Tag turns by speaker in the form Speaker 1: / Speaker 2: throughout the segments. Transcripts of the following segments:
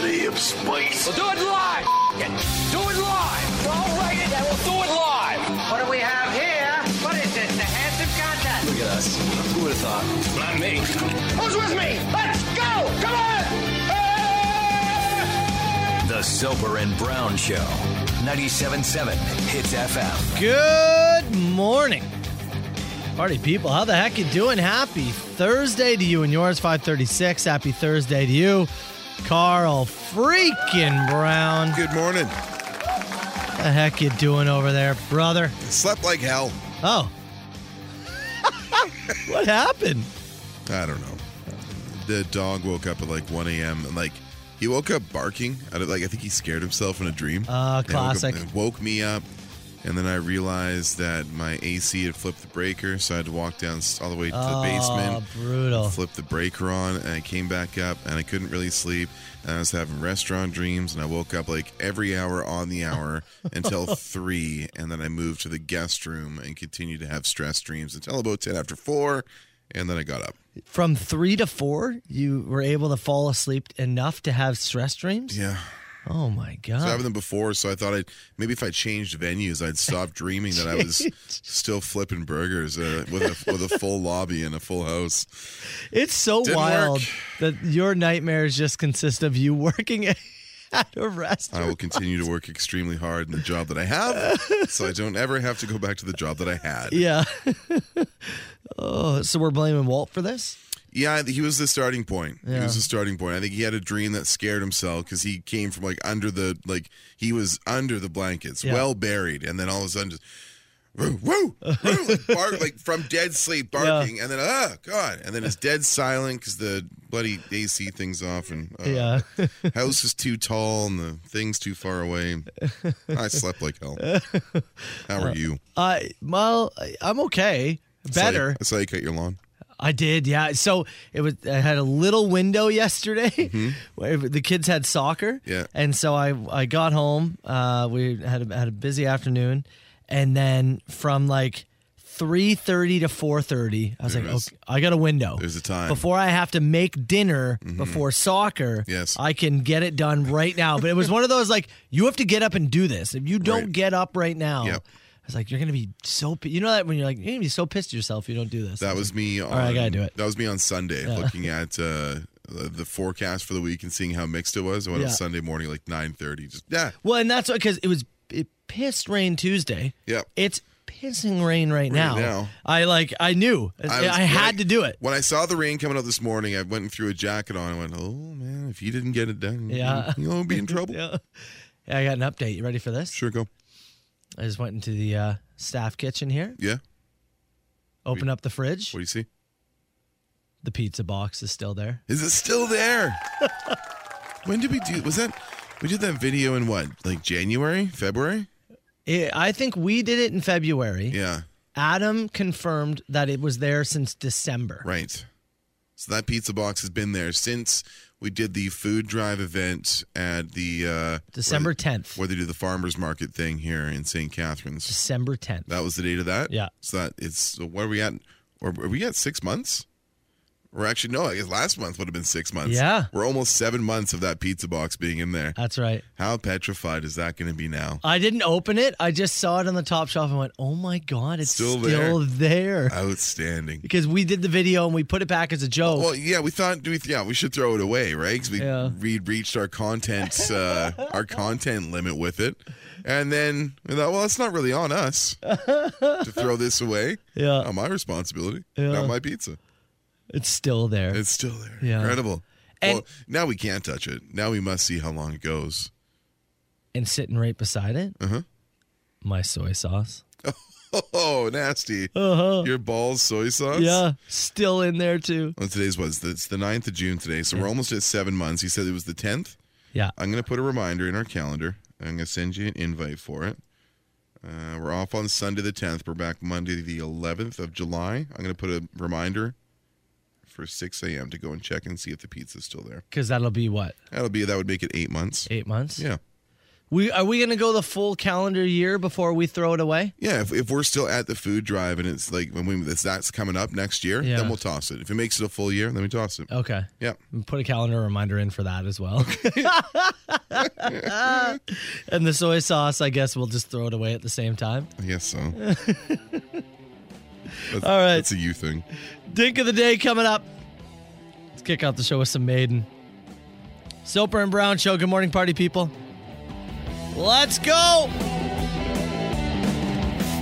Speaker 1: give space.
Speaker 2: We'll do it live. F- it. Do it live. I'll write it and we'll do it live.
Speaker 3: What do we have here? What is this? The handsome contest.
Speaker 4: Look at us. Who would have thought?
Speaker 2: Not me.
Speaker 1: Who's with me? Let's go! Come on! Hey!
Speaker 4: The Soper and Brown Show. 97.7 Hits FM.
Speaker 5: Good morning. Party people, how the heck you doing? Happy Thursday to you and yours, 536. Happy Thursday to you, Carl freaking Brown.
Speaker 6: Good morning.
Speaker 5: How the heck you doing over there, brother?
Speaker 6: Slept like hell.
Speaker 5: Oh. what happened?
Speaker 6: I don't know. The dog woke up at like 1 a.m. and like he woke up barking. Out of like I think he scared himself in a dream.
Speaker 5: Ah,
Speaker 6: And he woke up-
Speaker 5: classic.
Speaker 6: and woke me up, and then I realized that my AC had flipped the breaker, so I had to walk down s- all the way to the
Speaker 5: Ah,
Speaker 6: basement.
Speaker 5: brutal.
Speaker 6: Flipped the breaker on, and I came back up, and I couldn't really sleep. And I was having restaurant dreams, and I woke up like every hour on the hour until three, and then I moved to the guest room and continued to have stress dreams until about ten after four, and then I got up.
Speaker 5: From three to four, you were able to fall asleep enough to have stress dreams?
Speaker 6: Yeah.
Speaker 5: Oh my
Speaker 6: So I
Speaker 5: God.
Speaker 6: having them before, so I thought I'd maybe if I changed venues, I'd stop dreaming that I was still flipping burgers uh, with a with a full lobby and a full house.
Speaker 5: It's so
Speaker 6: Didn't
Speaker 5: wild
Speaker 6: work.
Speaker 5: that your nightmares just consist of you working at a
Speaker 6: I
Speaker 5: restaurant.
Speaker 6: will continue to work extremely hard in the job that I have, so I don't ever have to go back to the job that I had.
Speaker 5: Yeah. oh, so we're blaming Walt for this?
Speaker 6: Yeah, he was the starting point. He
Speaker 5: Yeah.
Speaker 6: was the starting point. I think he had a dream that scared himself because he came from like under the like he was under the blankets,
Speaker 5: Yeah.
Speaker 6: well buried, and then all of a sudden just woo woo, woo like, bark, like from dead sleep barking, and then oh god, and then it's dead silent because the bloody AC thing's off and uh,
Speaker 5: Yeah.
Speaker 6: house is too tall and the thing's too far away. I slept like hell. How are you?
Speaker 5: Uh, well, I- I'm okay. Better.
Speaker 6: I saw you cut your lawn.
Speaker 5: I did, yeah. So it was. I had a little window yesterday. Where the kids had soccer,
Speaker 6: Mm-hmm. Yeah.
Speaker 5: And so I I got home. Uh, we had a, had a busy afternoon, and then from like three thirty to four thirty, I was
Speaker 6: There
Speaker 5: like,
Speaker 6: it is.
Speaker 5: okay, I got a window.
Speaker 6: There's a time. Mm-hmm.
Speaker 5: before I have to make dinner before soccer.
Speaker 6: Yes.
Speaker 5: I can get it done right now. But it was one of those like you have to get up and do this. If you don't
Speaker 6: Right.
Speaker 5: get up right now.
Speaker 6: Yep.
Speaker 5: I was like, you're gonna be so, pi- you know that when you're like, you're gonna be so pissed at yourself if you don't do this.
Speaker 6: That was me. On,
Speaker 5: right, I gotta do it.
Speaker 6: That was me on Sunday, looking at uh, the forecast for the week and seeing how mixed it was. I went on
Speaker 5: Yeah.
Speaker 6: Sunday morning, like nine thirty. Just yeah,
Speaker 5: Well, and that's because it was it pissed rain Tuesday.
Speaker 6: Yep.
Speaker 5: It's pissing rain right now.
Speaker 6: now.
Speaker 5: I like I knew I,
Speaker 6: was-
Speaker 5: I had
Speaker 6: when
Speaker 5: to do it.
Speaker 6: When I saw the rain coming up this morning, I went and threw a jacket on. I went, oh man, if you didn't get it done,
Speaker 5: Yeah.
Speaker 6: you'll be in trouble.
Speaker 5: Yeah. Yeah, I got an update. You ready for this?
Speaker 6: Sure, go.
Speaker 5: I just went into the uh, staff kitchen here,
Speaker 6: Yeah.
Speaker 5: opened up the fridge.
Speaker 6: What do you see?
Speaker 5: The pizza box is still there.
Speaker 6: Is it still there? when did we do? Was that we did that video in what? Like January, February?
Speaker 5: It, I think we did it in February.
Speaker 6: Yeah.
Speaker 5: Adam confirmed that it was there since December.
Speaker 6: Right. So that pizza box has been there since we did the food drive event at the uh,
Speaker 5: December
Speaker 6: where they-
Speaker 5: 10th.
Speaker 6: where they do the farmers market thing here in St. Catharines.
Speaker 5: December 10th.
Speaker 6: That was the date of that.
Speaker 5: Yeah.
Speaker 6: So that it's so what are we at? Or are we at six months? Or actually, no. I guess last month would have been six months.
Speaker 5: Yeah.
Speaker 6: We're almost seven months of that pizza box being in there.
Speaker 5: That's right.
Speaker 6: How petrified is that going to be now?
Speaker 5: I didn't open it. I just saw it on the top shelf and went, "Oh my god, it's
Speaker 6: Still
Speaker 5: still,
Speaker 6: there.
Speaker 5: there."
Speaker 6: Outstanding.
Speaker 5: because we did the video and we put it back as a joke.
Speaker 6: Well, yeah, we thought do we yeah we should throw it away, right? Because we
Speaker 5: Yeah.
Speaker 6: we reached our content uh, our content limit with it, and then we thought, well, it's not really on us to throw this away.
Speaker 5: Yeah.
Speaker 6: not my responsibility.
Speaker 5: Yeah.
Speaker 6: Not my pizza.
Speaker 5: it's still there.
Speaker 6: It's still there.
Speaker 5: Yeah.
Speaker 6: incredible.
Speaker 5: And-
Speaker 6: well, now we can't touch it. Now we must see how long it goes.
Speaker 5: and sitting right beside it,
Speaker 6: Uh-huh.
Speaker 5: my soy sauce.
Speaker 6: Oh, nasty!
Speaker 5: Uh-huh.
Speaker 6: Your balls, soy sauce.
Speaker 5: Yeah, still in there too.
Speaker 6: Well, today's was it's the 9th of June today, so we're almost at seven months. He said it was the tenth.
Speaker 5: Yeah.
Speaker 6: I'm going to put a reminder in our calendar. I'm going to send you an invite for it. Uh, we're off on Sunday the 10th. We're back Monday the 11th of July. I'm going to put a reminder for 6 a.m. to go and check and see if the pizza's still there.
Speaker 5: Because that'll be what
Speaker 6: That'll be that would make it eight months.
Speaker 5: eight months.
Speaker 6: Yeah,
Speaker 5: We are we going to go the full calendar year before we throw it away?
Speaker 6: Yeah, if, if we're still at the food drive and it's like when we that's, that's coming up next year,
Speaker 5: Yeah. Oh.
Speaker 6: then we'll toss it. If it makes it a full year, then we toss it.
Speaker 5: Okay.
Speaker 6: Yeah.
Speaker 5: Put a calendar reminder in for that as well. and the soy sauce, I guess we'll just throw it away at the same time.
Speaker 6: I guess so. that's,
Speaker 5: All right.
Speaker 6: That's a you thing.
Speaker 5: Dink of the day coming up. Let's kick off the show with some Maiden. Soper and Brown Show. Good morning, party people. Let's go.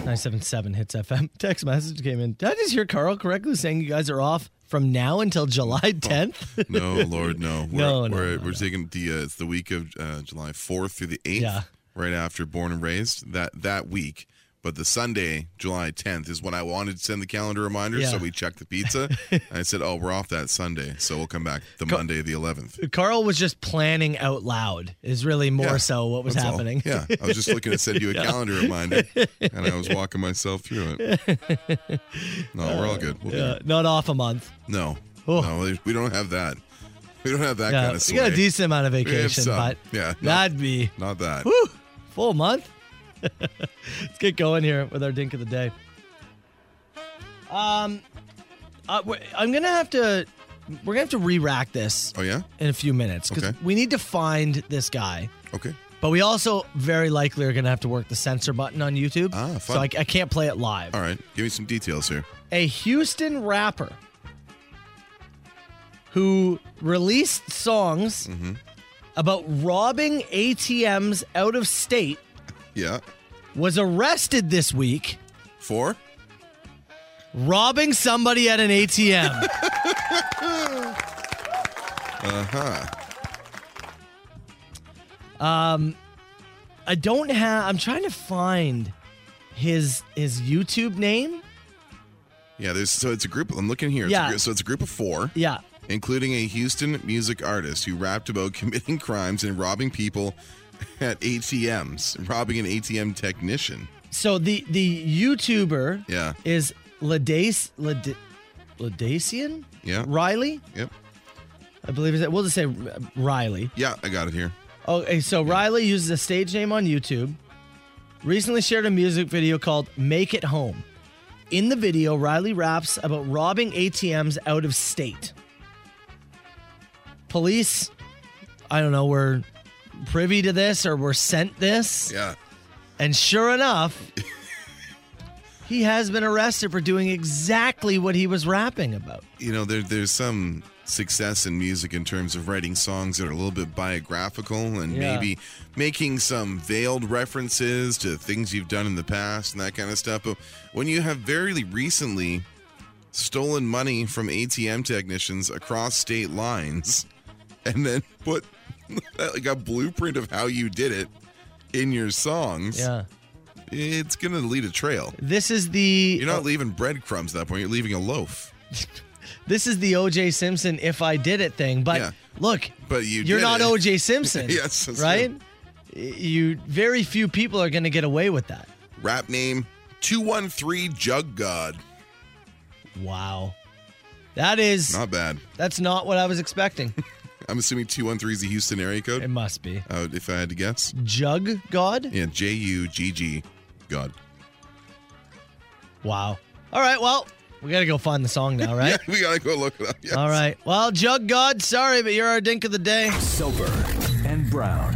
Speaker 5: 977 hits FM. Text message came in. Did I just hear Carl correctly saying you guys are off from now until July
Speaker 6: Oh.
Speaker 5: 10th?
Speaker 6: No, Lord, no. We're,
Speaker 5: No, no,
Speaker 6: we're,
Speaker 5: no,
Speaker 6: we're taking the, uh, it's the week of uh, July 4th through the 8th,
Speaker 5: Yeah.
Speaker 6: right after Born and Raised, that, that week. But the Sunday, July 10th, is when I wanted to send the calendar reminder. So
Speaker 5: Yeah.
Speaker 6: we checked the pizza. and I said, oh, we're off that Sunday. So we'll come back the Monday, the 11th.
Speaker 5: Carl was just planning out loud, is really more
Speaker 6: Yeah,
Speaker 5: so what was
Speaker 6: that's all.
Speaker 5: happening.
Speaker 6: Yeah. I was just looking to send you a calendar reminder and I was walking myself through it. No, we're all good. We'll be-
Speaker 5: Uh, not off a month.
Speaker 6: No.
Speaker 5: Oh.
Speaker 6: No, we don't have that. We don't have that
Speaker 5: Yeah,
Speaker 6: kind
Speaker 5: we
Speaker 6: of sway.
Speaker 5: got a decent amount of
Speaker 6: We have
Speaker 5: vacation,
Speaker 6: some.
Speaker 5: but
Speaker 6: yeah, not,
Speaker 5: that'd be
Speaker 6: not that.
Speaker 5: Whew, full month. Let's get going here with our dink of the day. Um, uh, we're- I'm gonna have to. We're gonna have to re-rack this
Speaker 6: Oh yeah.
Speaker 5: in a few minutes because
Speaker 6: Okay.
Speaker 5: we need to find this guy.
Speaker 6: Okay.
Speaker 5: But we also very likely are gonna have to work the censor button on YouTube,
Speaker 6: Ah,
Speaker 5: so
Speaker 6: fun.
Speaker 5: I, I can't play it live.
Speaker 6: All right. Give me some details here.
Speaker 5: A Houston rapper who released songs
Speaker 6: Mm-hmm.
Speaker 5: about robbing ATMs out of state
Speaker 6: Yeah.
Speaker 5: was arrested this week
Speaker 6: Four.
Speaker 5: robbing somebody at an ATM.
Speaker 6: Uh huh.
Speaker 5: Uh-huh. Um, I don't have I'm trying to find his his YouTube name.
Speaker 6: Yeah. There's so it's a group. I'm looking here. It's a
Speaker 5: Yeah.
Speaker 6: gr- so it's a group of four,
Speaker 5: Yeah.
Speaker 6: including a Houston music artist who rapped about committing crimes and robbing people at ATMs, robbing an ATM technician.
Speaker 5: So the the YouTuber
Speaker 6: Yeah.
Speaker 5: is Ladace Lada- Ladacian?
Speaker 6: Yeah.
Speaker 5: Riley?
Speaker 6: Yep.
Speaker 5: I believe is it. We'll just say Riley.
Speaker 6: Yeah. I got it here.
Speaker 5: Okay, so Riley uses a stage name on YouTube. Recently shared a music video called Make It Home. In the video, Riley raps about robbing ATMs out of state. Police, I don't know, were privy to this or were sent this.
Speaker 6: Yeah.
Speaker 5: And sure enough, he has been arrested for doing exactly what he was rapping about.
Speaker 6: you know, there, there's some success in music in terms of writing songs that are a little bit biographical and
Speaker 5: Yeah.
Speaker 6: maybe making some veiled references to things you've done in the past and that kind of stuff. But when you have very recently stolen money from ATM technicians across state lines and then put like a blueprint of how you did it in your songs,
Speaker 5: Yeah.
Speaker 6: it's going to lead a trail.
Speaker 5: This is the
Speaker 6: You're not leaving breadcrumbs at that point, you're leaving a loaf.
Speaker 5: this is the OJ Simpson if I did it thing. But
Speaker 6: Yeah.
Speaker 5: look,
Speaker 6: But you
Speaker 5: you're
Speaker 6: did
Speaker 5: not
Speaker 6: it.
Speaker 5: OJ Simpson.
Speaker 6: Yes, that's
Speaker 5: right?
Speaker 6: true.
Speaker 5: You very few people are going to get away with that.
Speaker 6: Rap name 213 Jug God.
Speaker 5: Wow. That is
Speaker 6: Not bad.
Speaker 5: that's not what I was expecting.
Speaker 6: I'm assuming 213 is the Houston area
Speaker 5: it
Speaker 6: code,
Speaker 5: must be.
Speaker 6: uh, if I had to guess.
Speaker 5: Jug God?
Speaker 6: Yeah, J U G G God.
Speaker 5: Wow. All right, well, we got to go find the song now, right?
Speaker 6: we gotta go look it up. Yes.
Speaker 5: All right. Well, Jug God, sorry, but you're our dink of the day.
Speaker 4: Soper and Brown.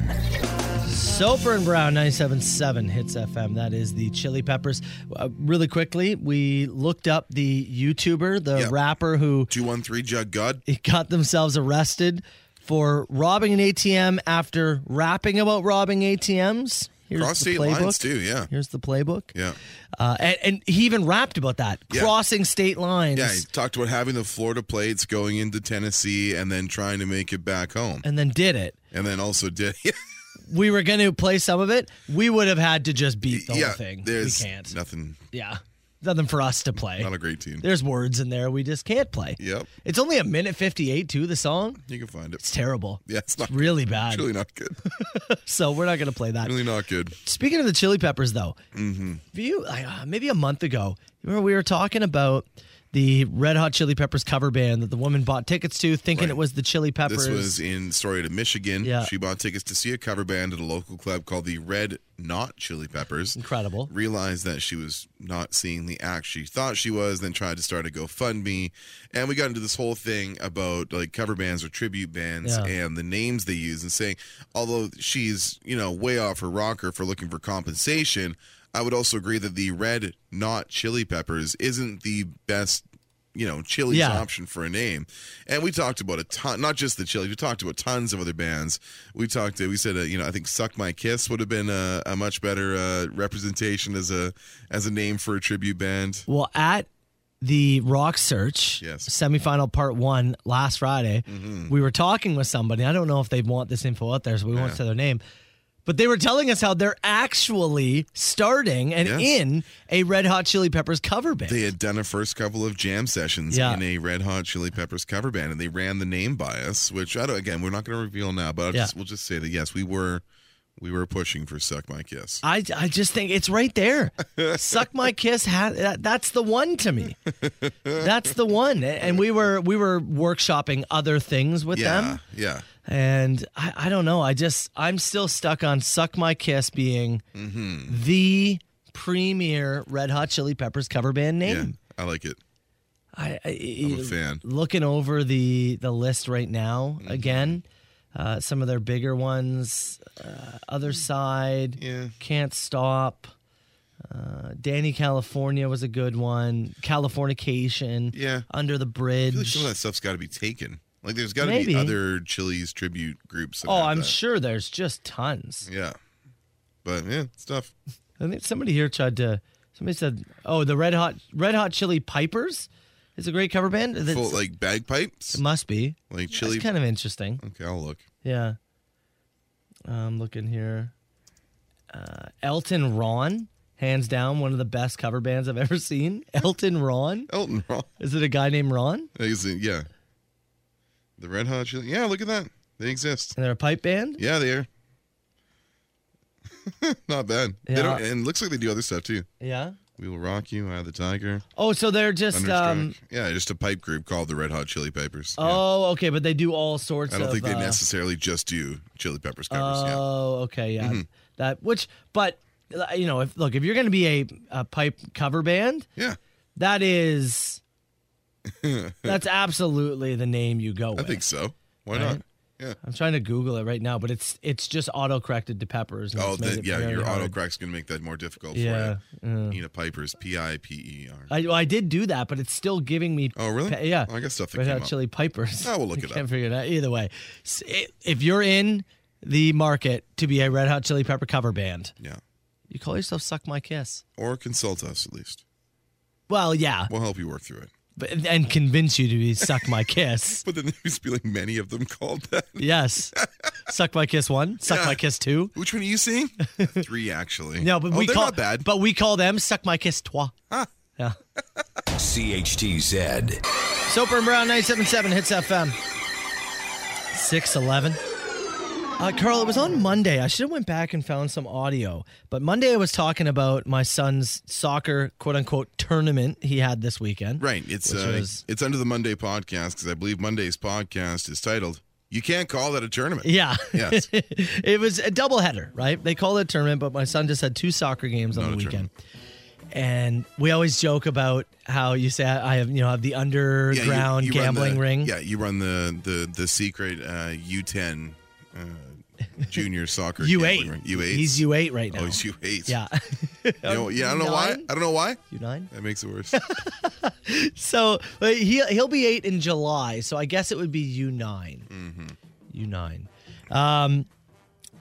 Speaker 5: Soper and Brown 97.7 Hits FM. That is the Chili Peppers. Uh, really quickly, we looked up the YouTuber, the
Speaker 6: Yeah.
Speaker 5: rapper who
Speaker 6: 213 Jug God.
Speaker 5: it got themselves arrested for robbing an ATM after rapping about robbing ATMs. Here's
Speaker 6: Cross
Speaker 5: the
Speaker 6: state
Speaker 5: playbook.
Speaker 6: lines, too. Yeah.
Speaker 5: Here's the playbook.
Speaker 6: Yeah.
Speaker 5: Uh, and, and he even rapped about that
Speaker 6: Yeah.
Speaker 5: crossing state lines.
Speaker 6: Yeah, he talked about having the Florida plates going into Tennessee and then trying to make it back home.
Speaker 5: And then did it.
Speaker 6: And then also did.
Speaker 5: We were going to play some of it. We would have had to just beat the
Speaker 6: yeah,
Speaker 5: whole thing. We
Speaker 6: there's
Speaker 5: can't.
Speaker 6: nothing.
Speaker 5: Yeah. Nothing for us to play.
Speaker 6: Not a great team.
Speaker 5: There's words in there we just can't play.
Speaker 6: Yep.
Speaker 5: It's only a minute 58 to the song.
Speaker 6: You can find it.
Speaker 5: It's terrible.
Speaker 6: Yeah, it's not good.
Speaker 5: Really bad.
Speaker 6: It's really not good.
Speaker 5: So we're not going to play that.
Speaker 6: really not good.
Speaker 5: Speaking of the
Speaker 6: Mm-hmm.
Speaker 5: chili peppers, though, if you- I- uh, maybe a month ago, you remember we were talking about the Red Hot Chili Peppers cover band that the woman bought tickets to, thinking
Speaker 6: Right.
Speaker 5: it was the Chili Peppers.
Speaker 6: This was in Story to Michigan.
Speaker 5: Yeah.
Speaker 6: She bought tickets to see a cover band at a local club called the Red Not Chili Peppers.
Speaker 5: incredible.
Speaker 6: Realized that she was not seeing the act she thought she was, then tried to start a GoFundMe. And we got into this whole thing about like cover bands or tribute bands
Speaker 5: Yeah.
Speaker 6: and the names they use and saying, although she's, you know, way off her rocker for looking for compensation, I would also agree that the Red Not Chili Peppers isn't the best you know, Chili's
Speaker 5: Yeah.
Speaker 6: option for a name. And we talked about a ton, not just the Chili, we talked about tons of other bands. We talked, we said, uh, you know, I think Suck My Kiss would have been a, a much better uh, representation as a as a name for a tribute band.
Speaker 5: Well, at the Rock Search
Speaker 6: Yes. Mm-hmm.
Speaker 5: semifinal part one last Friday, we were talking with somebody. I don't know if they want this info out there, so we won't say their name. But they were telling us how they're actually starting and
Speaker 6: Yes.
Speaker 5: in a Red Hot Chili Peppers cover band.
Speaker 6: They had done a first couple of jam sessions
Speaker 5: Yeah.
Speaker 6: in a Red Hot Chili Peppers cover band, and they ran the name by us, which I don't. Again, we're not going to reveal now, but I'll
Speaker 5: Yeah.
Speaker 6: just, we'll just say that yes, we were, we were pushing for "Suck My Kiss."
Speaker 5: I, I just think it's right there. Suck my kiss. Ha- that, that's the one to me. That's the one. And we were we were workshopping other things with
Speaker 6: yeah,
Speaker 5: them.
Speaker 6: yeah.
Speaker 5: And I, I don't know. I just, I'm still stuck on Suck My Kiss being
Speaker 6: Mm-hmm.
Speaker 5: the premier Red Hot Chili Peppers cover band
Speaker 6: Yeah,
Speaker 5: name.
Speaker 6: I like it.
Speaker 5: I, I,
Speaker 6: I'm a fan.
Speaker 5: Looking over the, the list right now
Speaker 6: Mm-hmm.
Speaker 5: again, uh, some of their bigger ones uh, Other Side,
Speaker 6: Mm. Yeah.
Speaker 5: Can't Stop. Uh, Danny California was a good one. Californication.
Speaker 6: Yeah.
Speaker 5: Under the
Speaker 6: I feel like some
Speaker 5: Bridge.
Speaker 6: of that stuff's got to be taken. Like, there's got to
Speaker 5: Maybe.
Speaker 6: be other Chili's tribute groups. that
Speaker 5: Oh,
Speaker 6: have
Speaker 5: I'm
Speaker 6: that.
Speaker 5: sure there's just tons.
Speaker 6: Yeah, but yeah, it's tough.
Speaker 5: I think somebody here tried to. Somebody said, "Oh, the Red Hot Red Hot Chili Pipers is a great cover band." That's-
Speaker 6: Full like bagpipes,
Speaker 5: it must be.
Speaker 6: like
Speaker 5: It's
Speaker 6: chili.
Speaker 5: kind of interesting.
Speaker 6: okay, I'll look.
Speaker 5: Yeah. I'm looking here. Uh, Elton Ron, hands down, one of the best cover bands I've ever seen. Elton Ron.
Speaker 6: Elton Ron.
Speaker 5: Is it a guy named Ron?
Speaker 6: Like, is it- Yeah, the Red Hot Chili. Yeah, look at that. They exist.
Speaker 5: And they're a pipe band.
Speaker 6: Yeah, they are. Not bad. They
Speaker 5: Yeah.
Speaker 6: don't, and it looks like they do other stuff too.
Speaker 5: Yeah.
Speaker 6: We will rock you, Eye of the Tiger,
Speaker 5: Oh, so they're just.
Speaker 6: Thunderstruck.
Speaker 5: um
Speaker 6: yeah, just a pipe group called the Red Hot Chili Peppers. Yeah.
Speaker 5: Oh, okay, but they do all sorts.
Speaker 6: I don't
Speaker 5: of,
Speaker 6: think they
Speaker 5: uh,
Speaker 6: necessarily just do Chili Peppers covers. yeah. Mm-hmm.
Speaker 5: Oh, okay, yeah. That which, but uh, you know, if look, if you're going to be a, a pipe cover band,
Speaker 6: Yeah,
Speaker 5: that is, that's absolutely the name you go
Speaker 6: I
Speaker 5: with.
Speaker 6: think so. Why
Speaker 5: Right?
Speaker 6: not? Yeah.
Speaker 5: I'm trying to Google it right now, but it's it's just auto corrected to Peppers. and
Speaker 6: Oh,
Speaker 5: it's made
Speaker 6: the,
Speaker 5: it
Speaker 6: yeah.
Speaker 5: very
Speaker 6: Your
Speaker 5: hard.
Speaker 6: auto correct's gonna make that more difficult
Speaker 5: Yeah,
Speaker 6: for you. Nina Piper's P I P E R.
Speaker 5: I, well, I did do that, but it's still giving me.
Speaker 6: Oh, really?
Speaker 5: pe- yeah.
Speaker 6: Oh, I got stuff that
Speaker 5: Red
Speaker 6: came
Speaker 5: Hot
Speaker 6: up.
Speaker 5: Chili Pipers.
Speaker 6: Oh, we'll look
Speaker 5: I
Speaker 6: it up.
Speaker 5: Can't figure it out either way. S- i- If you're in the market to be a Red Hot Chili Pepper cover band,
Speaker 6: Yeah.
Speaker 5: you call yourself "Suck My Kiss."
Speaker 6: Or consult us at least.
Speaker 5: Well, yeah,
Speaker 6: We'll help you work through it.
Speaker 5: but, and convince you to be suck my kiss.
Speaker 6: But then there's be like many of them called that.
Speaker 5: yes, suck my kiss one, suck
Speaker 6: Yeah.
Speaker 5: my kiss two.
Speaker 6: Which one are you seeing? Three actually.
Speaker 5: No, but
Speaker 6: oh,
Speaker 5: we
Speaker 6: they're
Speaker 5: call
Speaker 6: not bad.
Speaker 5: but we call them suck my kiss trois. Yeah.
Speaker 4: CHTZ.
Speaker 5: Soper and Brown 977 hits FM. 611. Uh, Carl, it was on Monday. I should have went back and found some audio. But Monday I was talking about my son's soccer quote unquote tournament he had this weekend.
Speaker 6: right. It's
Speaker 5: Which
Speaker 6: uh,
Speaker 5: was-
Speaker 6: it's under the Monday podcast because I believe Monday's podcast is titled "You Can't Call That a Tournament."
Speaker 5: Yeah.
Speaker 6: Yes.
Speaker 5: it was a doubleheader, right? They call it a tournament, but my son just had two soccer games on
Speaker 6: Not
Speaker 5: the
Speaker 6: a
Speaker 5: weekend. And we always joke about how you say I have, you know, have the
Speaker 6: Yeah, you-
Speaker 5: underground
Speaker 6: you run the-
Speaker 5: gambling ring.
Speaker 6: Yeah, you run the the the secret uh, U10 uh, junior soccer
Speaker 5: U
Speaker 6: gambling
Speaker 5: eight.
Speaker 6: ring. U8.
Speaker 5: He's U eight right now.
Speaker 6: Oh, he's U8.
Speaker 5: yeah.
Speaker 6: You know- yeah, I don't know why.
Speaker 5: Nine?
Speaker 6: I don't know why.
Speaker 5: U nine.
Speaker 6: That makes it worse.
Speaker 5: So uh, he he'll be eight in July. So I guess it would be U 9
Speaker 6: Mm-hmm.
Speaker 5: U nine. Um,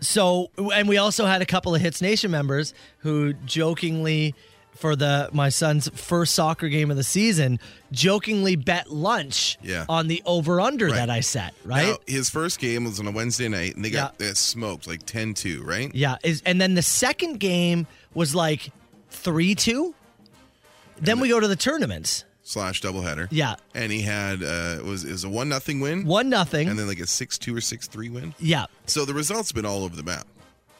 Speaker 5: so and we also had a couple of Hits Nation members who jokingly for the my son's first soccer game of the season jokingly bet lunch
Speaker 6: Yeah.
Speaker 5: on the over under that I set right.
Speaker 6: Now, his first game was on a Wednesday night, and they got they got smoked like 10-2, right?
Speaker 5: Yeah, is, and then the second game was like three two. Then we go to the tournaments.
Speaker 6: Slash doubleheader.
Speaker 5: Yeah.
Speaker 6: And he had uh, it was it was a one nothing win,
Speaker 5: One nothing.
Speaker 6: and then like a six two or six three win.
Speaker 5: yeah,
Speaker 6: So the results have been all over the map.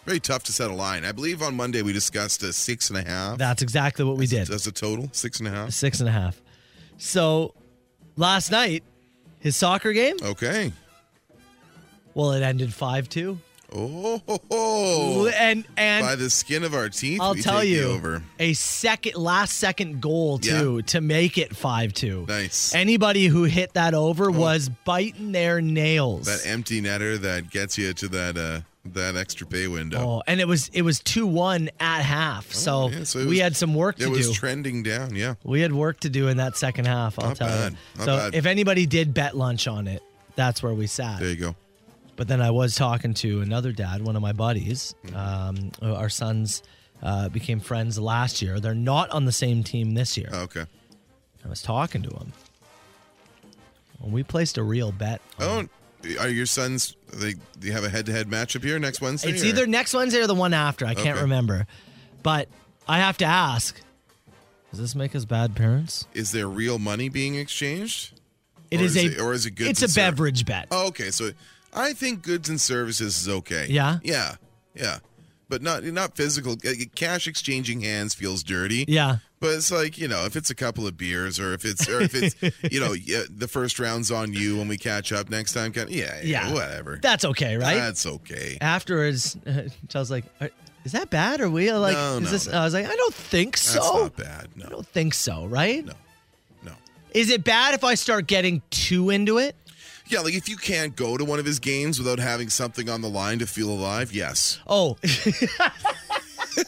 Speaker 6: Very tough to set a line. I believe on Monday we discussed a six and a half.
Speaker 5: that's exactly what we did.
Speaker 6: that's a total six and a half.
Speaker 5: Six and a half. So last night, his soccer game,
Speaker 6: Oh. Okay.
Speaker 5: well, it ended 5 2.
Speaker 6: Oh, ho, ho.
Speaker 5: And, and
Speaker 6: by the skin of our teeth,
Speaker 5: I'll
Speaker 6: we
Speaker 5: tell
Speaker 6: take the
Speaker 5: you,
Speaker 6: over.
Speaker 5: a second, last second goal too to make it five two.
Speaker 6: Nice.
Speaker 5: Anybody who hit that over was biting their nails.
Speaker 6: That empty netter that gets you to that uh that extra pay window.
Speaker 5: oh, and it was it was two one at half. so
Speaker 6: Oh, yeah, so it
Speaker 5: we
Speaker 6: was-
Speaker 5: had some work
Speaker 6: it
Speaker 5: to
Speaker 6: was
Speaker 5: do.
Speaker 6: trending down. Yeah.
Speaker 5: we had work to do in that second half. I'll
Speaker 6: Not
Speaker 5: tell
Speaker 6: bad,
Speaker 5: you.
Speaker 6: not
Speaker 5: so
Speaker 6: bad.
Speaker 5: if anybody did bet lunch on it, that's where we sat.
Speaker 6: There you go.
Speaker 5: But then I was talking to another dad, one of my buddies. Um,
Speaker 6: Mm-hmm.
Speaker 5: our sons uh, became friends last year. They're not on the same team this year.
Speaker 6: Oh, Okay.
Speaker 5: I was talking to him. And we placed a real bet.
Speaker 6: Oh, are your sons? They do you have a head-to-head matchup here next Wednesday?
Speaker 5: it's
Speaker 6: or-
Speaker 5: either next Wednesday or the one after. I can't
Speaker 6: Okay.
Speaker 5: remember. But I have to ask does this make us bad parents?
Speaker 6: is there real money being exchanged?
Speaker 5: It
Speaker 6: Or
Speaker 5: is
Speaker 6: is it- or is it good
Speaker 5: It's
Speaker 6: to
Speaker 5: a
Speaker 6: serve?
Speaker 5: beverage bet.
Speaker 6: Oh, okay. So I think goods and services is okay.
Speaker 5: Yeah?
Speaker 6: Yeah. Yeah. But not not physical. uh, Cash exchanging hands feels dirty.
Speaker 5: Yeah.
Speaker 6: But it's like you know, if it's a couple of beers, or if it's, or if it's, you know, yeah, the first round's on you when we catch up next time. Kind of, yeah, yeah,
Speaker 5: Yeah.
Speaker 6: whatever.
Speaker 5: That's okay, right?
Speaker 6: That's okay.
Speaker 5: Afterwards, uh, Charles was like, "Are- is that bad? Are we uh, like,
Speaker 6: No,
Speaker 5: is
Speaker 6: no,
Speaker 5: this?
Speaker 6: no.
Speaker 5: I was like, I don't think so.
Speaker 6: That's not bad.
Speaker 5: I
Speaker 6: No,
Speaker 5: don't think so, right?
Speaker 6: no, no.
Speaker 5: Is it bad if I start getting too into it?
Speaker 6: Yeah, like if you can't go to one of his games without having something on the line to feel alive, yes.
Speaker 5: Oh.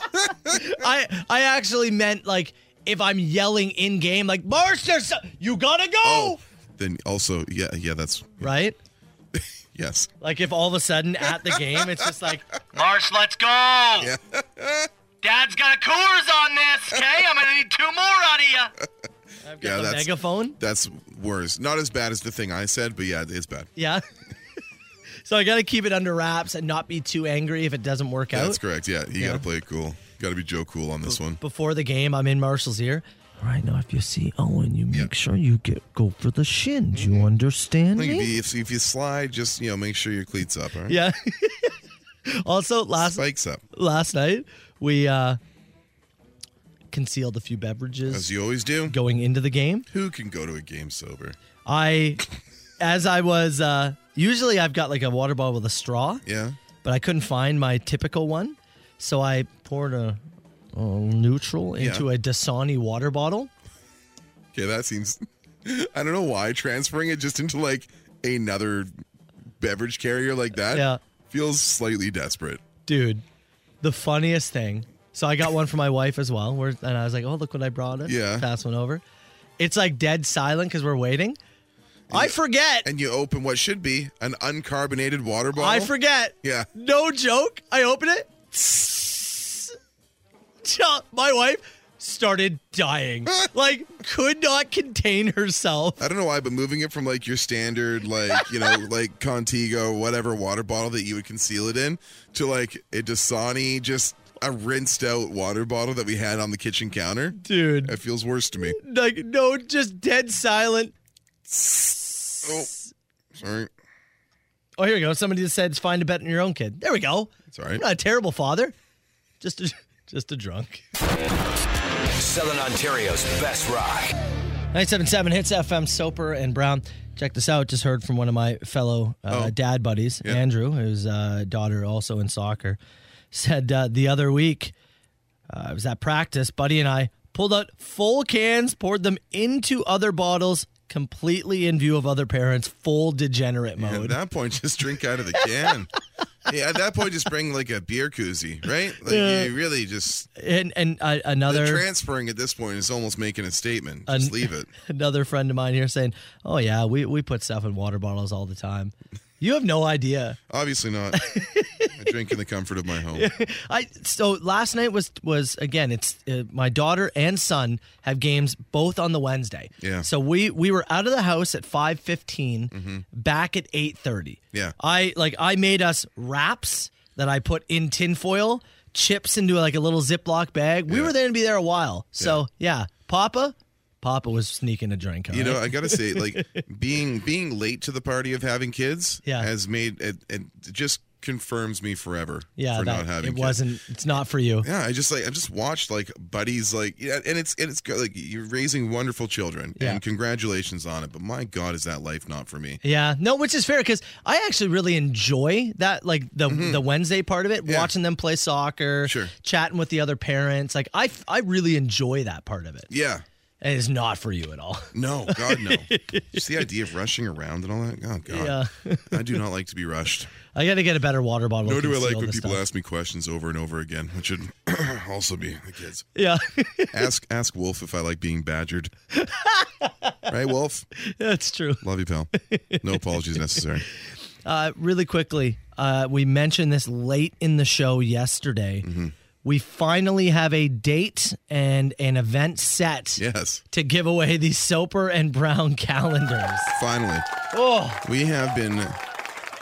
Speaker 5: I I actually meant like if I'm yelling in game like Marsh, there's so- you gotta go
Speaker 6: Oh. then also, yeah, yeah, that's
Speaker 5: right.
Speaker 6: yes.
Speaker 5: Like if all of a sudden at the game it's just like
Speaker 2: Marsh, let's go. Dad's got a Coors on this. Okay, I'm gonna need two more out of you.
Speaker 5: I've
Speaker 6: Yeah,
Speaker 5: got the
Speaker 6: that's-
Speaker 5: megaphone.
Speaker 6: That's worse. Not as bad as the thing I said, but yeah, it's bad.
Speaker 5: Yeah. so I gotta keep it under wraps and not be too angry if it doesn't work out.
Speaker 6: That's correct. Yeah, you got to play it cool. Got to be Joe Cool on this one.
Speaker 5: Before the game, I'm in Marshall's ear. All right now, if you see Owen, you make sure you get go for the shin. Do
Speaker 6: Mm-hmm.
Speaker 5: you understand
Speaker 6: Like,
Speaker 5: me?
Speaker 6: If you, if, if you slide, just you know, make sure your cleats up. All right?
Speaker 5: yeah. also, last
Speaker 6: spikes up
Speaker 5: last night we uh concealed a few beverages
Speaker 6: as you always do.
Speaker 5: going into the game
Speaker 6: Who can go to a game sober?
Speaker 5: i as i was uh usually i've got like a water bottle with a straw
Speaker 6: Yeah,
Speaker 5: but i couldn't find my typical one so i poured a, a neutral into a dasani water bottle
Speaker 6: okay, that seems. I don't know why transferring it just into like another beverage carrier like that.
Speaker 5: Yeah.
Speaker 6: feels slightly desperate.
Speaker 5: dude the funniest thing so i got one for my wife as well where, and i was like oh look what i brought her
Speaker 6: Yeah.
Speaker 5: pass one over it's like dead silent because we're waiting i forget
Speaker 6: And you open what should be an uncarbonated water bottle.
Speaker 5: i forget
Speaker 6: Yeah.
Speaker 5: No joke. I open it. My wife started dying. like, could not contain herself.
Speaker 6: I don't know why, but moving it from like your standard, like, you know, like Contigo, whatever water bottle that you would conceal it in to like a Dasani, just a rinsed out water bottle that we had on the kitchen counter.
Speaker 5: Dude.
Speaker 6: That feels worse to me.
Speaker 5: Like, no, just dead silent.
Speaker 6: Oh, sorry.
Speaker 5: Oh, here we go. Somebody just said it's fine to bet on your own kid. There we go.
Speaker 6: It's all right.
Speaker 5: I'm not a terrible father. Just a, just a drunk.
Speaker 4: Southern Ontario's best rock.
Speaker 5: 977 hits FM Soper and Brown. Check this out. Just heard from one of my fellow uh,
Speaker 6: Oh.
Speaker 5: dad buddies, Andrew, whose uh, daughter also in soccer, said uh, the other week, uh, it was at practice, Buddy and I pulled out full cans, poured them into other bottles, completely in view of other parents, full degenerate
Speaker 6: At
Speaker 5: mode.
Speaker 6: that point, just drink out of the can. yeah, at that point, just bring like a beer koozie, right? Like, you really just
Speaker 5: and and uh,
Speaker 6: the
Speaker 5: another.
Speaker 6: transferring at this point is almost making a statement. Just
Speaker 5: An-
Speaker 6: leave it.
Speaker 5: another friend of mine here saying, "Oh yeah, we, we put stuff in water bottles all the time. You have no idea.
Speaker 6: Obviously not. I drink in the comfort of my home.
Speaker 5: I so last night was was again. It's uh, my daughter and son have games both on the Wednesday.
Speaker 6: Yeah. Mm-hmm.
Speaker 5: So we we were out of the house at five back at eight thirty.
Speaker 6: Yeah.
Speaker 5: I like I made us wraps that I put in tinfoil, chips into like a little Ziploc bag. We
Speaker 6: Yeah.
Speaker 5: were there to be there a while. So yeah, Papa, Papa was sneaking a drink. all
Speaker 6: You know,
Speaker 5: right?
Speaker 6: I gotta say, like being being late to the party of having kids
Speaker 5: Yeah.
Speaker 6: has made it, it just confirms me forever.
Speaker 5: Yeah,
Speaker 6: for
Speaker 5: that,
Speaker 6: not having
Speaker 5: it
Speaker 6: kids.
Speaker 5: wasn't. It's not for you.
Speaker 6: Yeah, I just like I just watched like buddies like yeah, and it's and it's good like you're raising wonderful children
Speaker 5: Yeah.
Speaker 6: and congratulations on it. But my God, is that life not for me?
Speaker 5: Yeah, no, which is fair because I actually really enjoy that, like the the Wednesday part of it,
Speaker 6: Mm-hmm. Yeah.
Speaker 5: watching them play soccer,
Speaker 6: Sure.
Speaker 5: chatting with the other parents. Like I, I really enjoy that part of it.
Speaker 6: Yeah,
Speaker 5: It is not for you at all.
Speaker 6: no, God no. just the idea of rushing around and all that. Oh God, I do not like to be rushed.
Speaker 5: I got to get a better water bottle.
Speaker 6: Nor
Speaker 5: and
Speaker 6: do I like
Speaker 5: conceal
Speaker 6: when
Speaker 5: this
Speaker 6: people
Speaker 5: stuff.
Speaker 6: ask me questions over and over again, which should also be the kids.
Speaker 5: Yeah,
Speaker 6: Ask ask Wolf if I like being badgered. right, Wolf.
Speaker 5: that's true.
Speaker 6: Love you, pal. No apologies necessary.
Speaker 5: Uh, really quickly, uh, we mentioned this late in the show yesterday.
Speaker 6: Mm-hmm.
Speaker 5: We finally have a date and an event set
Speaker 6: Yes.
Speaker 5: to give away the Soper and Brown calendars.
Speaker 6: Finally.
Speaker 5: Oh,
Speaker 6: We have been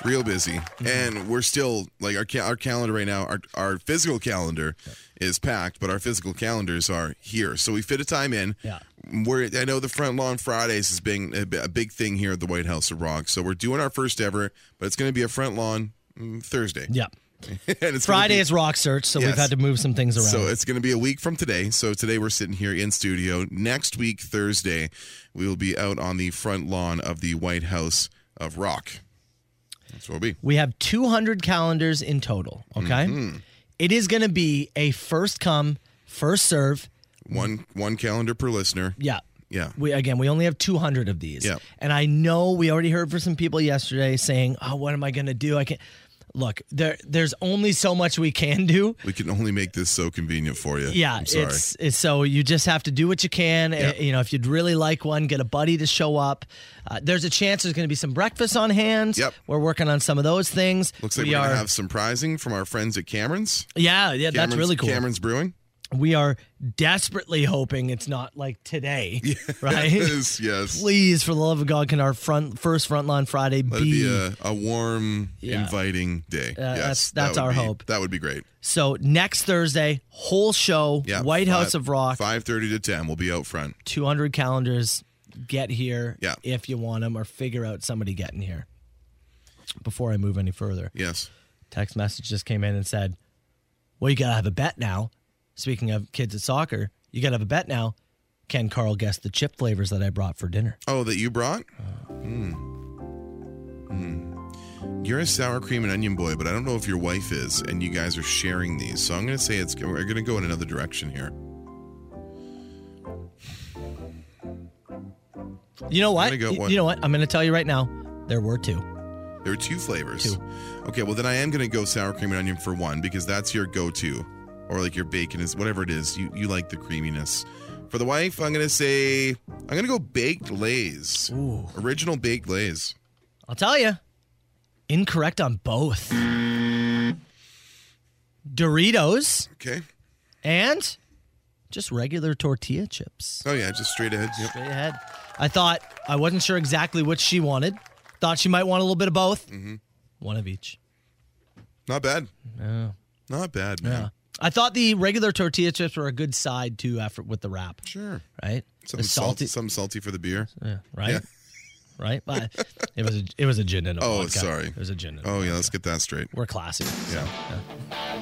Speaker 6: real busy,
Speaker 5: Mm-hmm.
Speaker 6: and we're still like our ca- our calendar right now. Our our physical calendar is packed, but our physical calendars are here, so we fit a time in.
Speaker 5: Yeah.
Speaker 6: We're, I know the front lawn Fridays is being a, bi- a big thing here at the White House of Rock, so we're doing our first ever, but it's going to be a front lawn mm, Thursday.
Speaker 5: yeah.
Speaker 6: and it's gonna
Speaker 5: Friday
Speaker 6: be-
Speaker 5: is rock search, so we've
Speaker 6: Yes.
Speaker 5: had to move some things around.
Speaker 6: so it's going to be a week from today. So today we're sitting here in studio. Next week, Thursday, we will be out on the front lawn of the White House of Rock. That's what we'll be.
Speaker 5: we have 200 calendars in total. Okay,
Speaker 6: Mm-hmm.
Speaker 5: It is going to be a first come, first serve.
Speaker 6: One one calendar per listener.
Speaker 5: Yeah.
Speaker 6: Yeah.
Speaker 5: We again, we only have 200 of these.
Speaker 6: Yeah.
Speaker 5: And I know we already heard from some people yesterday saying, "Oh, what am I going to do? I can't." Look, there there's only so much we can do.
Speaker 6: We can only make this so convenient for you.
Speaker 5: Yeah,
Speaker 6: I'm sorry.
Speaker 5: it's, it's so you just have to do what you can. Uh, You know, if you'd really like one, get a buddy to show up. Uh, there's a chance there's going to be some breakfast on hand.
Speaker 6: Yep.
Speaker 5: We're working on some of those things.
Speaker 6: Looks like
Speaker 5: we
Speaker 6: we are
Speaker 5: are.
Speaker 6: gonna have some prizing from our friends at Cameron's.
Speaker 5: yeah, yeah, that's
Speaker 6: Cameron's-
Speaker 5: really cool.
Speaker 6: Cameron's Brewing.
Speaker 5: We are desperately hoping it's not like today, right?
Speaker 6: Yes, yes.
Speaker 5: Please, for the love of God, can our front first Frontline Friday
Speaker 6: Let it be a, a warm,
Speaker 5: Yeah. Uh,
Speaker 6: inviting day. yes,
Speaker 5: that's- that's
Speaker 6: that
Speaker 5: our
Speaker 6: would be-
Speaker 5: hope.
Speaker 6: That would be great.
Speaker 5: So next Thursday, whole show,
Speaker 6: Yeah,
Speaker 5: White
Speaker 6: five-
Speaker 5: House of Rock,
Speaker 6: Five thirty to ten. We'll be out front.
Speaker 5: 200 calendars. Get here
Speaker 6: Yeah.
Speaker 5: if you want them, or figure out somebody getting here. Before I move any further,
Speaker 6: Yes.
Speaker 5: text message just came in and said, "Well, you gotta have a bet now." Speaking of kids at soccer, you gotta have a bet now. Can Carl guess the chip flavors that I brought for dinner?
Speaker 6: Oh, that you brought? Mm. Mm. You're a sour cream and onion boy, but I don't know if your wife is, and you guys are sharing these. So I'm going to say it's we're going to go in another direction here.
Speaker 5: You know what?
Speaker 6: gonna go
Speaker 5: You-
Speaker 6: one.
Speaker 5: You know what? I'm gonna tell you right now. There were two.
Speaker 6: There are two flavors.
Speaker 5: Two.
Speaker 6: Okay, well then I am going to go sour cream and onion for one because that's your go-to, or like your bacon is whatever it is. You you like the creaminess. For the wife, I'm going to say I'm going to go baked lays.
Speaker 5: Ooh.
Speaker 6: Original baked lays.
Speaker 5: I'll tell you, incorrect on both. Doritos
Speaker 6: Okay.
Speaker 5: and just regular tortilla chips.
Speaker 6: Oh yeah, just straight ahead. Yep.
Speaker 5: Straight ahead. I thought I wasn't sure exactly what she wanted. Thought she might want a little bit of both.
Speaker 6: Mm-hmm.
Speaker 5: One of each.
Speaker 6: Not bad. Not bad, man.
Speaker 5: Yeah. I thought the regular tortilla chips were a good side too after with the wrap,
Speaker 6: Sure.
Speaker 5: right?
Speaker 6: Something
Speaker 5: They're
Speaker 6: salty. Something salty for the beer.
Speaker 5: Yeah, right? Right? But it was a, it was a gin and a
Speaker 6: Oh,
Speaker 5: vodka.
Speaker 6: sorry.
Speaker 5: It was a gin and a
Speaker 6: Oh yeah, let's get that straight.
Speaker 5: We're classy.
Speaker 6: Yeah.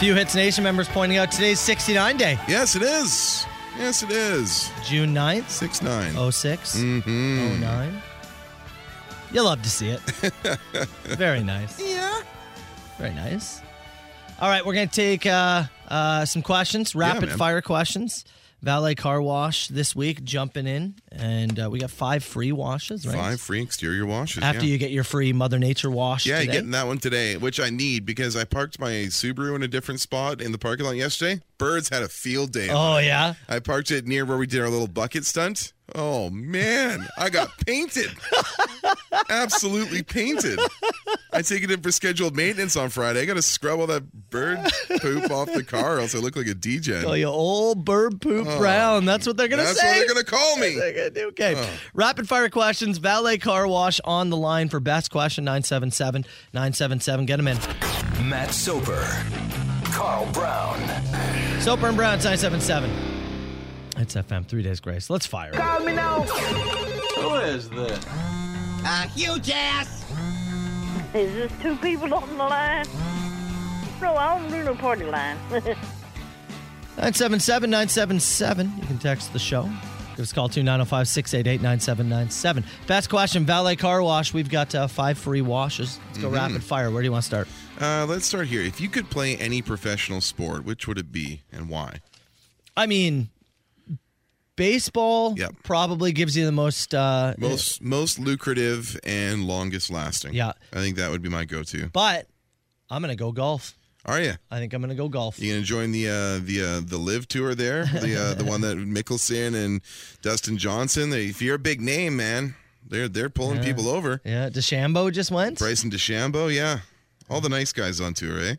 Speaker 5: Few Hits Nation members pointing out today's 69 day,
Speaker 6: Yes, it is. Yes, it is.
Speaker 5: June 9th,
Speaker 6: Six nine.
Speaker 5: Oh, 06,
Speaker 6: Mm-hmm.
Speaker 5: 09. You love to see it. Very nice. Yeah. Very nice. All right, we're going to take uh, uh, some questions, rapid
Speaker 6: man.
Speaker 5: fire questions. Valet car wash this week, jumping in. And uh, we got five free washes, right?
Speaker 6: Five free exterior washes.
Speaker 5: After
Speaker 6: yeah.
Speaker 5: you get your free Mother Nature wash
Speaker 6: Yeah,
Speaker 5: today.
Speaker 6: getting that one today, which I need because I parked my Subaru in a different spot in the parking lot yesterday. Birds had a field day. on
Speaker 5: oh,
Speaker 6: it.
Speaker 5: yeah?
Speaker 6: I parked it near where we did our little bucket stunt. Oh man, I got painted. Absolutely painted. I take it in for scheduled maintenance on Friday. I got to scrub all that bird poop off the car, or else I look like a DJ.
Speaker 5: Oh, you old bird poop brown. That's what they're going to say.
Speaker 6: Oh, That's what they're gonna call me.
Speaker 5: uh, Okay. Rapid fire questions. Valet car wash on the line for best question 977 977. Get them in.
Speaker 4: Matt Soper, Carl Brown,
Speaker 5: Soper and Brown 977. It's FM, three days grace. Let's fire. it.
Speaker 3: Call me now.
Speaker 7: A huge ass!
Speaker 8: Is this two people on the line? No, I don't do no party line.
Speaker 5: 977 977. You can text the show. Give us a call oh to 905 688 9797. Best question valet car wash. We've got uh, five free washes. Let's
Speaker 6: Mm-hmm.
Speaker 5: go rapid fire. Where do you want to start?
Speaker 6: Uh, let's start here. If you could play any professional sport, which would it be and why?
Speaker 5: I mean, baseball
Speaker 6: Yep.
Speaker 5: probably gives you the most. Uh,
Speaker 6: Most most lucrative and longest lasting.
Speaker 5: Yeah.
Speaker 6: I think that would be my go-to.
Speaker 5: But I'm going to go golf.
Speaker 6: Are you?
Speaker 5: I think I'm going to go golf.
Speaker 6: You gonna join the uh, the uh, the live tour there? The uh, the one that Mickelson and Dustin Johnson. They, if you're a big name, man, they're they're pulling people over.
Speaker 5: Yeah, DeChambeau just went.
Speaker 6: Bryson DeChambeau, yeah. All the nice guys on tour, eh?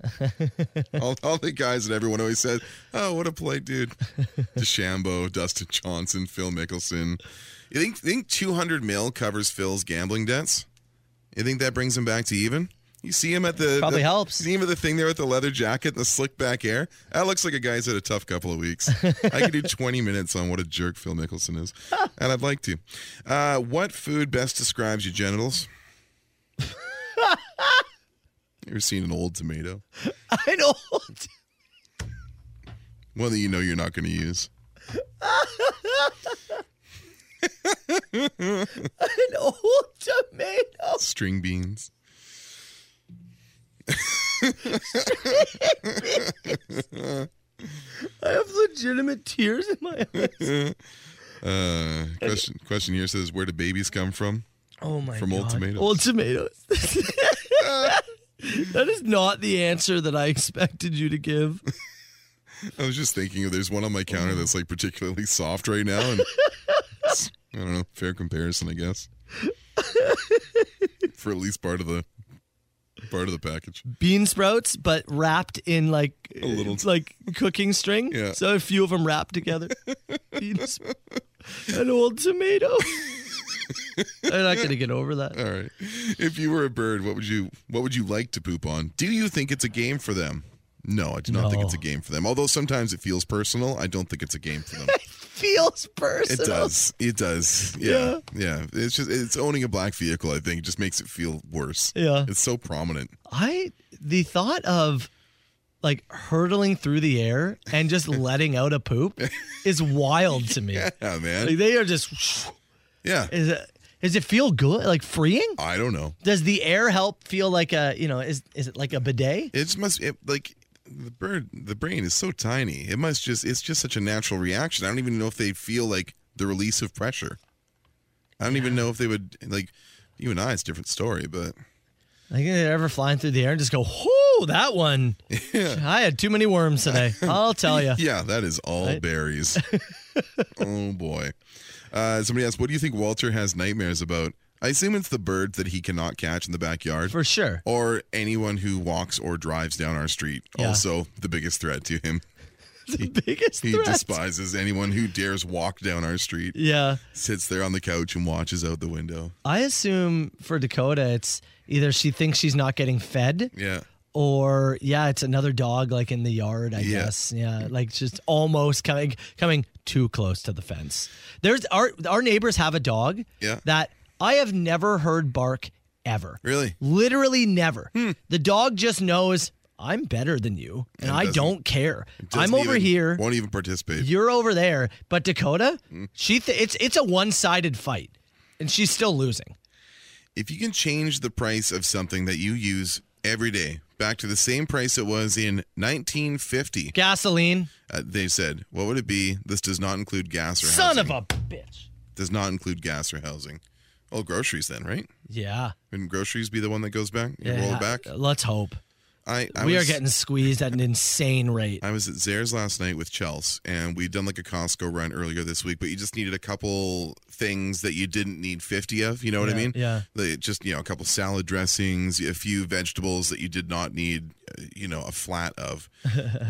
Speaker 6: all, all the guys that everyone always says, "Oh, what a polite dude." DeChambeau, Dustin Johnson, Phil Mickelson. You think think 200 mil covers Phil's gambling debts? You think that brings him back to even? You see him at the
Speaker 5: Probably
Speaker 6: the-
Speaker 5: helps.
Speaker 6: See him at the thing there with the leather jacket and the slick back hair. That looks like a guy's had a tough couple of weeks. I could do 20 minutes on what a jerk Phil Mickelson is, and I'd like to. Uh, what food best describes your genitals? You ever seen an old tomato?
Speaker 5: I know.
Speaker 6: One that you know you're not going to use.
Speaker 5: An old tomato.
Speaker 6: String beans.
Speaker 5: I have legitimate tears in my eyes.
Speaker 6: Uh, question question here says where do babies come from?
Speaker 5: Oh my
Speaker 6: From
Speaker 5: god.
Speaker 6: old tomatoes.
Speaker 5: Old tomatoes. that is not the answer that I expected you to give.
Speaker 6: I was just thinking there's one on my counter that's like particularly soft right now and it's- I don't know, fair comparison, I guess. For at least part of the part of the package.
Speaker 5: Bean sprouts, but wrapped in like a
Speaker 6: little-
Speaker 5: like cooking string.
Speaker 6: Yeah.
Speaker 5: So a few of them wrapped together. Bean sp- An old tomato. I'm not gonna get over that.
Speaker 6: All right. If you were a bird, what would you what would you like to poop on? Do you think it's a game for them? No, I do not think it's a
Speaker 5: No.
Speaker 6: game for them. Although sometimes it feels personal, I don't think it's a game for them.
Speaker 5: Feels personal.
Speaker 6: It does. It does. Yeah. yeah. It's just it's owning a black vehicle, I think. It just makes it feel worse.
Speaker 5: Yeah.
Speaker 6: It's so prominent.
Speaker 5: I the thought of like hurtling through the air and just letting out a poop is wild to me.
Speaker 6: Yeah,
Speaker 5: Like
Speaker 6: man.
Speaker 5: they are just
Speaker 6: Yeah.
Speaker 5: is it is it feel good like freeing?
Speaker 6: I don't know.
Speaker 5: Does the air help feel like a you know is is it like a bidet?
Speaker 6: It just must it, like the bird the brain is so tiny. It must just it's just such a natural reaction. I don't even know if they feel like the release of pressure. I don't even know if they would like you and I it's a different story, but
Speaker 5: Like they're ever flying through the air and just go, whoo, that one. I had too many worms today. I'll tell you.
Speaker 6: yeah, that is all berries. oh boy. Uh, somebody asked, what do you think Walter has nightmares about? I assume it's the birds that he cannot catch in the backyard.
Speaker 5: For sure.
Speaker 6: or anyone who walks or drives down our street.
Speaker 5: Yeah.
Speaker 6: Also, the biggest threat to him.
Speaker 5: The biggest
Speaker 6: He
Speaker 5: threat.
Speaker 6: despises anyone who dares walk down our street,
Speaker 5: yeah.
Speaker 6: sits there on the couch and watches out the window.
Speaker 5: I assume for Dakota it's either she thinks she's not getting fed
Speaker 6: Yeah.
Speaker 5: or yeah, it's another dog like in the yard, I
Speaker 6: Yeah.
Speaker 5: guess. Yeah, like just almost coming coming too close to the fence. There's our our neighbors have a dog
Speaker 6: Yeah.
Speaker 5: that I have never heard bark ever.
Speaker 6: Really? Hmm.
Speaker 5: Literally never. The dog just knows I'm better than you and, I
Speaker 6: doesn't-
Speaker 5: don't care. I'm
Speaker 6: Doesn't
Speaker 5: over
Speaker 6: even-
Speaker 5: here,
Speaker 6: Won't even participate.
Speaker 5: you're over there, but Dakota,
Speaker 6: Hmm.
Speaker 5: she th- it's it's a one-sided fight and she's still losing.
Speaker 6: if you can change the price of something that you use every day back to the same price it was in 1950,
Speaker 5: Gasoline,
Speaker 6: uh, they said, what would it be? This does not include gas or
Speaker 5: son
Speaker 6: housing.
Speaker 5: of a bitch.
Speaker 6: Does not include gas or housing. Oh, groceries then, right?
Speaker 5: Yeah.
Speaker 6: Wouldn't groceries be the one that goes back? You roll it back?
Speaker 5: Let's hope.
Speaker 6: I, I
Speaker 5: Uh, we
Speaker 6: was,
Speaker 5: are getting squeezed at an insane rate.
Speaker 6: I was at Zare's last night with Chels, and we'd done like a Costco run earlier this week, but you just needed a couple things that you didn't need 50 of. You know what I
Speaker 5: Yeah,
Speaker 6: mean?
Speaker 5: yeah.
Speaker 6: Like, just, you know, a couple salad dressings, a few vegetables that you did not need, uh, you know, a flat of.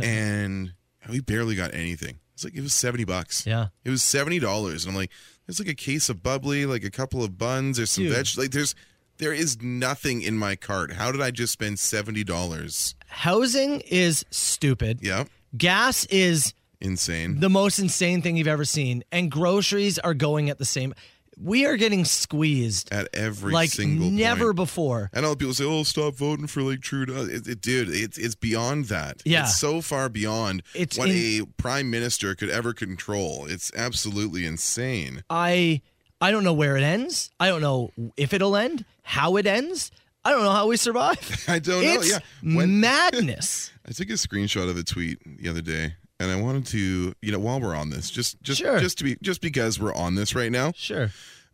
Speaker 6: and we barely got anything. It's like, it was 70 bucks.
Speaker 5: Yeah.
Speaker 6: It was seventy dollars, and I'm like, there's like a case of bubbly, like a couple of buns, there's some
Speaker 5: Dude.
Speaker 6: veg. Like there's, there is nothing in my cart. How did I just spend seventy dollars?
Speaker 5: Housing is stupid.
Speaker 6: Yeah,
Speaker 5: Gas is
Speaker 6: insane.
Speaker 5: the most insane thing you've ever seen, and groceries are going at the same. we are getting squeezed
Speaker 6: at every
Speaker 5: like
Speaker 6: single
Speaker 5: never
Speaker 6: point.
Speaker 5: before.
Speaker 6: And all the people say, "Oh, stop voting for like Trudeau." It, it, dude, it's it's beyond that.
Speaker 5: Yeah.
Speaker 6: it's so far beyond
Speaker 5: It's
Speaker 6: what
Speaker 5: in-
Speaker 6: a prime minister could ever control. It's absolutely insane.
Speaker 5: I I don't know where it ends. I don't know if it'll end, how it ends. I don't know how we survive.
Speaker 6: I don't know.
Speaker 5: it's
Speaker 6: Yeah, When-
Speaker 5: madness.
Speaker 6: I took a screenshot of a tweet the other day, and I wanted to, you know, while we're on this, just just
Speaker 5: Sure.
Speaker 6: just to be just because we're on this right now,
Speaker 5: sure.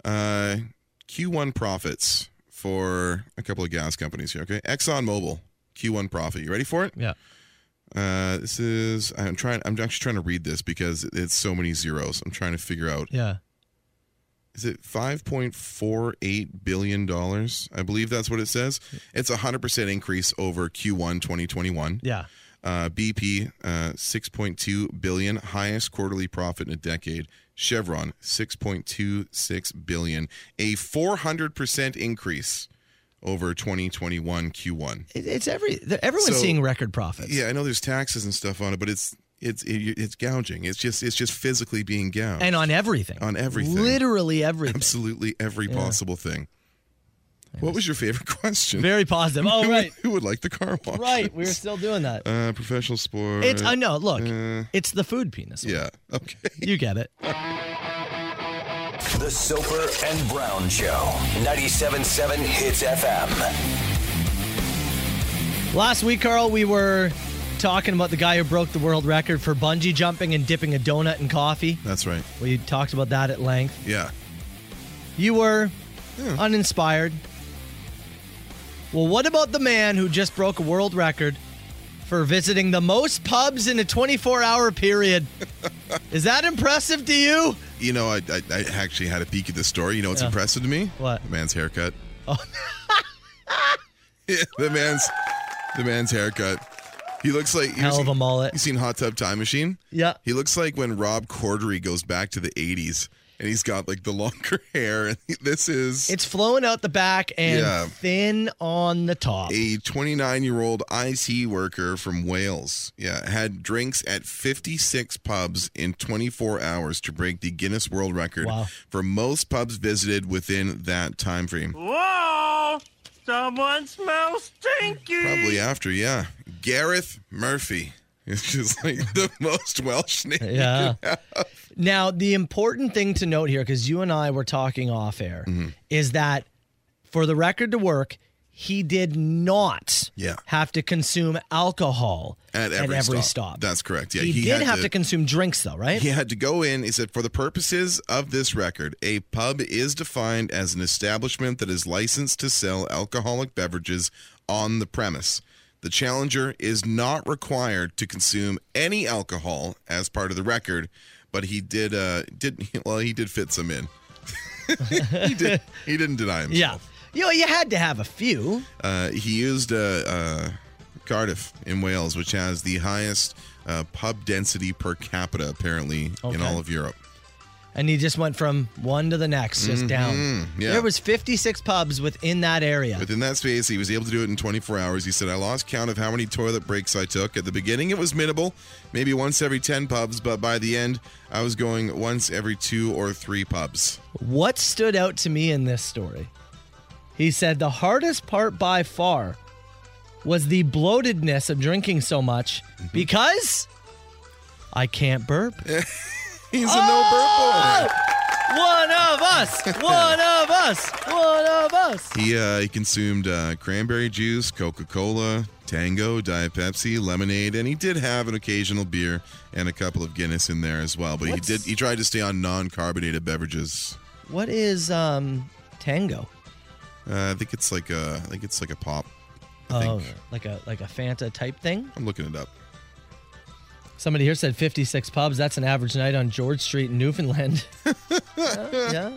Speaker 6: uh, Q1 profits for a couple of gas companies here. Okay, ExxonMobil Q1 profit. You ready for it?
Speaker 5: Yeah.
Speaker 6: Uh, this is I'm trying. I'm actually trying to read this because it's so many zeros. I'm trying to figure out.
Speaker 5: Yeah.
Speaker 6: Is it 5.48 billion dollars? I believe that's what it says. It's a hundred percent increase over Q1 2021.
Speaker 5: Yeah.
Speaker 6: Uh, BP, uh, 6.2 billion, highest quarterly profit in a decade. Chevron, 6.26 billion, a 400% increase over 2021 Q1.
Speaker 5: It, it's every the- everyone's
Speaker 6: So-
Speaker 5: seeing record profits.
Speaker 6: Yeah, I know there's taxes and stuff on it, but it's it's it, it's gouging. It's just it's just physically being gouged
Speaker 5: And on everything.
Speaker 6: On everything.
Speaker 5: Literally everything.
Speaker 6: absolutely every possible thing. What was your favorite question?
Speaker 5: Very positive. Oh right.
Speaker 6: Who would like the car wash?
Speaker 5: right. We were still doing that.
Speaker 6: Uh, professional sport.
Speaker 5: It's I know, look.
Speaker 6: Uh,
Speaker 5: it's the food penis. one.
Speaker 6: yeah. Okay.
Speaker 5: You get it.
Speaker 4: The Soper and Brown Show. 97.7 Hits FM.
Speaker 5: Last week, Carl, we were talking about the guy who broke the world record for bungee jumping and dipping a donut in coffee.
Speaker 6: That's right.
Speaker 5: We talked about that at length.
Speaker 6: Yeah.
Speaker 5: You were
Speaker 6: Yeah.
Speaker 5: uninspired. Well, what about the man who just broke a world record for visiting the most pubs in a 24 hour period? Is that impressive to you?
Speaker 6: You know, I, I, I actually had a peek at this story. You know what's impressive to me?
Speaker 5: What?
Speaker 6: The man's haircut. Oh. the man's the man's haircut. He looks like you
Speaker 5: Hell of
Speaker 6: seen-
Speaker 5: a mullet.
Speaker 6: You seen Hot Tub Time Machine?
Speaker 5: Yeah.
Speaker 6: He looks like when Rob Corddry goes back to the '80s, and he's got like the longer hair. And this is
Speaker 5: It's flowing out the back and
Speaker 6: Yeah.
Speaker 5: thin on the top.
Speaker 6: a 29 year old IT worker from Wales. Yeah, had drinks at 56 pubs in 24 hours to break the Guinness World Record
Speaker 5: Wow.
Speaker 6: for most pubs visited within that time frame.
Speaker 3: Whoa! Someone smells stinky!
Speaker 6: Probably after, yeah. Gareth Murphy. It's just like the most Welsh name.
Speaker 5: Yeah. Now, the important thing to note here, because you and I were talking off air,
Speaker 6: Mm-hmm.
Speaker 5: is that for the record to work, he did not
Speaker 6: Yeah.
Speaker 5: have to consume alcohol
Speaker 6: At every stop. That's correct. Yeah,
Speaker 5: he,
Speaker 6: he
Speaker 5: did
Speaker 6: had
Speaker 5: have
Speaker 6: to-
Speaker 5: to, consume drinks, though, right?
Speaker 6: He had to go in. He said, for the purposes of this record, a pub is defined as an establishment that is licensed to sell alcoholic beverages on the premise. The challenger is not required to consume any alcohol as part of the record, but he did. Uh, did well? He did fit some in. he did. He didn't deny himself.
Speaker 5: Yeah. You know, you had to have a few.
Speaker 6: Uh, he used uh, uh, Cardiff in Wales, which has the highest uh, pub density per capita, apparently, in
Speaker 5: Okay.
Speaker 6: all of Europe.
Speaker 5: And he just went from one to the next, just down.
Speaker 6: Mm-hmm. yeah.
Speaker 5: There was 56 pubs within that area.
Speaker 6: Within that space, he was able to do it in 24 hours. He said, I lost count of how many toilet breaks I took. At the beginning, it was minimal, maybe once every 10 pubs, but by the end, I was going once every two or three pubs.
Speaker 5: What stood out to me in this story? He said the hardest part by far was the bloatedness of drinking so much
Speaker 6: Mm-hmm.
Speaker 5: because I can't burp.
Speaker 6: He's a no burp boy.
Speaker 5: One of us, one of us, one of us.
Speaker 6: He, uh, he consumed uh, cranberry juice, Coca Cola, Tango, Diet Pepsi, lemonade, and he did have an occasional beer and a couple of Guinness in there as well. But
Speaker 5: What's-
Speaker 6: he did he tried to stay on non carbonated beverages.
Speaker 5: What is um tango?
Speaker 6: Uh, I think it's like a I think it's like a pop. I
Speaker 5: Oh,
Speaker 6: think.
Speaker 5: like a like a Fanta type thing.
Speaker 6: I'm looking it up.
Speaker 5: Somebody here said 56 pubs. That's an average night on George Street in Newfoundland. yeah, yeah.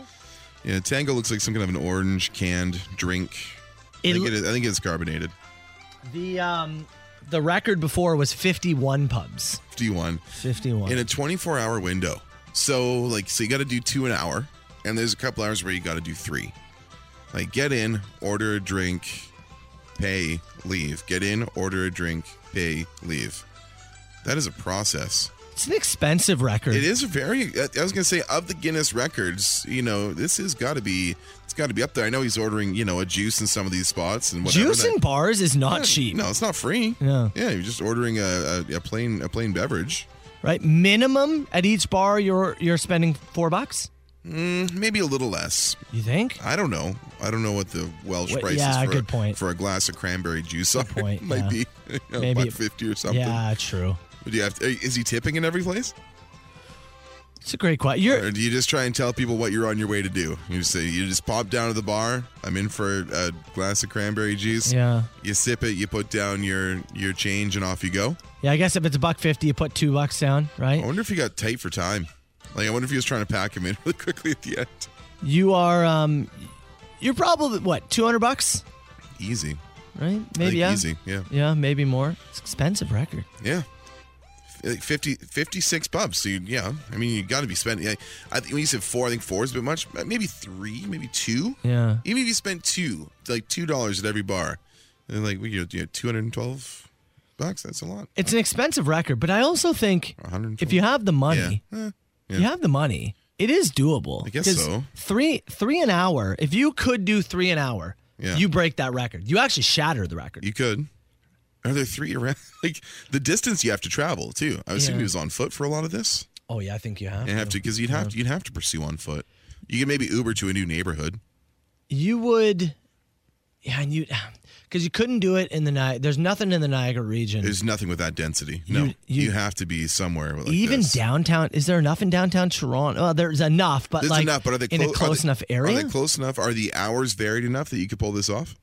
Speaker 6: Yeah, Tango looks like some kind of an orange canned drink. I,
Speaker 5: It l-
Speaker 6: think it is, I think it's carbonated.
Speaker 5: the um the record before was 51 pubs.
Speaker 6: 51
Speaker 5: 51.
Speaker 6: in a 24 hour window. So, like, so you got to do two an hour, and there's a couple hours where you got to do three. Like, get in, order a drink, pay, leave. Get in, order a drink, pay, leave. That is a process.
Speaker 5: It's an expensive record.
Speaker 6: It is a very. I I was gonna say of the Guinness records, you know, this has got to be. It's got to be up there. I know he's ordering, you know, a juice in some of these spots and whatever.
Speaker 5: Juice
Speaker 6: that-
Speaker 5: and bars is not cheap,
Speaker 6: No, it's not free.
Speaker 5: No.
Speaker 6: Yeah, you're just ordering a, a, a plain a plain beverage.
Speaker 5: right? Minimum at each bar, you're you're spending four bucks.
Speaker 6: Maybe a little less.
Speaker 5: You think?
Speaker 6: I don't know. I don't know what the Welsh
Speaker 5: Wh-
Speaker 6: prices
Speaker 5: yeah,
Speaker 6: for,
Speaker 5: good point.
Speaker 6: for a glass of cranberry juice are.
Speaker 5: point,
Speaker 6: Might
Speaker 5: yeah.
Speaker 6: be you know,
Speaker 5: Maybe
Speaker 6: buck
Speaker 5: it-
Speaker 6: fifty or something.
Speaker 5: Yeah, true.
Speaker 6: Would you have to, is he tipping in every place,
Speaker 5: It's a great question. You're
Speaker 6: or do you just try and tell people what you're on your way to do? You just say you just pop down to the bar. I'm in for a glass of cranberry juice.
Speaker 5: yeah,
Speaker 6: You sip it. You put down your your change, and off you go.
Speaker 5: yeah. I guess if it's a buck fifty, you put two bucks down, right?
Speaker 6: I wonder if he got tight for time. Like I wonder if he was trying to pack him in really quickly at the end.
Speaker 5: You are um, you're probably what two hundred bucks,
Speaker 6: Easy.
Speaker 5: right? Maybe
Speaker 6: I think
Speaker 5: yeah.
Speaker 6: Easy. Yeah.
Speaker 5: Yeah, maybe more. It's expensive record.
Speaker 6: Yeah. F- Like 50, 56 pubs. So, you, yeah. I mean, you got to be spending. Like, I think when you said four, I think four is a bit much. but Maybe three, maybe two.
Speaker 5: Yeah.
Speaker 6: Even if you spent two, it's like $2 at every bar. And like, you know, you know, 212 bucks. That's a lot.
Speaker 5: It's an expensive record, but I also think
Speaker 6: 120.
Speaker 5: if you have the money,
Speaker 6: Uh, Yeah. Eh,
Speaker 5: if you have the money. It is doable.
Speaker 6: I guess
Speaker 5: 'Cause
Speaker 6: so.
Speaker 5: Three three an hour. If you could do three an hour,
Speaker 6: Yeah.
Speaker 5: you break that record. You actually shatter the record.
Speaker 6: you could. Are there three around? Like the distance you have to travel too. I was
Speaker 5: Yeah.
Speaker 6: assuming he was on foot for a lot of this.
Speaker 5: oh yeah, I think you have.
Speaker 6: You have to because you'd have to, you'd have to pursue on foot. You could maybe Uber to a new neighborhood.
Speaker 5: you would yeah and you because you couldn't do it in the night there's nothing in the niagara region
Speaker 6: There's nothing with that density. No,
Speaker 5: You-
Speaker 6: you,
Speaker 5: you-
Speaker 6: have to be somewhere. Like
Speaker 5: even
Speaker 6: this.
Speaker 5: downtown is there enough in downtown toronto well there's enough but
Speaker 6: There's
Speaker 5: like
Speaker 6: enough, but are they
Speaker 5: in a
Speaker 6: clo- are
Speaker 5: close
Speaker 6: they-
Speaker 5: enough area
Speaker 6: Are they close enough? Are the hours varied enough that you could pull this off?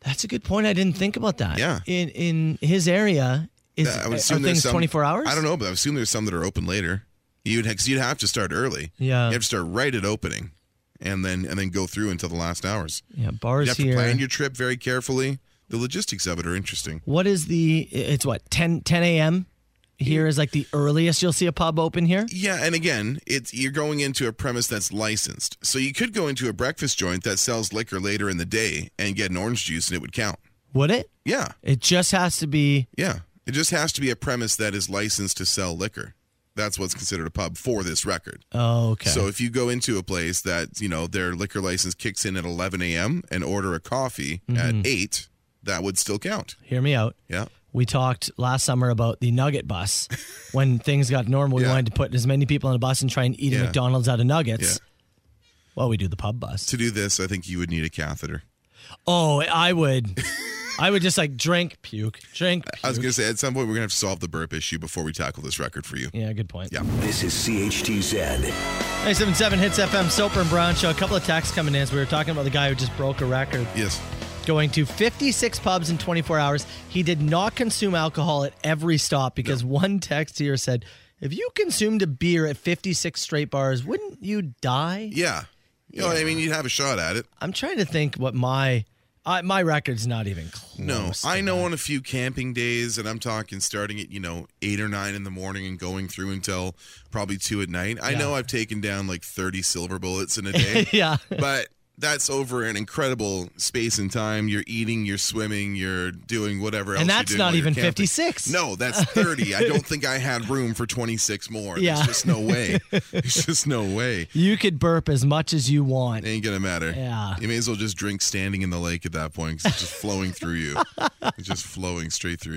Speaker 5: that's a good point i didn't think about that
Speaker 6: Yeah.
Speaker 5: in in his area is
Speaker 6: Yeah,
Speaker 5: are
Speaker 6: assume there's
Speaker 5: things
Speaker 6: some-
Speaker 5: 24 hours
Speaker 6: I don't know, but I assume there's some that are open later. You'd because you'd have to start early.
Speaker 5: Yeah.
Speaker 6: you have to start right at opening, and then and then go through until the last hours.
Speaker 5: yeah
Speaker 6: You
Speaker 5: bars
Speaker 6: have to
Speaker 5: here
Speaker 6: plan your trip very carefully. The logistics of it are interesting.
Speaker 5: what is the it's what 10 10 a.m here is like the earliest you'll see a pub open here
Speaker 6: Yeah, and again, it's you're going into a premise that's licensed, so you could go into a breakfast joint that sells liquor later in the day and get an orange juice, and it would count.
Speaker 5: would it
Speaker 6: Yeah,
Speaker 5: it just has to be
Speaker 6: Yeah. It just has to be a premise that is licensed to sell liquor. That's what's considered a pub for this record.
Speaker 5: oh, okay
Speaker 6: So if you go into a place that, you know, their liquor license kicks in at 11 a.m. and order a coffee at 8, that would still count.
Speaker 5: hear me out
Speaker 6: Yeah.
Speaker 5: we talked last summer about the nugget bus when things got normal we
Speaker 6: Yeah.
Speaker 5: wanted to put as many people on a bus and try and eat a
Speaker 6: Yeah.
Speaker 5: mcdonald's out of nuggets
Speaker 6: Yeah.
Speaker 5: well we do the pub bus
Speaker 6: To do this, I think you would need a catheter.
Speaker 5: oh i would i would just like drink puke drink puke.
Speaker 6: I was going to say, at some point, we're going to have to solve the burp issue before we tackle this record for you.
Speaker 5: yeah good point
Speaker 6: Yeah.
Speaker 4: This is CHTZ.
Speaker 5: 977 hits fm soper and brown show a couple of texts coming in as we were talking about the guy who just broke a record
Speaker 6: Yes.
Speaker 5: going to 56 pubs in 24 hours. He did not consume alcohol at every stop because one text here said, if you consumed a beer at 56 straight bars, wouldn't you die?
Speaker 6: Yeah. You know what I mean? You'd have a shot at it.
Speaker 5: I'm trying to think what my I, my record's not even close.
Speaker 6: No,
Speaker 5: to
Speaker 6: I
Speaker 5: that.
Speaker 6: know on a few camping days, and I'm talking starting at you know eight or nine in the morning and going through until probably two at night. I know
Speaker 5: Yeah.
Speaker 6: I've taken down like 30 silver bullets in a day,
Speaker 5: Yeah.
Speaker 6: but that's over an incredible space and time. You're eating, you're swimming, you're doing whatever else.
Speaker 5: And
Speaker 6: you're
Speaker 5: that's
Speaker 6: doing
Speaker 5: not
Speaker 6: while you're
Speaker 5: even
Speaker 6: camping.
Speaker 5: 56.
Speaker 6: No, that's 30. I don't think I had room for 26 more.
Speaker 5: Yeah.
Speaker 6: There's just no way. There's just no way.
Speaker 5: You could burp as much as you want.
Speaker 6: Ain't gonna matter.
Speaker 5: Yeah.
Speaker 6: You may as well just drink standing in the lake at that point because it's just flowing through you. It's just flowing straight through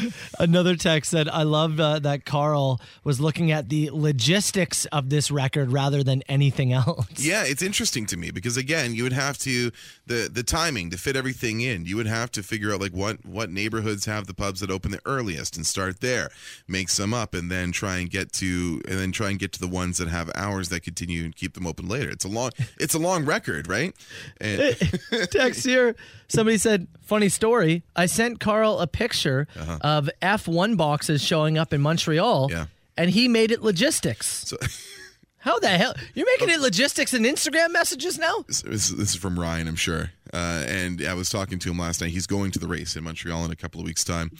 Speaker 6: you.
Speaker 5: Another text said, I love uh, that Carl was looking at the logistics of this record rather than anything else.
Speaker 6: Yeah, it's interesting to me because again, you would have to the the timing to fit everything in. You would have to figure out like what what neighborhoods have the pubs that open the earliest and start there, make some up, and then try and get to and then try and get to the ones that have hours that continue and keep them open later. It's a long it's a long record, right? And
Speaker 5: text here. Somebody said, funny story. I sent Carl a picture of F1 boxes showing up in Montreal,
Speaker 6: Uh-huh. Yeah.
Speaker 5: and he made it logistics. How the hell? You're making it logistics in Instagram messages now?
Speaker 6: So this, this is from Ryan, I'm sure. Uh, and I was talking to him last night. He's going to the race in Montreal in a couple of weeks' time.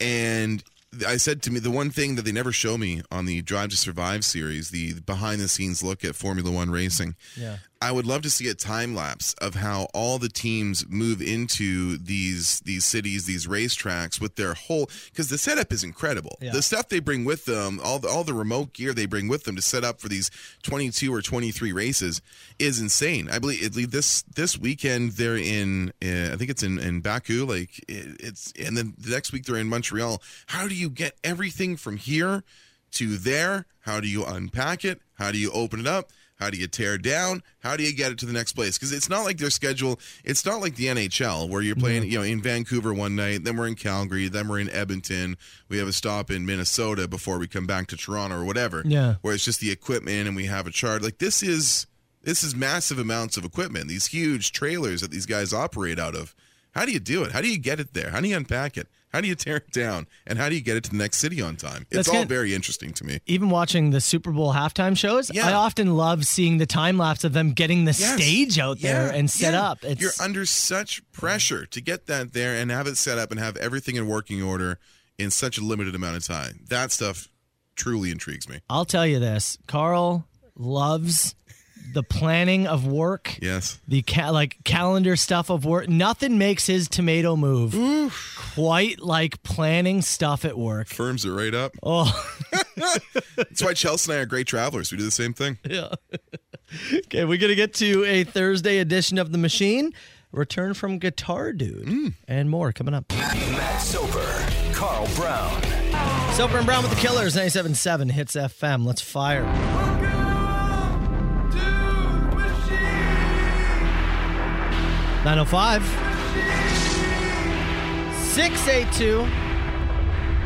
Speaker 6: And th- I said to me, the one thing that they never show me on the Drive to Survive series, the behind the scenes look at Formula One racing.
Speaker 5: Yeah.
Speaker 6: I would love to see a time lapse of how all the teams move into these these cities, these racetracks with their whole because the setup is incredible.
Speaker 5: Yeah.
Speaker 6: The stuff they bring with them, all the, all the remote gear they bring with them to set up for these 22 or 23 races is insane. I believe, I believe this this weekend they're in uh, I think it's in in Baku like it, it's and then the next week they're in Montreal. How do you get everything from here to there? How do you unpack it? How do you open it up? How do you tear down? How do you get it to the next place? Because it's not like their schedule. It's not like the NHL where you're playing, you know, in Vancouver one night, then we're in Calgary, then we're in Edmonton. We have a stop in Minnesota before we come back to Toronto or whatever.
Speaker 5: Yeah.
Speaker 6: Where it's just the equipment and we have a chart. Like this is this is massive amounts of equipment. These huge trailers that these guys operate out of. How do you do it? How do you get it there? How do you unpack it? How do you tear it down? And how do you get it to the next city on time? It's
Speaker 5: That's
Speaker 6: all
Speaker 5: good.
Speaker 6: very interesting to me.
Speaker 5: Even watching the Super Bowl halftime shows,
Speaker 6: Yeah.
Speaker 5: I often love seeing the time lapse of them getting the
Speaker 6: Yes.
Speaker 5: stage out there
Speaker 6: Yeah,
Speaker 5: and set
Speaker 6: yeah.
Speaker 5: up. It's
Speaker 6: You're under such pressure to get that there and have it set up and have everything in working order in such a limited amount of time. That stuff truly intrigues me.
Speaker 5: I'll tell you this, Carl loves the planning of work.
Speaker 6: Yes.
Speaker 5: the ca- like calendar stuff of work. Nothing makes his tomato move quite like planning stuff at work.
Speaker 6: Firms it right up.
Speaker 5: Oh,
Speaker 6: That's why Chelsea and I are great travelers. We do the same thing.
Speaker 5: okay. We're gonna get to a Thursday edition of the machine. Return from Guitar Dude
Speaker 6: Mm.
Speaker 5: and more coming up.
Speaker 4: Matt Soper, Carl Brown.
Speaker 5: Soper and Brown with the Killers, 97.7 hits FM. Let's fire. Nine oh five. Six eight two.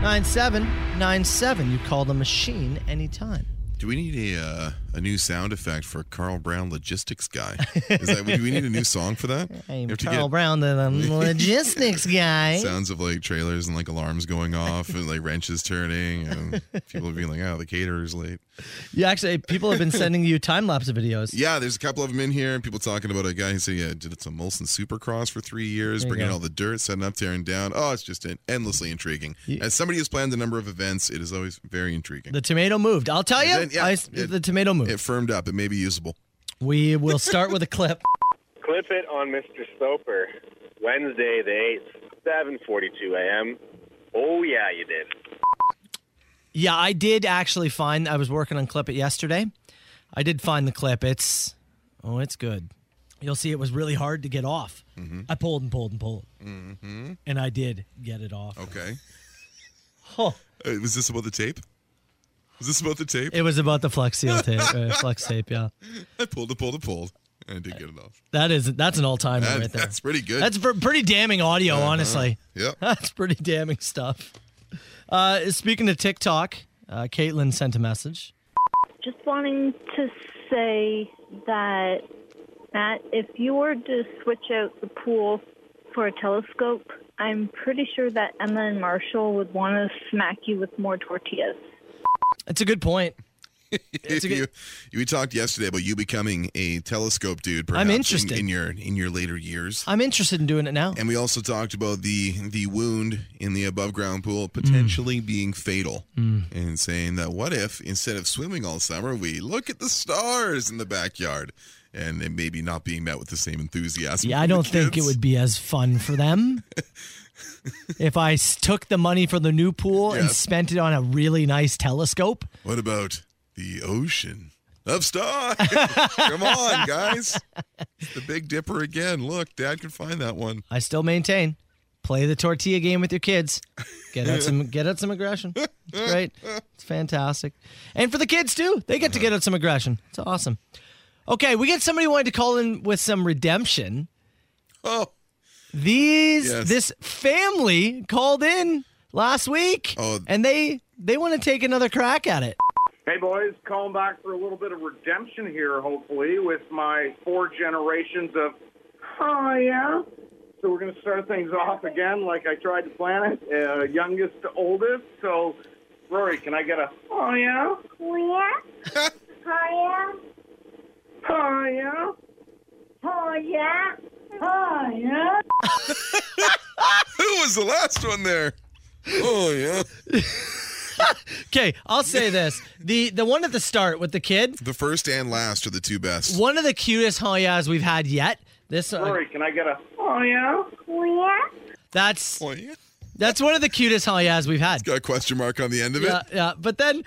Speaker 5: Nine seven nine seven. You call the machine anytime.
Speaker 6: Do we need a uh, a new sound effect for Carl Brown logistics guy? Is that, do we need a new song for that?
Speaker 5: I'm
Speaker 6: You have to
Speaker 5: Carl
Speaker 6: get
Speaker 5: Brown, eh? the um, logistics guy.
Speaker 6: Sounds of like trailers and like alarms going off and like wrenches turning and people being like, "Oh, the caterer's late."
Speaker 5: yeah, actually, people have been sending you time lapse videos.
Speaker 6: Yeah, there's a couple of them in here. People talking about a guy who said, yeah, did some Molson Supercross for three years,
Speaker 5: There you
Speaker 6: bringing
Speaker 5: go.
Speaker 6: all the dirt, setting up, tearing down. Oh, it's just en- endlessly intriguing.
Speaker 5: Ye-
Speaker 6: As somebody who's planned a number of events, it is always very intriguing.
Speaker 5: The tomato moved. I'll tell you,
Speaker 6: Then, yeah,
Speaker 5: I-
Speaker 6: it-
Speaker 5: the tomato moved.
Speaker 6: it firmed up. It may be usable.
Speaker 5: we will start with a clip.
Speaker 7: Clip it on Mr. Soper. Wednesday the 8th, 7:42 a.m. Oh yeah, you did.
Speaker 5: Yeah, I did actually find. I was working on clip it yesterday. I did find the clip. It's oh, it's good. You'll see, it was really hard to get off.
Speaker 6: Mm-hmm.
Speaker 5: I pulled and pulled and pulled, and I did get it off.
Speaker 6: Okay.
Speaker 5: Oh,
Speaker 6: Uh, was this about the tape? Was this about the tape?
Speaker 5: it was about the Flex Seal tape. uh, flex tape, yeah.
Speaker 6: I pulled, I pulled, I pulled. And I did get it off.
Speaker 5: That is that's an all timer
Speaker 6: That-
Speaker 5: right there.
Speaker 6: That's pretty good. Uh-huh.
Speaker 5: That's for pretty damning audio, honestly.
Speaker 6: yep.
Speaker 5: That's pretty damning stuff. Uh, speaking of TikTok, uh, Caitlin sent a message.
Speaker 9: Just wanting to say that, Matt, if you were to switch out the pool for a telescope, I'm pretty sure that Emma and Marshall would want to smack you with more tortillas.
Speaker 5: It's a good point. It's a
Speaker 6: you,
Speaker 5: good-
Speaker 6: you- we talked yesterday about you becoming a telescope dude. Perhaps, in-
Speaker 5: interested.
Speaker 6: in your in your later years.
Speaker 5: I'm interested in doing it now.
Speaker 6: And we also talked about the the wound in the above ground pool
Speaker 5: Mm.
Speaker 6: potentially being fatal, and saying that what if instead of swimming all summer, we look at the stars in the backyard, and it maybe not being met with the same enthusiasm.
Speaker 5: Yeah,
Speaker 6: from
Speaker 5: I
Speaker 6: the
Speaker 5: don't think it
Speaker 6: kids.
Speaker 5: would be as fun for them. if I s- took the money for the new pool and
Speaker 6: Yes.
Speaker 5: spent it on a really nice telescope,
Speaker 6: What about the ocean of stars? Come on, guys! It's the Big Dipper again. Look, Dad can find that one.
Speaker 5: I still maintain play the tortilla game with your kids. Get out some get out some aggression. It's great. It's fantastic. And for the kids too. They get to get out some aggression. It's awesome. Okay, we get somebody wanting to call in with some redemption.
Speaker 6: Oh,
Speaker 5: These
Speaker 6: Yes.
Speaker 5: this family called in last week
Speaker 6: Oh.
Speaker 5: and they they want to take another crack at it.
Speaker 7: Hey boys, calling back for a little bit of redemption here, hopefully, with my four generations of. Oh yeah. So we're gonna start things off again, like I tried to plan it, uh, youngest to oldest. So, Rory, can I get a? Oh yeah.
Speaker 9: Oh, yeah? Oh,
Speaker 7: Oh yeah.
Speaker 9: yeah? Oh, yeah? Oh, yeah?
Speaker 6: who was the last one there? Oh yeah.
Speaker 5: Okay, I'll say this: the the one at the start with the kid,
Speaker 6: The first and last are the two best.
Speaker 5: one of the cutest oh yeahs we've had yet. This uh,
Speaker 7: Rory, can I get a? Oh yeah.
Speaker 5: that's
Speaker 6: Oh, yeah.
Speaker 5: that's one of the cutest oh yeahs we've had.
Speaker 6: Got a question mark on the end of
Speaker 5: Yeah,
Speaker 6: it.
Speaker 5: yeah. But then,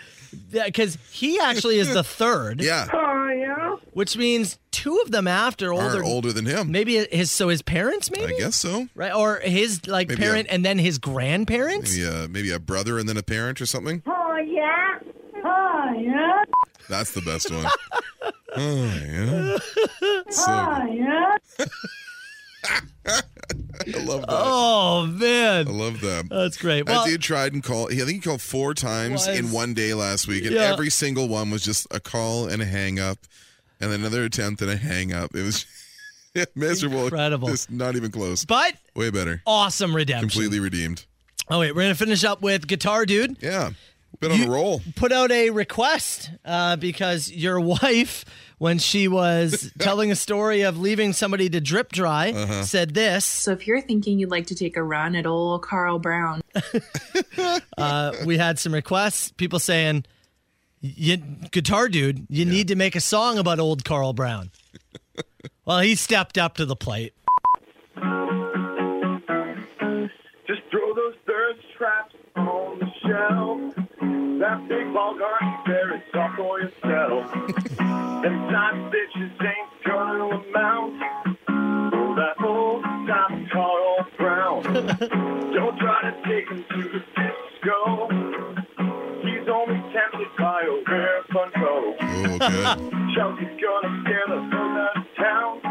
Speaker 5: because he actually is the third,
Speaker 6: Yeah.
Speaker 7: Oh yeah.
Speaker 5: which means two of them after older,
Speaker 6: Are older than him.
Speaker 5: maybe his so his parents
Speaker 6: I
Speaker 5: maybe
Speaker 6: guess so.
Speaker 5: right or his like
Speaker 6: Maybe
Speaker 5: parent and then his grandparents.
Speaker 6: Maybe a, maybe a brother and then a parent or something.
Speaker 9: Oh, yeah. Oh, yeah.
Speaker 6: That's the best one. Oh, yeah. So, I
Speaker 9: yeah.
Speaker 6: love that.
Speaker 5: Oh man,
Speaker 6: I love that.
Speaker 5: that's great.
Speaker 6: That
Speaker 5: Well,
Speaker 6: dude tried and called. I think he called four times
Speaker 5: Was-
Speaker 6: in one day last week, and
Speaker 5: Yeah.
Speaker 6: every single one was just a call and a hang up, and then another attempt and a hang up. It was miserable.
Speaker 5: Incredible.
Speaker 6: Just not even close.
Speaker 5: but
Speaker 6: Way better.
Speaker 5: awesome redemption.
Speaker 6: Completely redeemed.
Speaker 5: Oh wait, we're gonna finish up with Guitar Dude.
Speaker 6: Yeah. Been on
Speaker 5: You-
Speaker 6: a roll.
Speaker 5: put out a request uh, because your wife, when she was telling a story of leaving somebody to drip dry,
Speaker 6: Uh-huh.
Speaker 5: said this.
Speaker 10: So if you're thinking you'd like to take a run at old Carl Brown,
Speaker 5: Uh, we had some requests, people saying, you, Guitar Dude, you need to make a song about old Carl Brown. well, he stepped up to the plate.
Speaker 7: Just throw those thirst traps on the shelf. That big ball garden there is soft for yourself. Them side bitches ain't gonna amount. Oh, that old time Carl Brown. Don't try to take him to the disco. He's only tempted by a rare control.
Speaker 6: Oh, good.
Speaker 7: Chelsea's gonna scare the hell out of town.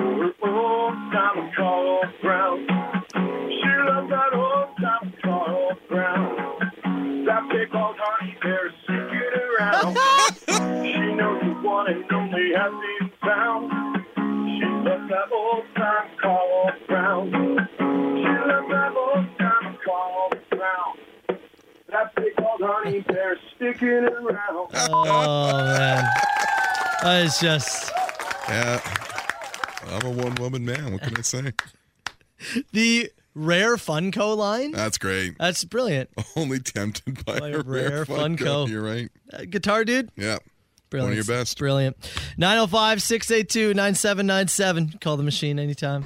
Speaker 7: Over old time Carl Brown. She loves that old time Carl Brown. That big old honey bear sticking around. she knows the one and only has been found. She loves that old time Carl Brown. She loves that old time Carl Brown. That big old honey bear sticking around.
Speaker 5: Oh, man. That is just
Speaker 6: yeah. I'm a one woman man. What can I say?
Speaker 5: the rare Funko line.
Speaker 6: That's great.
Speaker 5: That's brilliant.
Speaker 6: Only tempted by,
Speaker 5: By
Speaker 6: a rare, Funko. You're right.
Speaker 5: Uh, Guitar Dude,
Speaker 6: Yeah.
Speaker 5: Brilliant.
Speaker 6: One of your best.
Speaker 5: Brilliant. 905 682 9797. Call the machine anytime.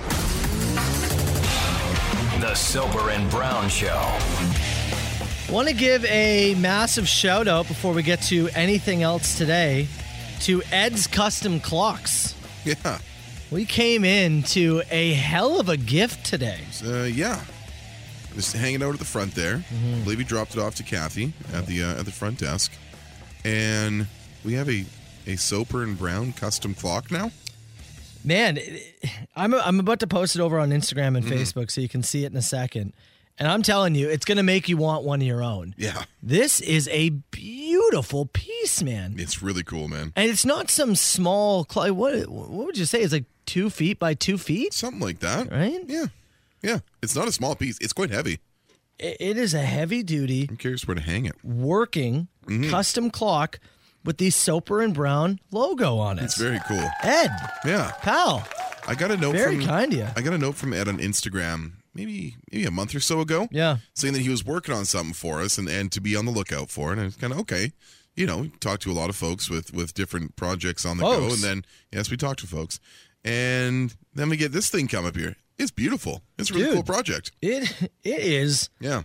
Speaker 4: The Soper and Brown Show.
Speaker 5: Want to give a massive shout out before we get to anything else today to Ed's Custom Clocks.
Speaker 6: Yeah.
Speaker 5: We came in to a hell of a gift today.
Speaker 6: Uh, yeah, just hanging out at the front there. I believe he dropped it off to Kathy at the uh, at the front desk, and we have a a Soper and Brown custom clock now.
Speaker 5: Man, it- I'm, I'm about to post it over on Instagram
Speaker 6: Mm-hmm.
Speaker 5: and Facebook so you can see it in a second. And I'm telling you, it's going to make you want one of your own.
Speaker 6: Yeah,
Speaker 5: This is a beautiful piece, man.
Speaker 6: it's really cool, man.
Speaker 5: And it's not some small clock. What what would you say? It's like two feet by two feet,
Speaker 6: Something like that.
Speaker 5: right?
Speaker 6: Yeah, yeah. It's not a small piece. It's quite heavy.
Speaker 5: It- it is a heavy duty
Speaker 6: I'm curious where to hang it.
Speaker 5: working
Speaker 6: Mm-hmm.
Speaker 5: custom clock with the Soper and Brown logo on it.
Speaker 6: It's very cool.
Speaker 5: Ed,
Speaker 6: Yeah,
Speaker 5: pal,
Speaker 6: I got a note.
Speaker 5: very
Speaker 6: from,
Speaker 5: kind of you.
Speaker 6: I got a note from Ed on Instagram. Maybe maybe a month or so ago.
Speaker 5: Yeah.
Speaker 6: saying that he was working on something for us and, and to be on the lookout for. And it's kind of okay. You know, we talk to a lot of folks with with different projects on the go,
Speaker 5: Folks.
Speaker 6: and then yes, we talk to folks, and then we get this thing come up here. It's beautiful. It's a really
Speaker 5: Dude.
Speaker 6: cool project.
Speaker 5: It it is.
Speaker 6: Yeah,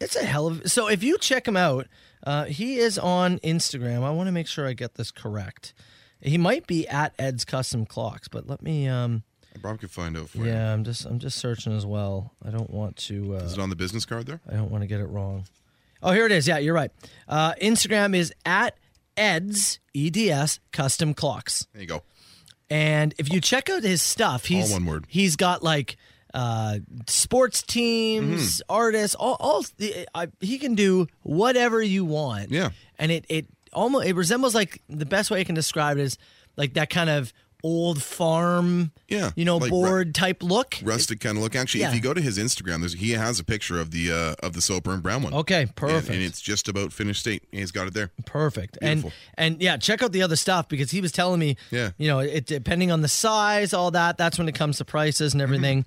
Speaker 5: It's a hell of so. If you check him out, uh, he is on Instagram. I want to make sure I get this correct. He might be at Ed's Custom Clocks, but let me. Um,
Speaker 6: Bob could find out for you.
Speaker 5: yeah, I'm just I'm just searching as well. I don't want to. Uh,
Speaker 6: Is it on the business card there?
Speaker 5: I don't want to get it wrong. Oh, here it is. Yeah, you're right. Uh, Instagram is at Ed's EDS Custom Clocks,
Speaker 6: There you go.
Speaker 5: and if you check out his stuff, he's
Speaker 6: one word.
Speaker 5: He's got like uh, sports teams,
Speaker 6: Mm-hmm.
Speaker 5: artists, all. all I, he can do whatever you want.
Speaker 6: Yeah.
Speaker 5: and it it almost it resembles like the best way I can describe it is like that kind of old farm.
Speaker 6: Yeah,
Speaker 5: you know,
Speaker 6: like ru-
Speaker 5: board type look.
Speaker 6: Rustic kind of look. Actually,
Speaker 5: Yeah.
Speaker 6: if you go to his Instagram, there's he has a picture of the uh, of the Soper and Brown one.
Speaker 5: Okay,
Speaker 6: And-
Speaker 5: perfect.
Speaker 6: And, it's just about finished state. He's got it there.
Speaker 5: Perfect.
Speaker 6: Beautiful.
Speaker 5: And and yeah, check out the other stuff because he was telling me,
Speaker 6: Yeah.
Speaker 5: you know, it depending on the size, all that, that's when it comes to prices and everything.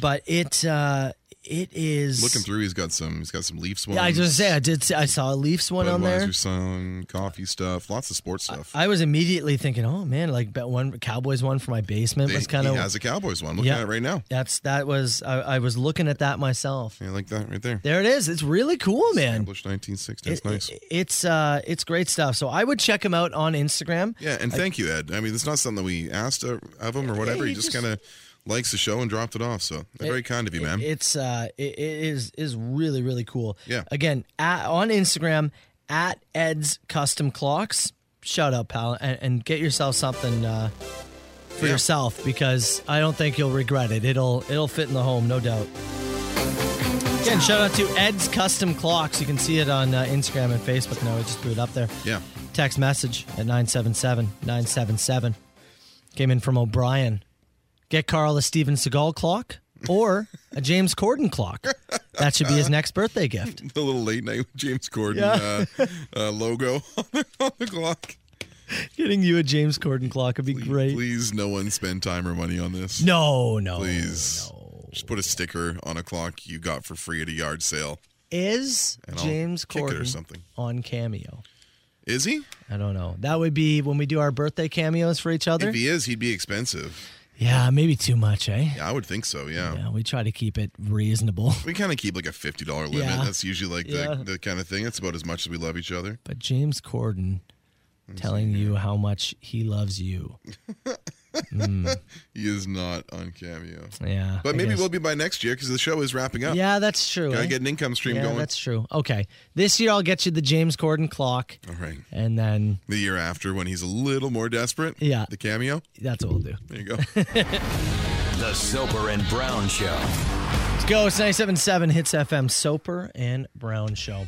Speaker 5: But it uh it is.
Speaker 6: Mm-hmm. Looking through, he's got some. He's got some Leafs ones.
Speaker 5: yeah, I was gonna say I did. See, I saw a Leafs one on there.
Speaker 6: Budweiser song, coffee stuff, lots of sports stuff.
Speaker 5: I was immediately thinking, oh man, like bet one Cowboys one for my basement
Speaker 6: They-
Speaker 5: was kind
Speaker 6: he
Speaker 5: of.
Speaker 6: has a Cowboys one. I'm looking
Speaker 5: Yeah.
Speaker 6: at it right now.
Speaker 5: That's that was I, I was looking at that myself.
Speaker 6: Yeah, like that right there.
Speaker 5: There it is. It's really cool, man.
Speaker 6: Established 1960. That's
Speaker 5: It-
Speaker 6: nice.
Speaker 5: it- it's uh, it's great stuff. So I would check him out on Instagram.
Speaker 6: Yeah, and thank you, Ed. I mean, it's not something we asked of of him or whatever.
Speaker 5: he
Speaker 6: he just,
Speaker 5: just-
Speaker 6: kind of likes the show and dropped it off. So very kind of you, man.
Speaker 5: It's uh, it, it is is really really cool.
Speaker 6: Yeah.
Speaker 5: Again, at, on Instagram at Ed's Custom Clocks. Shout out, pal, and, and get yourself something uh, for
Speaker 6: Yeah.
Speaker 5: yourself because I don't think you'll regret it. It'll it'll fit in the home, no doubt. Again, shout out to Ed's Custom Clocks. You can see it on uh, Instagram and Facebook now. I just threw it up there.
Speaker 6: yeah,
Speaker 5: Text message at 977 977. Came in from O'Brien. Get Carl a Steven Seagal clock or a James Corden clock. That should be his next birthday gift.
Speaker 6: the little late night with James Corden
Speaker 5: Yeah.
Speaker 6: uh, uh, logo on the, on the clock.
Speaker 5: Getting you a James Corden clock would be great.
Speaker 6: Please, no one spend time or money on this.
Speaker 5: No, no.
Speaker 6: Please. Just put a sticker on a clock you got for free at a yard sale.
Speaker 5: Is
Speaker 6: And I'll
Speaker 5: James
Speaker 6: kick it or
Speaker 5: Corden
Speaker 6: something.
Speaker 5: on Cameo?
Speaker 6: Is he?
Speaker 5: I don't know. That would be when we do our birthday cameos for each other.
Speaker 6: If he is, he'd be expensive.
Speaker 5: yeah, maybe too much, eh?
Speaker 6: Yeah, I would think so. Yeah.
Speaker 5: Yeah, we try to keep it reasonable.
Speaker 6: We kind of keep like a fifty dollar limit.
Speaker 5: Yeah.
Speaker 6: That's usually like
Speaker 5: Yeah.
Speaker 6: the, the kind of thing. That's about as much as we love each other.
Speaker 5: But James Corden telling you how much he loves you.
Speaker 6: He is not on Cameo.
Speaker 5: Yeah.
Speaker 6: But
Speaker 5: I
Speaker 6: maybe
Speaker 5: guess.
Speaker 6: we'll be by next year because the show is wrapping up.
Speaker 5: Yeah, that's true.
Speaker 6: Gotta
Speaker 5: eh?
Speaker 6: get an income stream
Speaker 5: yeah,
Speaker 6: going.
Speaker 5: that's true. Okay. This year I'll get you the James Corden clock
Speaker 6: All right.
Speaker 5: and then
Speaker 6: The year after when he's a little more desperate.
Speaker 5: Yeah.
Speaker 6: The cameo.
Speaker 5: that's what we'll do.
Speaker 6: There you go.
Speaker 4: The Soper and Brown Show.
Speaker 5: Let's go. It's 977 Hits FM Soper and Brown Show.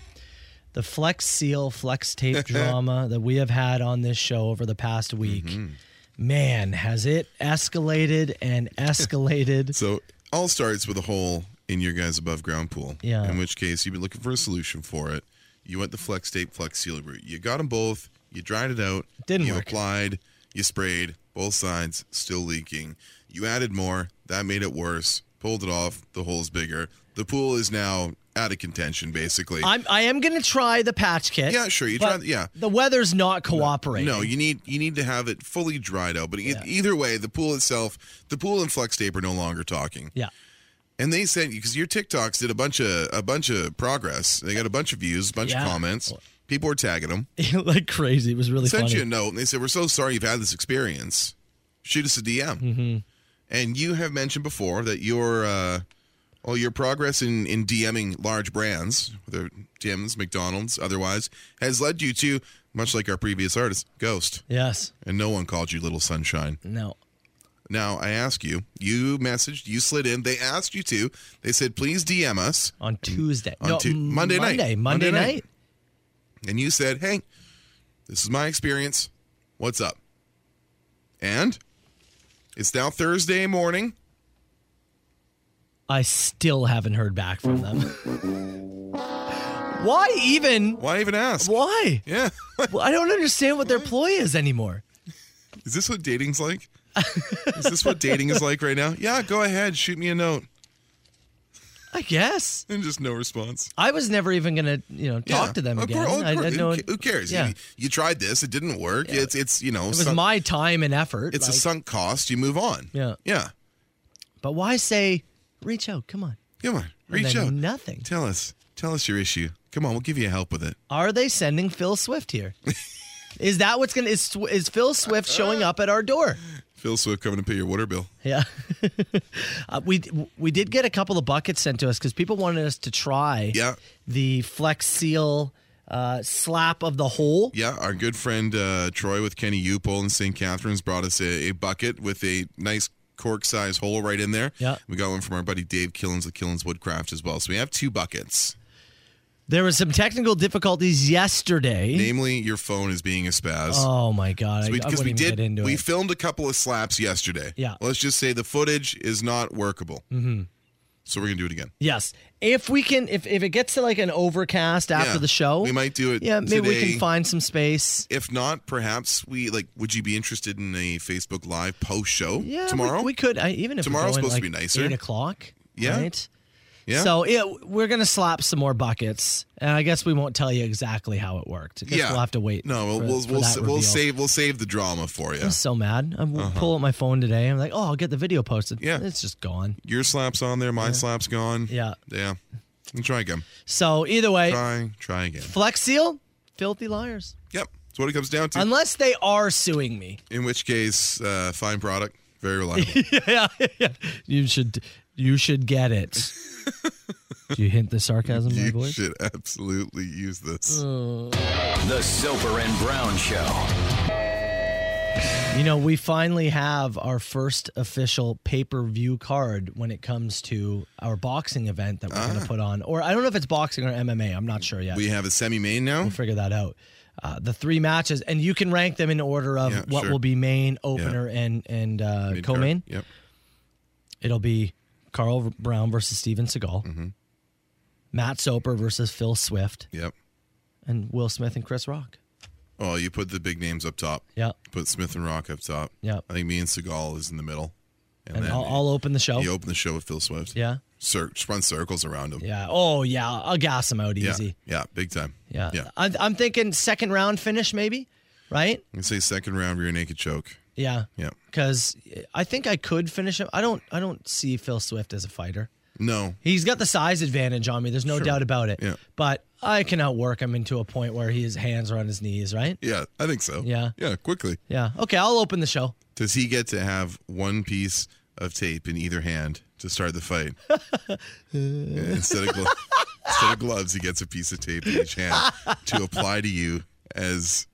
Speaker 5: The Flex Seal Flex Tape drama that we have had on this show over the past week.
Speaker 6: Mm-hmm.
Speaker 5: Man, has it escalated and escalated.
Speaker 6: so all starts with a hole in your guys above ground pool.
Speaker 5: Yeah.
Speaker 6: In which case you've been looking for a solution for it. You went the flex tape, flex seal route. You got them both. You dried it out.
Speaker 5: Didn't
Speaker 6: You
Speaker 5: work.
Speaker 6: applied. You sprayed. Both sides still leaking. You added more. That made it worse. Pulled it off. The hole's bigger. The pool is now out of contention, basically.
Speaker 5: I'm, I am going to try the patch kit.
Speaker 6: Yeah, sure, you
Speaker 5: but
Speaker 6: try- yeah.
Speaker 5: The weather's not cooperating.
Speaker 6: No, you need you need to have it fully dried out. But e- either way, the pool itself, the pool and Flex Tape are no longer talking.
Speaker 5: Yeah.
Speaker 6: And they sent you because your TikToks did a bunch of a bunch of progress. They got a bunch of views, a bunch
Speaker 5: Yeah.
Speaker 6: of comments. People were tagging them.
Speaker 5: like crazy. It was really
Speaker 6: sent
Speaker 5: funny.
Speaker 6: you a note and they said, "We're so sorry you've had this experience. Shoot us a DM." Mm-hmm. And you have mentioned before that your uh, well, your progress in in DMing large brands, whether Tim's, McDonald's, otherwise, has led you to much like our previous artist, Ghost
Speaker 5: yes.
Speaker 6: and no one called you little sunshine.
Speaker 5: No.
Speaker 6: Now I ask you, you messaged, you slid in, they asked you to. They said, please DM us.
Speaker 5: on Tuesday.
Speaker 6: Mm. on Tu-
Speaker 5: m-
Speaker 6: Monday night.
Speaker 5: Monday, Monday
Speaker 6: Monday
Speaker 5: night.
Speaker 6: night. And you said, hey, this is my experience. What's up? And it's now Thursday morning.
Speaker 5: I still haven't heard back from them. Why even?
Speaker 6: Why even ask?
Speaker 5: Why?
Speaker 6: Yeah.
Speaker 5: Well, I don't understand what their ploy is anymore.
Speaker 6: is this what dating's like? is this what dating is like right now? Yeah, go ahead, shoot me a note.
Speaker 5: I guess
Speaker 6: And just no response.
Speaker 5: I was never even gonna, you know, talk
Speaker 6: Yeah.
Speaker 5: to them
Speaker 6: Of
Speaker 5: again.
Speaker 6: course- of
Speaker 5: I, I
Speaker 6: course.
Speaker 5: know
Speaker 6: Who
Speaker 5: it,
Speaker 6: ca- Who cares?
Speaker 5: Yeah.
Speaker 6: You, you tried this, it didn't work. It's it's you know
Speaker 5: was
Speaker 6: some-
Speaker 5: my time and effort.
Speaker 6: it's a
Speaker 5: like-
Speaker 6: sunk cost. You move on.
Speaker 5: Yeah.
Speaker 6: Yeah.
Speaker 5: but why say, reach out? Come on,
Speaker 6: Come on.
Speaker 5: And
Speaker 6: Reach
Speaker 5: then
Speaker 6: out.
Speaker 5: Nothing.
Speaker 6: Tell us. Tell us your issue. Come on. We'll give you help with it.
Speaker 5: Are they sending Phil Swift here? is that what's gonna? Is Sw- is Phil Swift showing
Speaker 6: Uh.
Speaker 5: up at our door?
Speaker 6: Phil Swift coming to pay your water bill.
Speaker 5: Yeah, uh, we we did get a couple of buckets sent to us because people wanted us to try.
Speaker 6: Yeah.
Speaker 5: the Flex Seal uh, slap of the hole.
Speaker 6: Yeah. Our good friend uh, Troy with Kenny Upol in St. Catharines brought us a, a bucket with a nice cork size hole right in there.
Speaker 5: Yeah.
Speaker 6: We got one from our buddy Dave Killens with Killens Woodcraft as well. So we have two buckets.
Speaker 5: There was some technical difficulties yesterday.
Speaker 6: Namely, your phone is being a spaz.
Speaker 5: oh my god! I, I
Speaker 6: because
Speaker 5: wouldn't
Speaker 6: we
Speaker 5: even
Speaker 6: did
Speaker 5: get into
Speaker 6: we
Speaker 5: it.
Speaker 6: filmed a couple of slaps yesterday.
Speaker 5: Yeah.
Speaker 6: Let's just say the footage is not workable. Mm-hmm. So we're gonna do it again.
Speaker 5: yes, if we can, if if it gets to like an overcast after
Speaker 6: Yeah.
Speaker 5: the show,
Speaker 6: we might do it.
Speaker 5: Yeah, maybe we
Speaker 6: today.
Speaker 5: can find some space.
Speaker 6: If not, perhaps we like. Would you be interested in a Facebook Live post show
Speaker 5: Yeah, we-
Speaker 6: tomorrow?
Speaker 5: we, could. I, even if we're
Speaker 6: Tomorrow's
Speaker 5: going,
Speaker 6: supposed to
Speaker 5: like,
Speaker 6: be nicer.
Speaker 5: Eight o'clock.
Speaker 6: Yeah.
Speaker 5: Right?
Speaker 6: Yeah.
Speaker 5: So it, we're gonna slap some more buckets, and I guess we won't tell you exactly how it worked. I guess we'll have to wait.
Speaker 6: No, we'll
Speaker 5: for-
Speaker 6: we'll
Speaker 5: for
Speaker 6: we'll,
Speaker 5: that
Speaker 6: sa- we'll
Speaker 5: reveal.
Speaker 6: save we'll save the drama for you.
Speaker 5: I'm so mad. I will pull up my phone today. I'm like, oh, I'll get the video posted.
Speaker 6: Yeah.
Speaker 5: it's just gone.
Speaker 6: Your slap's on there. My slap's gone.
Speaker 5: Yeah.
Speaker 6: Yeah. And try again.
Speaker 5: So either way,
Speaker 6: Try. Try again.
Speaker 5: Flex Seal, filthy liars.
Speaker 6: Yep. That's what it comes down to.
Speaker 5: Unless they are suing me.
Speaker 6: In which case, uh, fine product, very reliable.
Speaker 5: yeah, yeah. You should you should get it. Do you hint the sarcasm in my Uh,
Speaker 6: you
Speaker 5: voice?
Speaker 6: should absolutely use this.
Speaker 4: The Soper and Brown Show.
Speaker 5: You know, we finally have our first official pay-per-view card when it comes to our boxing event that we're going to put on. Or I don't know if it's boxing or MMA. I'm not sure yet.
Speaker 6: Ah. We have a semi-main now.
Speaker 5: We'll figure that out. Uh, the three matches, and you can rank them in order of
Speaker 6: Yeah,
Speaker 5: what
Speaker 6: sure.
Speaker 5: will be main, opener, and and uh,
Speaker 6: Mid-card.
Speaker 5: co-main.
Speaker 6: Yep.
Speaker 5: It'll be Carl Brown versus Steven Seagal,
Speaker 6: Mm-hmm.
Speaker 5: Matt Soper versus Phil Swift,
Speaker 6: Yep.
Speaker 5: and Will Smith and Chris Rock.
Speaker 6: Oh, you put the big names up top.
Speaker 5: Yeah,
Speaker 6: Put Smith and Rock up top.
Speaker 5: Yep.
Speaker 6: I think me and Seagal is in the middle.
Speaker 5: and I'll, I'll open the show.
Speaker 6: you open the show with Phil Swift.
Speaker 5: Oh. Yeah,
Speaker 6: Cir- just run circles around him.
Speaker 5: yeah. Oh yeah, I'll gas him out
Speaker 6: Yeah.
Speaker 5: easy.
Speaker 6: Yeah. Big time.
Speaker 5: Yeah,
Speaker 6: Yeah.
Speaker 5: I'm, I'm thinking second round finish maybe, right?
Speaker 6: You can say second round rear naked choke.
Speaker 5: Yeah,
Speaker 6: Yeah.
Speaker 5: because I think I could finish him. I don't. I don't see Phil Swift as a fighter.
Speaker 6: No.
Speaker 5: He's got the size advantage on me. There's no doubt about it.
Speaker 6: Yeah.
Speaker 5: But I can outwork him into a point where his hands are on his knees, right?
Speaker 6: Yeah, I think so.
Speaker 5: Yeah.
Speaker 6: Yeah, quickly.
Speaker 5: Yeah. Okay, I'll open the show.
Speaker 6: Does he get to have one piece of tape in either hand to start the fight? instead, of glo- instead of gloves, he gets a piece of tape in each hand to apply to you as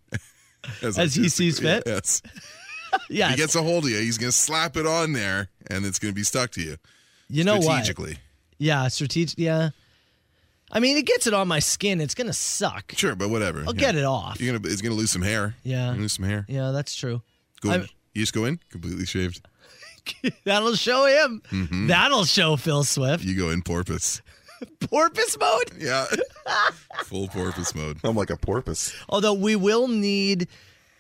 Speaker 6: as,
Speaker 5: As he sees fit?
Speaker 6: Yes.
Speaker 5: Yeah.
Speaker 6: He gets a hold of you. He's going to slap it on there, and it's going to be stuck to you
Speaker 5: you know what?
Speaker 6: strategically.
Speaker 5: Yeah, strategic. Yeah. I mean, it gets it on my skin. It's going to suck.
Speaker 6: Sure, but whatever.
Speaker 5: I'll get it off.
Speaker 6: You're gonna. It's going to lose some hair.
Speaker 5: Yeah.
Speaker 6: Lose some hair.
Speaker 5: Yeah, that's true.
Speaker 6: Go.
Speaker 5: I'm-
Speaker 6: you just go in completely shaved.
Speaker 5: That'll show him.
Speaker 6: Mm-hmm.
Speaker 5: That'll show Phil Swift.
Speaker 6: You go in porpoise.
Speaker 5: Porpoise mode.
Speaker 6: Yeah. Full porpoise mode.
Speaker 11: I'm like a porpoise.
Speaker 5: Although we will need,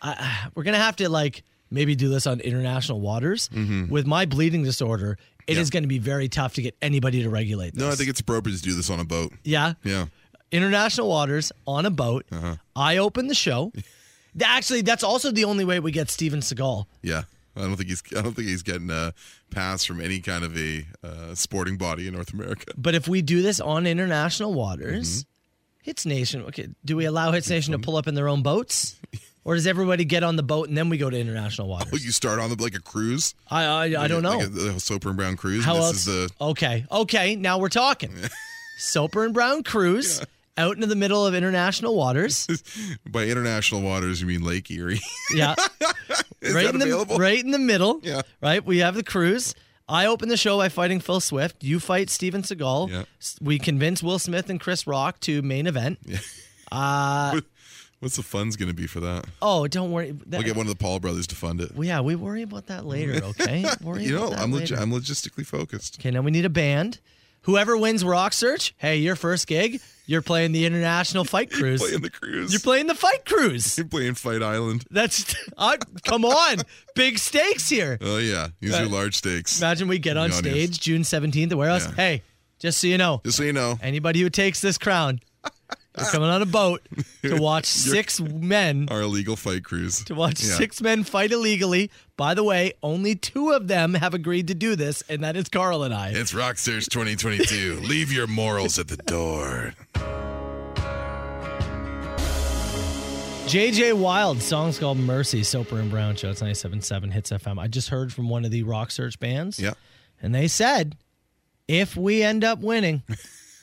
Speaker 5: uh, we're going to have to like maybe do this on international waters. With my bleeding disorder, It is
Speaker 6: Mm-hmm. Yeah.
Speaker 5: going to be very tough to get anybody to regulate this.
Speaker 6: No, I think it's appropriate to do this on a boat.
Speaker 5: Yeah.
Speaker 6: Yeah. Uh-huh.
Speaker 5: International waters on a boat. I open the show. Th- Actually, that's also the only way we get Steven Seagal.
Speaker 6: Yeah. I don't think he's I don't think he's getting a pass from any kind of a uh, sporting body in North America.
Speaker 5: But if we do this on international waters,
Speaker 6: Mm-hmm.
Speaker 5: Hits Nation, okay, do we allow Hits Nation to pull up in their own boats? Or does everybody get on the boat and then we go to international waters?
Speaker 6: Well, you start on the like a cruise.
Speaker 5: I, I, I don't know.
Speaker 6: Like a, the Soper and Brown cruise.
Speaker 5: How
Speaker 6: and this
Speaker 5: else?
Speaker 6: is the
Speaker 5: okay, okay, now we're talking. Soper and Brown cruise out into the middle of international waters.
Speaker 6: by international waters you mean Lake Erie.
Speaker 5: Yeah.
Speaker 6: is
Speaker 5: right
Speaker 6: that
Speaker 5: in the
Speaker 6: available?
Speaker 5: right in the middle.
Speaker 6: Yeah.
Speaker 5: Right. We have the cruise. I open the show by fighting Phil Swift. You fight Steven Seagal.
Speaker 6: Yeah.
Speaker 5: S- We convince Will Smith and Chris Rock to main event.
Speaker 6: What's the funds gonna be for that?
Speaker 5: Oh, don't worry. That,
Speaker 6: We'll get one of the Paul brothers to fund it.
Speaker 5: Well, yeah, we worry about that later. Okay. Worry
Speaker 6: You know,
Speaker 5: about that
Speaker 6: I'm
Speaker 5: later.
Speaker 6: legi- I'm logistically focused.
Speaker 5: okay. Now we need a band. Whoever wins Rock Search, hey, your first gig, you're playing the international fight cruise.
Speaker 6: Playing the cruise.
Speaker 5: you're playing the fight cruise.
Speaker 6: You're playing Fight Island.
Speaker 5: That's I, come on, big stakes here.
Speaker 6: Oh yeah. These
Speaker 5: Uh,
Speaker 6: are large stakes.
Speaker 5: Imagine we get on
Speaker 6: The audience.
Speaker 5: stage June 17th at Warehouse.
Speaker 6: Yeah.
Speaker 5: Hey, just so you know,
Speaker 6: Just so you know.
Speaker 5: anybody who takes this crown, they're coming on a boat to watch six men
Speaker 6: Our illegal fight cruise.
Speaker 5: to watch
Speaker 6: Yeah.
Speaker 5: six men fight illegally. By the way, only two of them have agreed to do this, and that is Carl and I.
Speaker 6: It's Rock Search 2022. Leave your morals at the door.
Speaker 5: JJ Wild, song's called Mercy, Soper and Brown Show. It's 97.7 Hits FM. I just heard from one of the Rock Search bands.
Speaker 6: Yeah.
Speaker 5: And they said, if we end up winning,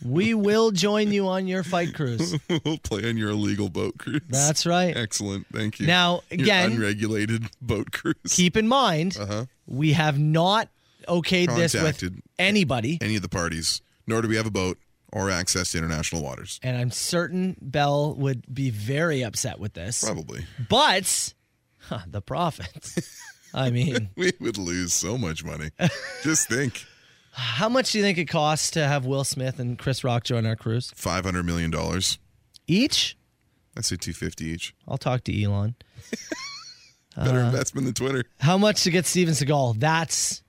Speaker 5: we will join you on your fight cruise.
Speaker 6: we'll play on your illegal boat cruise.
Speaker 5: That's right.
Speaker 6: Excellent. Thank you.
Speaker 5: Now,
Speaker 6: Your
Speaker 5: again-
Speaker 6: unregulated boat cruise.
Speaker 5: keep in mind we have not okayed this with
Speaker 6: Uh-huh. Contacted.
Speaker 5: anybody
Speaker 6: any of the parties, nor do we have a boat or access to international waters.
Speaker 5: and i'm certain bell would be very upset with this
Speaker 6: Probably.
Speaker 5: but huh, the profits i mean
Speaker 6: We would lose so much money. Just think
Speaker 5: how much do you think it costs to have will smith and chris rock join our cruise
Speaker 6: $500 million. I'd
Speaker 5: each
Speaker 6: say 250 each.
Speaker 5: i'll talk to elon Uh-huh.
Speaker 6: Better investment than Twitter.
Speaker 5: how much to get steven seagal that's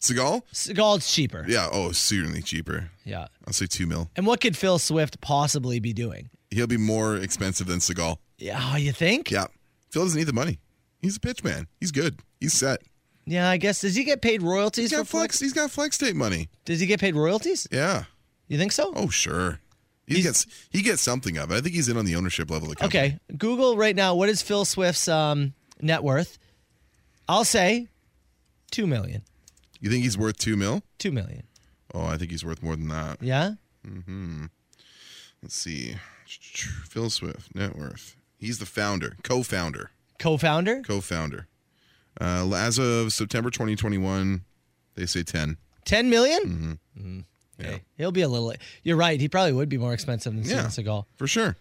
Speaker 6: Seagal?
Speaker 5: Seagal's cheaper.
Speaker 6: Yeah. Oh, certainly cheaper.
Speaker 5: Yeah.
Speaker 6: I'll say two mil.
Speaker 5: And what could Phil Swift possibly be doing?
Speaker 6: He'll be more expensive than Seagal.
Speaker 5: Yeah, oh, you think?
Speaker 6: Yeah. Phil doesn't need the money. He's a pitch man. He's good. He's set.
Speaker 5: Yeah, I guess. Does he get paid royalties
Speaker 6: He's
Speaker 5: for
Speaker 6: got flex. He's got flex tape money.
Speaker 5: Does he get paid royalties?
Speaker 6: Yeah.
Speaker 5: You think so?
Speaker 6: Oh sure. He gets he gets something of it. I think he's in on the ownership level of the company.
Speaker 5: Okay. Google right now. What is Phil Swift's um, net worth? I'll say two million.
Speaker 6: You think he's worth two mil?
Speaker 5: Two million.
Speaker 6: Oh, I think he's worth more than that.
Speaker 5: Yeah.
Speaker 6: Let's see. Phil Swift net worth. He's the founder, co-founder,
Speaker 5: Co-founder.
Speaker 6: co-founder. Uh, as of September 2021, they say 10.
Speaker 5: Ten million?
Speaker 6: Mm-hmm.
Speaker 5: Mm. Okay. He'll be a little. You're right. He probably would be more expensive than
Speaker 6: Yeah.
Speaker 5: Steven Seagal.
Speaker 6: For sure.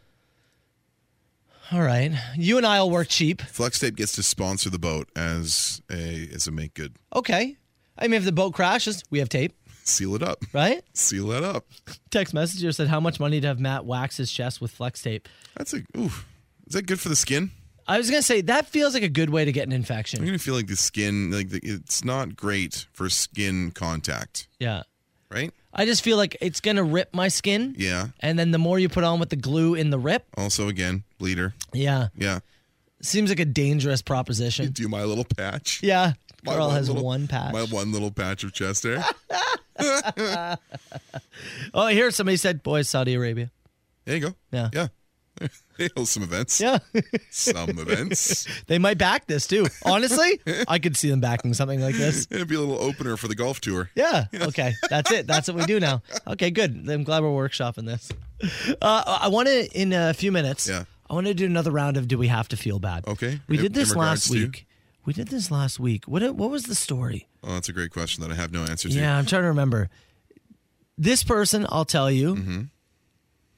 Speaker 5: All right. You and I'll work cheap.
Speaker 6: Flex Tape gets to sponsor the boat as a as a make good.
Speaker 5: Okay. I mean, if the boat crashes, we have tape,
Speaker 6: Seal it up.
Speaker 5: right?
Speaker 6: Seal that up.
Speaker 5: Text messenger said, "How much money to have Matt wax his chest with flex tape?"
Speaker 6: That's a oof. Is that good for the skin?
Speaker 5: I was gonna say that feels like a good way to get an
Speaker 6: I'm
Speaker 5: infection.
Speaker 6: gonna feel like the skin, like the, it's not great for skin contact,
Speaker 5: Yeah.
Speaker 6: right?
Speaker 5: I just feel like it's gonna rip my skin.
Speaker 6: Yeah.
Speaker 5: And then the more you put on with the glue in the rip,
Speaker 6: Also, again, bleeder.
Speaker 5: yeah,
Speaker 6: Yeah.
Speaker 5: seems like a dangerous proposition.
Speaker 6: Do my little patch.
Speaker 5: Yeah,
Speaker 6: My
Speaker 5: girl has
Speaker 6: little-
Speaker 5: one patch.
Speaker 6: My one little patch of chest hair.
Speaker 5: Oh, here somebody said, "Boys, Saudi Arabia."
Speaker 6: There you go.
Speaker 5: Yeah.
Speaker 6: Yeah. They hold some events.
Speaker 5: Yeah,
Speaker 6: Some events.
Speaker 5: they might back this too. Honestly, I could see them backing something like this.
Speaker 6: It'd be a little opener for the golf tour.
Speaker 5: Yeah. Okay. That's it. That's what we do now. Okay. Good. I'm glad we're workshopping this. Uh, I want to in a few minutes.
Speaker 6: Yeah.
Speaker 5: I want to do another round of Do We Have to Feel Bad?
Speaker 6: Okay.
Speaker 5: We
Speaker 6: In-
Speaker 5: did this
Speaker 6: in
Speaker 5: last
Speaker 6: regards to-
Speaker 5: week. We did this last week. What what was the story?
Speaker 6: Oh, that's a great question that I have no answer to.
Speaker 5: Yeah, I'm trying to remember. This person, I'll tell you,
Speaker 6: Mm-hmm.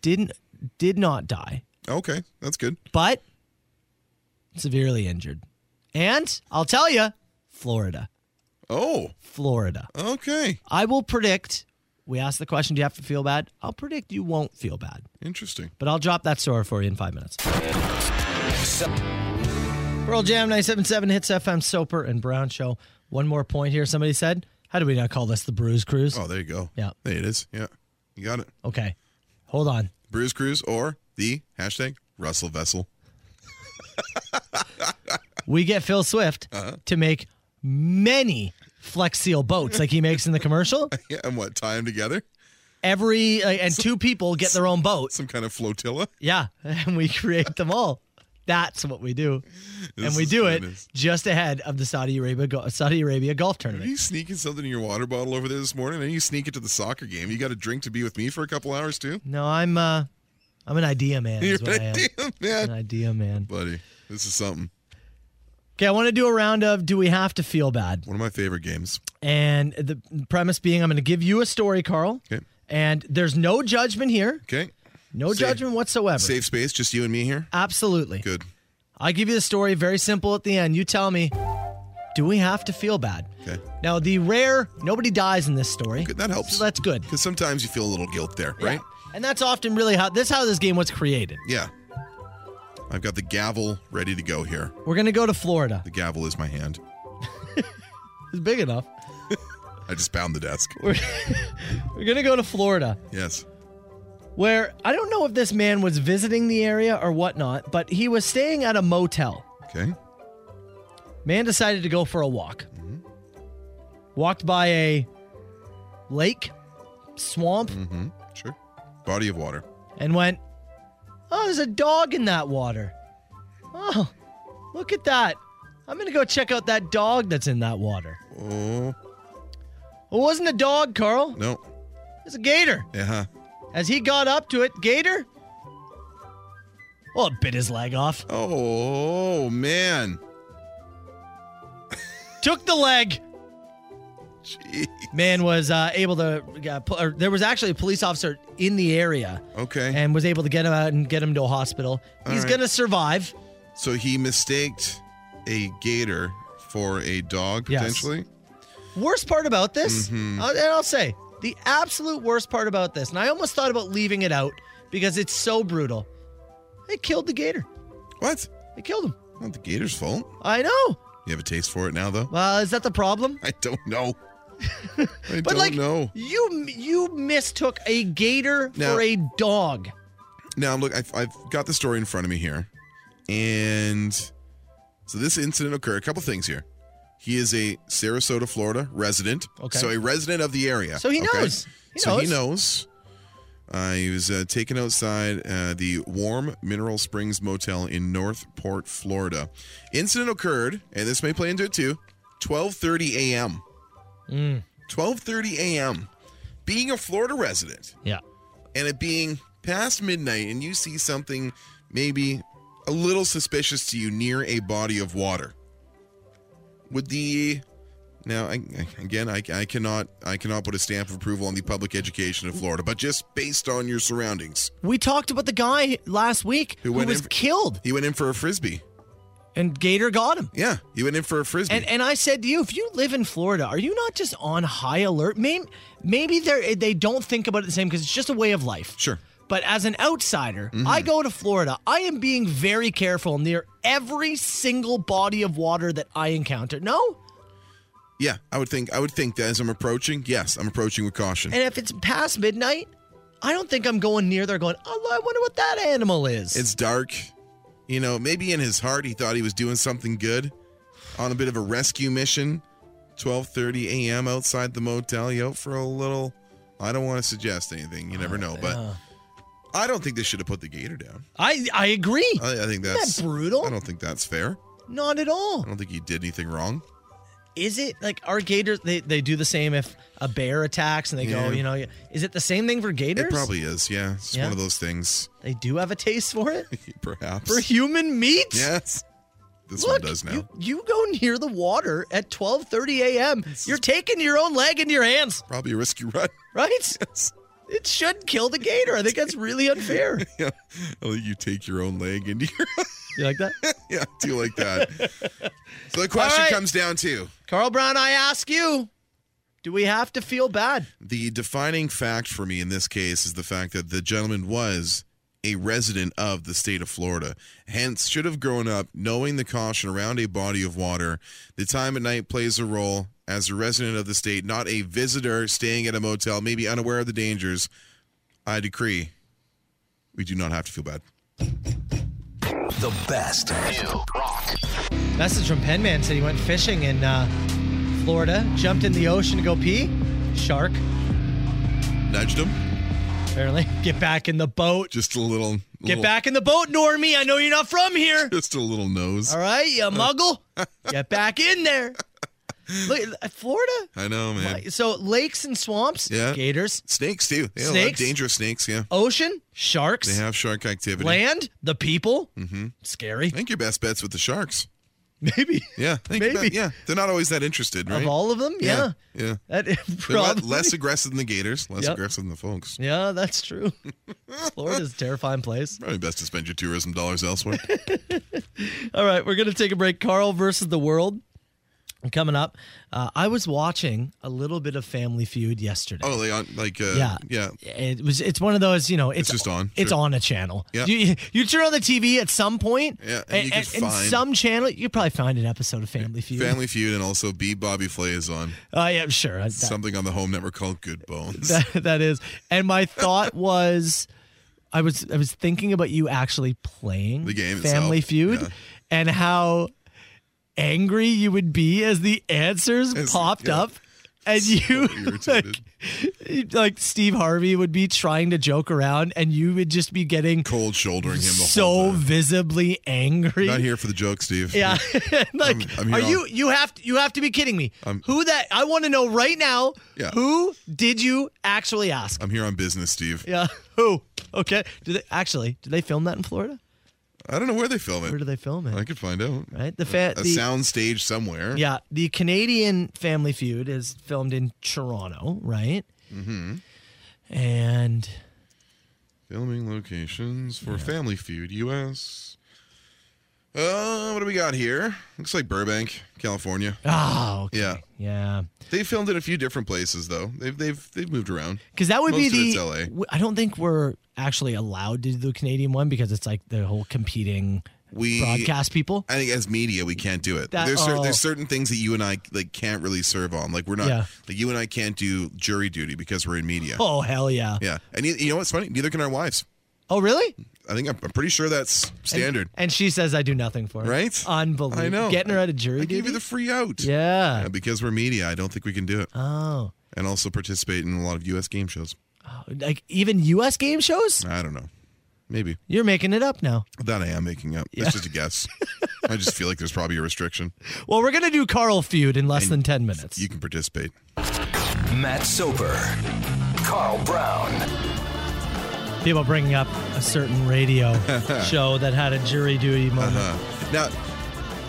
Speaker 5: didn't did not die,
Speaker 6: Okay. That's good.
Speaker 5: but severely injured. And I'll tell you, Florida.
Speaker 6: Oh,
Speaker 5: Florida.
Speaker 6: okay.
Speaker 5: I will predict. We asked the question, do you have to feel bad? I'll predict you won't feel bad,
Speaker 6: Interesting.
Speaker 5: but I'll drop that story for you in five minutes. Pearl Jam 977 hits FM Soper and Brown Show. One more point here. Somebody said, how do we not call this the Bruise Cruise?
Speaker 6: Oh, there you go.
Speaker 5: Yeah.
Speaker 6: There it is. Yeah. You got it.
Speaker 5: Okay. Hold on.
Speaker 6: Bruce Cruise or the hashtag Russell Vessel.
Speaker 5: We get Phil Swift to make many Flex Seal boats like he makes in the commercial.
Speaker 6: Yeah, and what? Tie them together?
Speaker 5: Every uh, and two people get their own boat.
Speaker 6: Some kind of flotilla?
Speaker 5: Yeah, and we create them all. That's what we do, and
Speaker 6: This
Speaker 5: we
Speaker 6: is
Speaker 5: do
Speaker 6: goodness.
Speaker 5: it just ahead of the Saudi Arabia go- Saudi Arabia golf
Speaker 6: Are
Speaker 5: tournament.
Speaker 6: you sneaking something in your water bottle over there this morning? And you sneak it to the soccer game. You got a drink to be with me for a couple hours too?
Speaker 5: No, I'm uh, I'm an idea man.
Speaker 6: You're
Speaker 5: Is what I am.
Speaker 6: damn man.
Speaker 5: An idea man.
Speaker 6: Buddy, this is something.
Speaker 5: Okay, I want to do a round of Do we have to feel bad?
Speaker 6: One of my favorite games.
Speaker 5: And the premise being, I'm going to give you a story, Carl.
Speaker 6: Okay.
Speaker 5: And there's no judgment here,
Speaker 6: Okay.
Speaker 5: no
Speaker 6: Safe-
Speaker 5: judgment whatsoever.
Speaker 6: Safe space, just you and me here.
Speaker 5: Absolutely.
Speaker 6: Good.
Speaker 5: I give you the story very simple at the end. You tell me, do we have to feel bad?
Speaker 6: Okay.
Speaker 5: Now, the rare, nobody dies in this story.
Speaker 6: Good. That helps.
Speaker 5: So that's good.
Speaker 6: Because sometimes you feel a little guilt there, right?
Speaker 5: Yeah. And that's often really how this how this game was created.
Speaker 6: Yeah. I've got the gavel ready to go here.
Speaker 5: We're gonna go to Florida.
Speaker 6: The gavel is my hand.
Speaker 5: It's big enough.
Speaker 6: I just pound the desk.
Speaker 5: We're gonna go to Florida,
Speaker 6: Yes.
Speaker 5: where I don't know if this man was visiting the area or whatnot, but he was staying at a motel.
Speaker 6: Okay.
Speaker 5: Man decided to go for a walk. Walked by a lake, swamp,
Speaker 6: Sure. Body of water.
Speaker 5: and went, Oh, there's a dog in that water. Oh, look at that. I'm going to go check out that dog that's in that water.
Speaker 6: Oh
Speaker 5: It wasn't a dog, Carl.
Speaker 6: no. Uh-huh.
Speaker 5: It was a gator.
Speaker 6: Yeah.
Speaker 5: As he got up to it, gator, well, it bit his leg off,
Speaker 6: Oh man.
Speaker 5: took the leg.
Speaker 6: Gee.
Speaker 5: Man was uh, able to, uh, pu- or there was actually a police officer in the area
Speaker 6: Okay.
Speaker 5: and was able to get him out and get him to a hospital. He's
Speaker 6: right.
Speaker 5: going to survive.
Speaker 6: So he mistaked a gator for a dog
Speaker 5: Yes.
Speaker 6: potentially.
Speaker 5: Worst part about this, uh, and I'll say the absolute worst part about this, and I almost thought about leaving it out because it's so brutal. They killed the gator.
Speaker 6: What?
Speaker 5: They killed him.
Speaker 6: Not the gator's fault.
Speaker 5: I know.
Speaker 6: You have a taste for it now though?
Speaker 5: Well, is that the problem?
Speaker 6: I don't know. I
Speaker 5: But
Speaker 6: don't
Speaker 5: like
Speaker 6: know.
Speaker 5: you, you mistook a gator
Speaker 6: No.
Speaker 5: for a dog.
Speaker 6: Now, look, I've, I've got the story in front of me here. And so this incident occurred. A couple things here. He is a Sarasota, Florida resident.
Speaker 5: Okay.
Speaker 6: So a resident of the area.
Speaker 5: So he
Speaker 6: okay?
Speaker 5: knows. He
Speaker 6: so he
Speaker 5: knows.
Speaker 6: knows. Uh, he was uh, taken outside uh, the Warm Mineral Springs Motel in Northport, Florida. Incident occurred, and this may play into it too. 12:30 a.m.
Speaker 5: Mm.
Speaker 6: 12:30 a.m. Being a Florida resident,
Speaker 5: Yeah.
Speaker 6: and it being past midnight and you see something maybe a little suspicious to you near a body of water would the now I, I- again I, I cannot i cannot put a stamp of approval on the public education of florida but just based on your surroundings
Speaker 5: We talked about the guy last week
Speaker 6: Who
Speaker 5: who,
Speaker 6: went
Speaker 5: was
Speaker 6: in-
Speaker 5: killed,
Speaker 6: he went in for a frisbee
Speaker 5: and Gator got him.
Speaker 6: yeah he went in for a frisbee
Speaker 5: And and I said to you, if you live in Florida, are you not just on high alert? Maybe maybe they they don't think about it the same because it's just a way of life.
Speaker 6: sure Mm-hmm.
Speaker 5: But as an outsider, I go to Florida. I am being very careful near every single body of water that I encounter. No,
Speaker 6: yeah i would think i would think that as i'm approaching yes i'm approaching with caution
Speaker 5: and if it's past midnight, I don't think I'm going near there. Going, oh, I wonder what that animal is.
Speaker 6: it's dark you know maybe in his heart he thought he was doing something good on a bit of a rescue mission 12:30 a.m. outside the motel you out for a little i don't want to suggest anything you
Speaker 5: Oh,
Speaker 6: never know but i don't think they should have put the gator down
Speaker 5: I I agree.
Speaker 6: i, I think that's
Speaker 5: brutal?
Speaker 6: i don't think that's fair
Speaker 5: not at all.
Speaker 6: i don't think he did anything wrong
Speaker 5: is it like are gators they, they do the same if a bear attacks and they
Speaker 6: Yeah.
Speaker 5: go you know is it the same thing for gators
Speaker 6: it probably is yeah it's
Speaker 5: Yeah.
Speaker 6: one of those things
Speaker 5: they do have a taste for it
Speaker 6: perhaps
Speaker 5: for human meat
Speaker 6: yes this
Speaker 5: Look,
Speaker 6: one does now
Speaker 5: You, you go near the water at 12:30 a.m. You're taking your own leg into your hands,
Speaker 6: probably a risky run
Speaker 5: right? It should kill the gator. I think that's really unfair.
Speaker 6: yeah i think you take your own leg into your
Speaker 5: You like that?
Speaker 6: yeah, I do like that. so the question
Speaker 5: All right.
Speaker 6: comes down to
Speaker 5: Carl Brown, I ask you, do we have to feel bad?
Speaker 6: the defining fact for me in this case is the fact that the gentleman was a resident of the state of Florida, hence should have grown up knowing the caution around a body of water. The time at night plays a role as a resident of the state, not a visitor staying at a motel, maybe unaware of the dangers. I decree we do not have to feel bad.
Speaker 4: The best.
Speaker 5: Message from Penman said he went fishing in uh, Florida, jumped in the ocean to go pee. Shark,
Speaker 6: Nudged him
Speaker 5: apparently. Get back in the boat.
Speaker 6: just a little.
Speaker 5: Get
Speaker 6: little-
Speaker 5: back in the boat, Normie. I know you're not from here.
Speaker 6: Just a little nose.
Speaker 5: All right, you muggle. Get back in there. Look, uh, Florida.
Speaker 6: I know, man.
Speaker 5: So lakes and swamps,
Speaker 6: Yeah.
Speaker 5: gators.
Speaker 6: Snakes too. Yeah, A lot of
Speaker 5: Snakes?
Speaker 6: dangerous snakes. Yeah,
Speaker 5: Ocean, sharks.
Speaker 6: they have shark activity.
Speaker 5: land, the people. Mm-hmm. Scary.
Speaker 6: I think your best bets with the sharks.
Speaker 5: Maybe.
Speaker 6: Yeah, I think your
Speaker 5: Maybe.
Speaker 6: bet- yeah, they're not always that interested, right?
Speaker 5: Of all of them, yeah.
Speaker 6: yeah. yeah.
Speaker 5: That
Speaker 6: They're le-
Speaker 5: probably.
Speaker 6: less aggressive than the gators, less
Speaker 5: Yep.
Speaker 6: aggressive than the folks.
Speaker 5: Yeah, that's true. Florida's a terrifying place.
Speaker 6: Probably best to spend your tourism dollars elsewhere.
Speaker 5: All right, we're going to take a break. Carl versus the world coming up. Uh, I was watching a little bit of Family Feud yesterday.
Speaker 6: oh, they on like uh, yeah,
Speaker 5: Yeah.
Speaker 6: yeah.
Speaker 5: it was it's one of those you know it's,
Speaker 6: just on,
Speaker 5: it's
Speaker 6: sure.
Speaker 5: on a channel
Speaker 6: Yeah.
Speaker 5: you, you turn on the tv at some point
Speaker 6: Yeah, and you can find-
Speaker 5: some channel you could probably find an episode of family feud
Speaker 6: Family Feud and also B Bobby Flay is on
Speaker 5: uh, yeah sure That-
Speaker 6: something on the Home Network called Good Bones.
Speaker 5: that- that is and my thought was i was i was thinking about you actually playing
Speaker 6: The game
Speaker 5: family
Speaker 6: itself,
Speaker 5: feud
Speaker 6: yeah.
Speaker 5: and how angry you would be as the answers
Speaker 6: As-
Speaker 5: popped
Speaker 6: yeah.
Speaker 5: up and you
Speaker 6: irritated.
Speaker 5: like, like Steve Harvey would be trying to joke around, and you would just be getting
Speaker 6: Cold shouldering him the
Speaker 5: so
Speaker 6: whole time.
Speaker 5: visibly angry.
Speaker 6: Not here for the joke, Steve.
Speaker 5: Yeah, like
Speaker 6: I'm here
Speaker 5: are
Speaker 6: all-
Speaker 5: you? You have to. You have to be kidding me. who that? I want to know right now.
Speaker 6: Yeah.
Speaker 5: Who did you actually ask?
Speaker 6: I'm here on business, Steve.
Speaker 5: yeah. Who? Okay. Did they actually? Did they film that in Florida?
Speaker 6: I don't know where they film
Speaker 5: Where
Speaker 6: it.
Speaker 5: did they film
Speaker 6: I
Speaker 5: it?
Speaker 6: could find out.
Speaker 5: Right. The fa-
Speaker 6: A
Speaker 5: Uh, the,
Speaker 6: sound stage somewhere.
Speaker 5: Yeah, the Canadian Family Feud is filmed in Toronto, right? Mm-hmm. And
Speaker 6: Filming locations for Family Feud U.S. Uh, what do we got here? Looks like Burbank, California.
Speaker 5: oh, okay.
Speaker 6: Yeah,
Speaker 5: yeah.
Speaker 6: they filmed in a few different places though. They've they've they've moved around.
Speaker 5: Because that would
Speaker 6: Most of
Speaker 5: be
Speaker 6: it's
Speaker 5: the.
Speaker 6: LA.
Speaker 5: w- I don't think we're actually allowed to do the Canadian one because it's like the whole competing
Speaker 6: we
Speaker 5: broadcast people.
Speaker 6: I think as media we can't do it.
Speaker 5: That-
Speaker 6: there's cer-
Speaker 5: oh.
Speaker 6: there's certain things that you and I like can't really serve on. Like we're not
Speaker 5: Yeah.
Speaker 6: like you and I can't do jury duty because we're in media.
Speaker 5: Oh hell yeah!
Speaker 6: Yeah, and you, you know what's funny? Neither can our wives.
Speaker 5: Oh really?
Speaker 6: I think I'm, I'm pretty sure that's standard,
Speaker 5: And she says I do nothing for it.
Speaker 6: right?
Speaker 5: Unbelievable.
Speaker 6: I know.
Speaker 5: Getting her out of jury
Speaker 6: I
Speaker 5: duty.
Speaker 6: gave you the free out.
Speaker 5: yeah.
Speaker 6: Uh, because we're media, I don't think we can do it.
Speaker 5: Oh,
Speaker 6: And also participate in a lot of U.S. game shows.
Speaker 5: like even U.S. game shows?
Speaker 6: I don't know. Maybe.
Speaker 5: You're making it up now.
Speaker 6: That I am making up. That's just a guess. I just feel like there's probably a restriction.
Speaker 5: Well, we're gonna do Carl feud in less than ten minutes.
Speaker 6: You can participate.
Speaker 4: Matt Soper, Carl Brown,
Speaker 5: People bringing up a certain radio show that had a jury duty moment.
Speaker 6: Uh-huh. Now,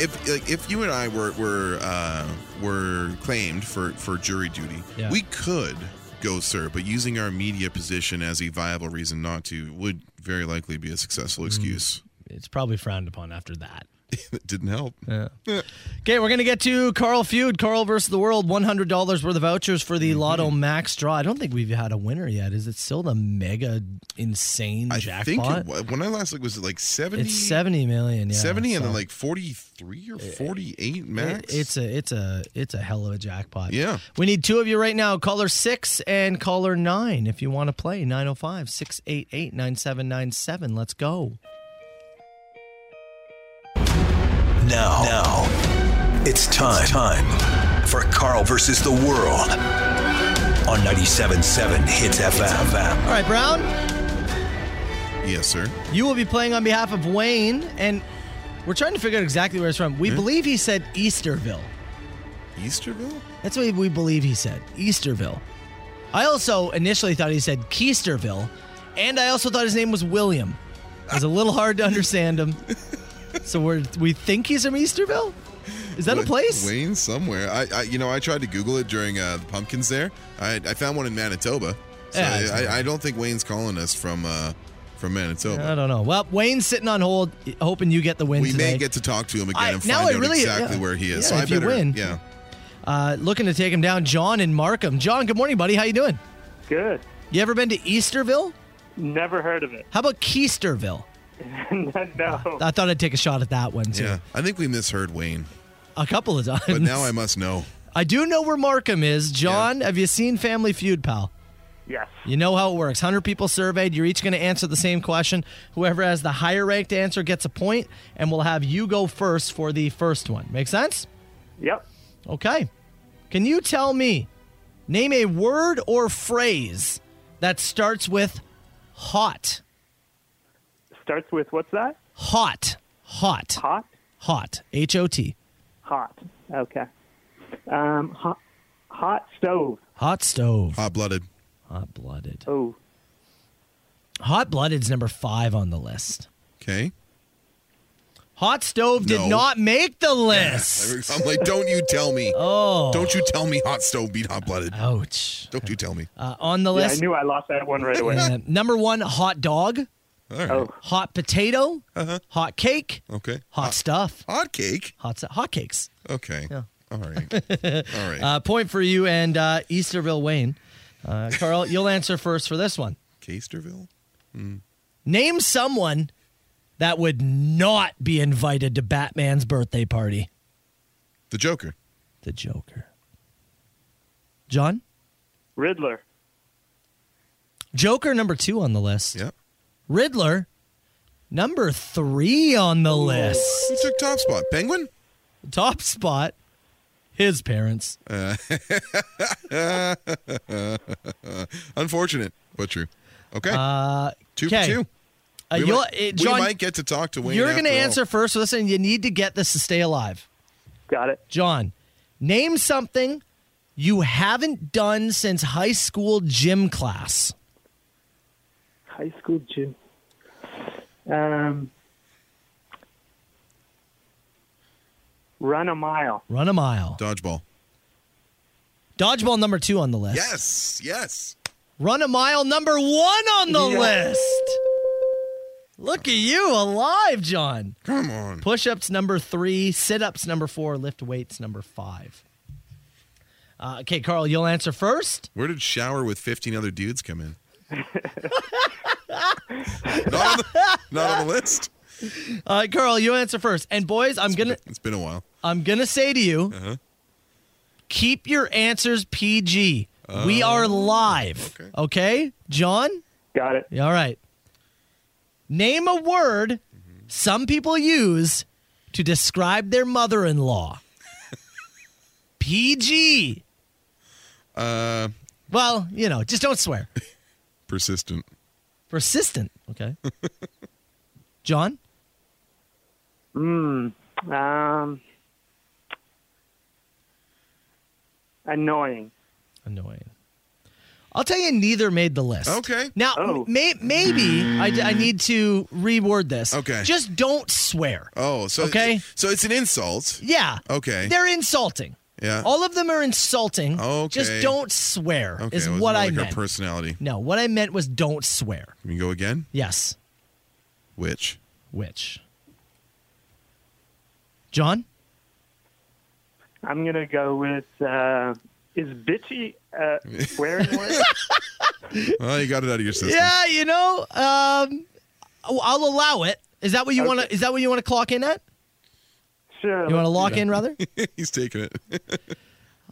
Speaker 6: if like, if you and I were were uh, were claimed for for jury duty,
Speaker 5: Yeah.
Speaker 6: we could go serve, but using our media position as a viable reason not to would very likely be a
Speaker 5: Hmm.
Speaker 6: successful excuse.
Speaker 5: It's probably frowned upon after that.
Speaker 6: it didn't help.
Speaker 5: Okay, we're going to get to Carl Feud, Carl versus the world, $100 worth of vouchers for
Speaker 6: Mm-hmm.
Speaker 5: the Lotto Max draw. I don't think we've had a winner yet. Is it still the mega insane
Speaker 6: I
Speaker 5: jackpot?
Speaker 6: think it, wa- when I last looked, was it like 70?
Speaker 5: it's 70 million, yeah.
Speaker 6: 70 and
Speaker 5: so
Speaker 6: then like 43 or 48 max?
Speaker 5: it- it's a it's a it's a hell of a jackpot.
Speaker 6: Yeah.
Speaker 5: We need two of you right now, caller 6 and caller 9 if you want to play 905-688-9797. Let's go.
Speaker 4: now. Now. It's time. time for Carl versus the world on 97.7 Hits FM.
Speaker 5: All right, Brown.
Speaker 6: yes, sir.
Speaker 5: You will be playing on behalf of Wayne, and we're trying to figure out exactly where it's from. We believe he said Easterville.
Speaker 6: Easterville?
Speaker 5: That's what we believe he said. Easterville. I also initially thought he said Keisterville, and I also thought his name was William. It was a little hard to understand him. So we're, we think he's from Easterville? Is that a
Speaker 6: Wa-
Speaker 5: place?
Speaker 6: Wayne somewhere. I, I you know I tried to Google it during uh, the pumpkins there. I, I found one in Manitoba. So
Speaker 5: Yeah, it's
Speaker 6: I, I, I don't think Wayne's calling us from uh, from
Speaker 5: I
Speaker 6: Manitoba.
Speaker 5: don't know. Well, Wayne's sitting on hold, hoping you get the win
Speaker 6: we
Speaker 5: today.
Speaker 6: may get to talk to him again
Speaker 5: I-
Speaker 6: and
Speaker 5: now
Speaker 6: find
Speaker 5: I
Speaker 6: out
Speaker 5: really-
Speaker 6: exactly
Speaker 5: yeah.
Speaker 6: where he is.
Speaker 5: Yeah,
Speaker 6: so I
Speaker 5: if you
Speaker 6: better,
Speaker 5: win.
Speaker 6: yeah.
Speaker 5: uh, looking to take him down, John in Markham. John, good morning, buddy. How you doing?
Speaker 11: Good.
Speaker 5: You ever been to Easterville?
Speaker 11: Never heard of it.
Speaker 5: How about Keisterville?
Speaker 11: no.
Speaker 5: I thought I'd take a shot at that one too.
Speaker 6: Yeah, I think we misheard Wayne,
Speaker 5: A couple of times.
Speaker 6: but now I must know.
Speaker 5: I do know where Markham is. John, have you seen Family Feud, pal?
Speaker 11: yes.
Speaker 5: You know how it works. 100 people surveyed. You're each going to answer the same question. Whoever has the higher ranked answer gets a point, and we'll have you go first for the first one. Make sense?
Speaker 11: Yep.
Speaker 5: Okay. Can you tell me, name a word or phrase that starts with hot?
Speaker 11: Starts with what's that?
Speaker 5: Hot. Hot.
Speaker 11: Hot.
Speaker 5: Hot. H O T.
Speaker 11: Hot. Okay. Um, hot, hot stove.
Speaker 5: Hot stove.
Speaker 6: Hot blooded.
Speaker 5: Hot blooded.
Speaker 11: Oh,
Speaker 5: Hot blooded's number five on the list.
Speaker 6: Okay.
Speaker 5: Hot stove did
Speaker 6: No.
Speaker 5: not make the list.
Speaker 6: I'm like, don't you tell me.
Speaker 5: Oh,
Speaker 6: Don't you tell me hot stove beat hot blooded.
Speaker 5: ouch!
Speaker 6: Don't you tell me.
Speaker 5: Uh, on the
Speaker 11: yeah, I
Speaker 5: list,
Speaker 11: knew I lost that one right away.
Speaker 5: uh, number one, hot dog,
Speaker 6: All right.
Speaker 11: Oh,
Speaker 5: hot potato, hot cake,
Speaker 6: Okay.
Speaker 5: hot stuff,
Speaker 6: Hot cake.
Speaker 5: hot stu- hot cakes.
Speaker 6: Okay.
Speaker 5: Yeah.
Speaker 6: All right. All right.
Speaker 5: Uh, point for you and uh, Easterville Wayne. Uh, Carl, you'll answer first for this one.
Speaker 6: Casterville.
Speaker 5: Name someone that would not be invited to Batman's birthday party.
Speaker 6: The Joker.
Speaker 5: The Joker. John.
Speaker 11: Riddler.
Speaker 5: Joker number two on the list.
Speaker 6: Yep.
Speaker 5: Riddler, number three on the list.
Speaker 6: Who took top spot? Penguin?
Speaker 5: Top spot, his parents. Uh,
Speaker 6: Unfortunate, but true. Okay. two
Speaker 5: okay.
Speaker 6: for two.
Speaker 5: Uh,
Speaker 6: we,
Speaker 5: you'll-
Speaker 6: might,
Speaker 5: uh,
Speaker 6: we
Speaker 5: John,
Speaker 6: might get to talk to Wayne.
Speaker 5: you're going to
Speaker 6: after all.
Speaker 5: answer first. So listen, you need to get this to stay alive.
Speaker 11: Got it.
Speaker 5: John, name something you haven't done since high school gym class.
Speaker 11: High school gym. Um, run a mile.
Speaker 5: Run a mile.
Speaker 6: Dodgeball.
Speaker 5: Dodgeball number two on the list.
Speaker 6: Yes. Yes.
Speaker 5: Run a mile number one on the
Speaker 11: Yeah.
Speaker 5: list. Look at you alive, John.
Speaker 6: Come on.
Speaker 5: Push ups number three, sit ups number four, lift weights number five. Uh, okay, Carl, you'll answer first.
Speaker 6: Where did shower with 15 other dudes come in? not, on the, not on the list.
Speaker 5: All right, Carl, you answer first. And boys, I'm gonna
Speaker 6: It's been a while.
Speaker 5: I'm gonna say to you, keep your answers PG. we
Speaker 6: Oh,
Speaker 5: are live. Okay. John.
Speaker 11: Got it.
Speaker 5: All right. Name a word some people use to describe their mother-in-law. PG.
Speaker 6: Uh,
Speaker 5: Well, you know, just don't swear.
Speaker 6: persistent.
Speaker 5: Persistent. Okay. John.
Speaker 11: Mm, um, annoying.
Speaker 5: Annoying. I'll tell you, neither made the list.
Speaker 6: Okay.
Speaker 5: Now, m- may, maybe I, d- I need to reword this. Okay. Just don't swear.
Speaker 6: Oh, so
Speaker 5: Okay.
Speaker 6: so it's an insult.
Speaker 5: Yeah.
Speaker 6: Okay. Uh,
Speaker 5: They're insulting.
Speaker 6: Yeah.
Speaker 5: All of them are insulting. Okay. Just don't swear
Speaker 6: Okay,
Speaker 5: is
Speaker 6: it was
Speaker 5: what
Speaker 6: more
Speaker 5: I
Speaker 6: like
Speaker 5: meant.
Speaker 6: Her personality.
Speaker 5: no, what I meant was don't swear.
Speaker 6: Can you go again?
Speaker 5: Yes.
Speaker 6: Which?
Speaker 5: Which? John?
Speaker 11: I'm gonna go with uh, is bitchy uh, swearing word?
Speaker 6: Well, you got it out of your system.
Speaker 5: Yeah, you know, um, I'll I'll allow it. Is that what you want to? Is that what you want to clock in at?
Speaker 11: Sure.
Speaker 5: You want to lock in, rather?
Speaker 6: He's taking it.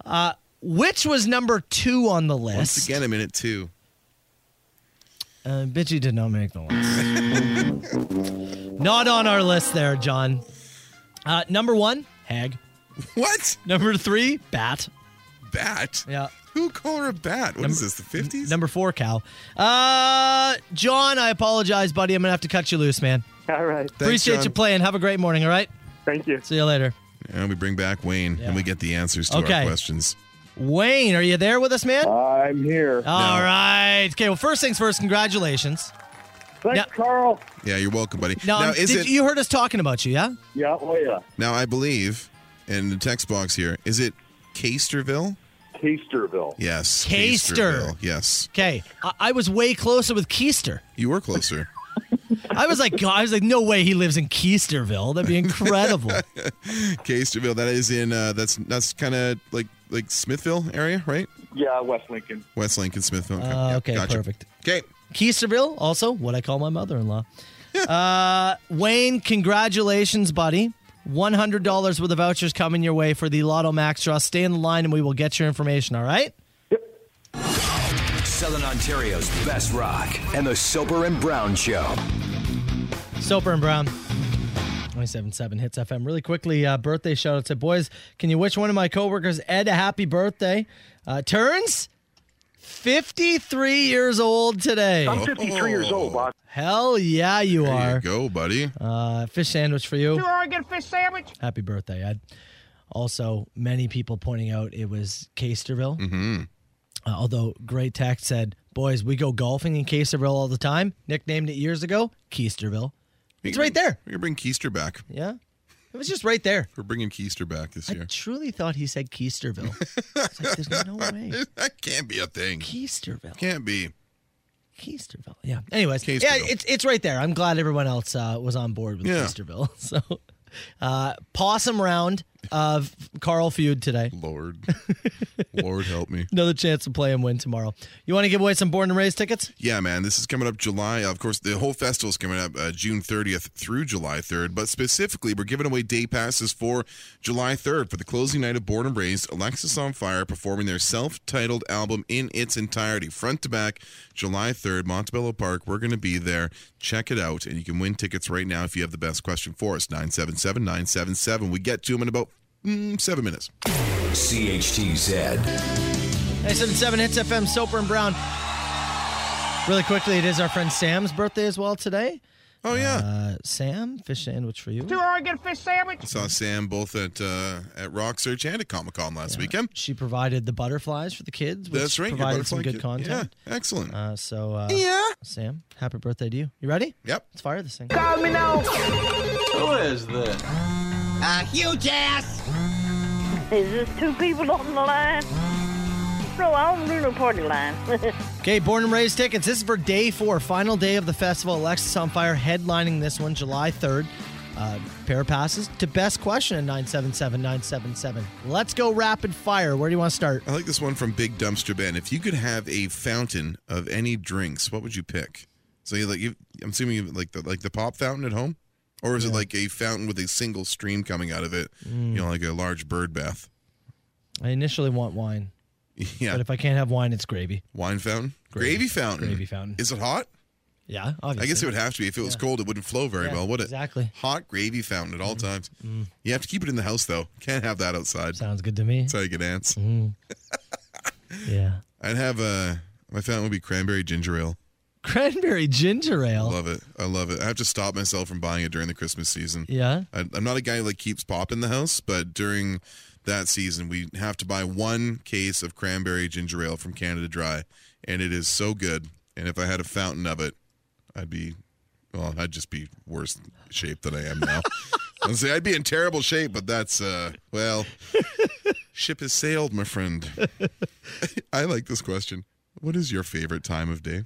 Speaker 5: Uh, which was number two on the list?
Speaker 6: Once again, a minute two.
Speaker 5: Uh, bitchy did not make the list. not on our list there, John. Uh, number one, hag.
Speaker 6: What?
Speaker 5: Number three, bat.
Speaker 6: Bat?
Speaker 5: Yeah.
Speaker 6: Who called her a bat? What is this, the 50s?
Speaker 5: Number four, cow. Uh, John, I apologize, buddy. I'm going to have to cut you loose, man.
Speaker 11: All right.
Speaker 5: Appreciate you playing. Have a great morning, all right?
Speaker 11: Thank you.
Speaker 5: See you later.
Speaker 6: And we bring back Wayne and we get the answers to
Speaker 5: Okay.
Speaker 6: our questions.
Speaker 5: Wayne, are you there with us, man?
Speaker 7: I'm here.
Speaker 5: All right. Okay, well, first things first, congratulations.
Speaker 7: Thanks, Carl.
Speaker 6: Yeah, you're welcome, buddy.
Speaker 5: Now,
Speaker 6: now,
Speaker 5: um,
Speaker 6: is
Speaker 5: did-
Speaker 6: it,
Speaker 5: you heard us talking about you, yeah?
Speaker 7: Yeah, oh yeah.
Speaker 6: now, I believe in the text box here, is it Casterville?
Speaker 7: Casterville.
Speaker 6: Yes.
Speaker 5: Caster.
Speaker 6: Casterville. Yes.
Speaker 5: Okay, I-, I was way closer with Keister.
Speaker 6: You were closer.
Speaker 5: I was like, God, I was like, no way he lives in Keisterville. That'd be incredible.
Speaker 6: Casterville. That is in, uh, that's that's kind of like like Smithville area, right?
Speaker 7: Yeah, West Lincoln.
Speaker 6: West Lincoln, Smithville. Okay,
Speaker 5: Uh,
Speaker 6: yeah,
Speaker 5: okay,
Speaker 6: gotcha.
Speaker 5: perfect.
Speaker 6: Okay.
Speaker 5: Keisterville, also what I call my mother in law. uh, Wayne, congratulations, buddy. $100 worth of vouchers coming your way for the Lotto Max draw. Stay in the line and we will get your information, all right?
Speaker 4: Southern Ontario's best rock and the Soper and Brown Show.
Speaker 5: Soper and Brown. 97.7 Hits FM. Really quickly, uh, birthday shout out to boys. Can you wish one of my coworkers, Ed, a happy birthday? Uh, turns 53 years old today.
Speaker 7: I'm 53 years old, boss.
Speaker 5: Hell yeah, you
Speaker 6: Oh. There
Speaker 5: are.
Speaker 6: you go, buddy.
Speaker 5: Uh, fish sandwich for you.
Speaker 3: are get a fish sandwich?
Speaker 5: Happy birthday, Ed. Also, many people pointing out it was Casterville.
Speaker 6: Mm-hmm.
Speaker 5: Uh, although Great Tact said, boys, we go golfing in Casterville all the time. Nicknamed it years ago, Keisterville. It's right there.
Speaker 6: We're going to bring Keister back.
Speaker 5: Yeah. It was just right there.
Speaker 6: We're bringing Keister back this year.
Speaker 5: Truly thought he said Keisterville. It's like, there's no way.
Speaker 6: that can't be a thing.
Speaker 5: Keisterville.
Speaker 6: Can't be.
Speaker 5: Keisterville. Yeah. Anyways,
Speaker 6: Keisterville.
Speaker 5: yeah, it's it's right there. I'm glad everyone else uh, was on board with
Speaker 6: Yeah.
Speaker 5: Keisterville. So, uh, possum round of Carl feud today.
Speaker 6: Lord, Lord help me.
Speaker 5: Another chance to play and win tomorrow. You want to give away some born and raised tickets?
Speaker 6: Yeah, man, this is coming up July. Of course, the whole festival's coming up uh, June 30th through July 3rd, but specifically, we're giving away day passes for July 3rd for the closing night of Born and Raised, Alexis on Fire performing their self titled album in its entirety, front to back, July 3rd, Montebello Park. We're going to be there. Check it out, and you can win tickets right now if you have the best question for us 977 977. We get to them in about mm, seven minutes.
Speaker 4: CHTZ.
Speaker 5: 977 Hits FM, Soper and Brown. Really quickly, it is our friend Sam's birthday as well today.
Speaker 6: Oh, yeah.
Speaker 5: Uh, Sam, fish sandwich for you.
Speaker 3: are get a fish sandwich?
Speaker 6: Saw Sam both at uh, at Rock Search and at Comic Con last weekend.
Speaker 5: She provided the butterflies for the kids, which
Speaker 6: That's right, your
Speaker 5: provided some
Speaker 6: butterfly
Speaker 5: good
Speaker 6: kid.
Speaker 5: content.
Speaker 6: Yeah, excellent.
Speaker 5: Uh, so, uh,
Speaker 6: Yeah.
Speaker 5: Sam, happy birthday to you. You ready?
Speaker 6: Yep.
Speaker 5: Let's fire this thing.
Speaker 3: Call me now.
Speaker 5: Who is this?
Speaker 3: A huge ass.
Speaker 8: Is this two people on the line? No, I don't do no party line.
Speaker 5: Okay, born and raised tickets. This is for day four, final day of the festival. Alexis on Fire headlining this one, July 3rd. Uh, pair of passes to best question at 977 977. Let's go rapid fire. Where do you want to start?
Speaker 6: I like this one from Big Dumpster Ben. If you could have a fountain of any drinks, what would you pick? So you like you, I'm assuming you like the like the pop fountain at home Or is it like a fountain with a single stream coming out of it?
Speaker 5: Mm.
Speaker 6: You know, like a large bird bath.
Speaker 5: I initially want wine,
Speaker 6: Yeah.
Speaker 5: but if I can't have wine, it's gravy.
Speaker 6: Wine fountain? Gravy, fountain.
Speaker 5: Gravy fountain.
Speaker 6: Is it hot?
Speaker 5: Yeah, obviously.
Speaker 6: I guess it would have to be. If it was
Speaker 5: Yeah.
Speaker 6: cold, it wouldn't flow very
Speaker 5: Yeah,
Speaker 6: well, would it?
Speaker 5: Exactly. Mm.
Speaker 6: Hot gravy fountain at all times. You have to keep it in the house, though. Can't have that outside.
Speaker 5: Sounds good to me. That's
Speaker 6: how you get ants.
Speaker 5: Yeah.
Speaker 6: I'd have a, my fountain would be cranberry ginger ale.
Speaker 5: Cranberry ginger ale.
Speaker 6: Love it. I love it. I have to stop myself from buying it during the Christmas season.
Speaker 5: Yeah.
Speaker 6: I, I'm not a guy who like keeps pop in the house, but during that season, we have to buy one case of cranberry ginger ale from Canada Dry, and it is so good. And if I had a fountain of it, I'd be, well, I'd just be worse shape than I am now. I'd say I'd be in terrible shape, but that's uh, well, ship has sailed, my friend. I like this question. What is your favorite time of day?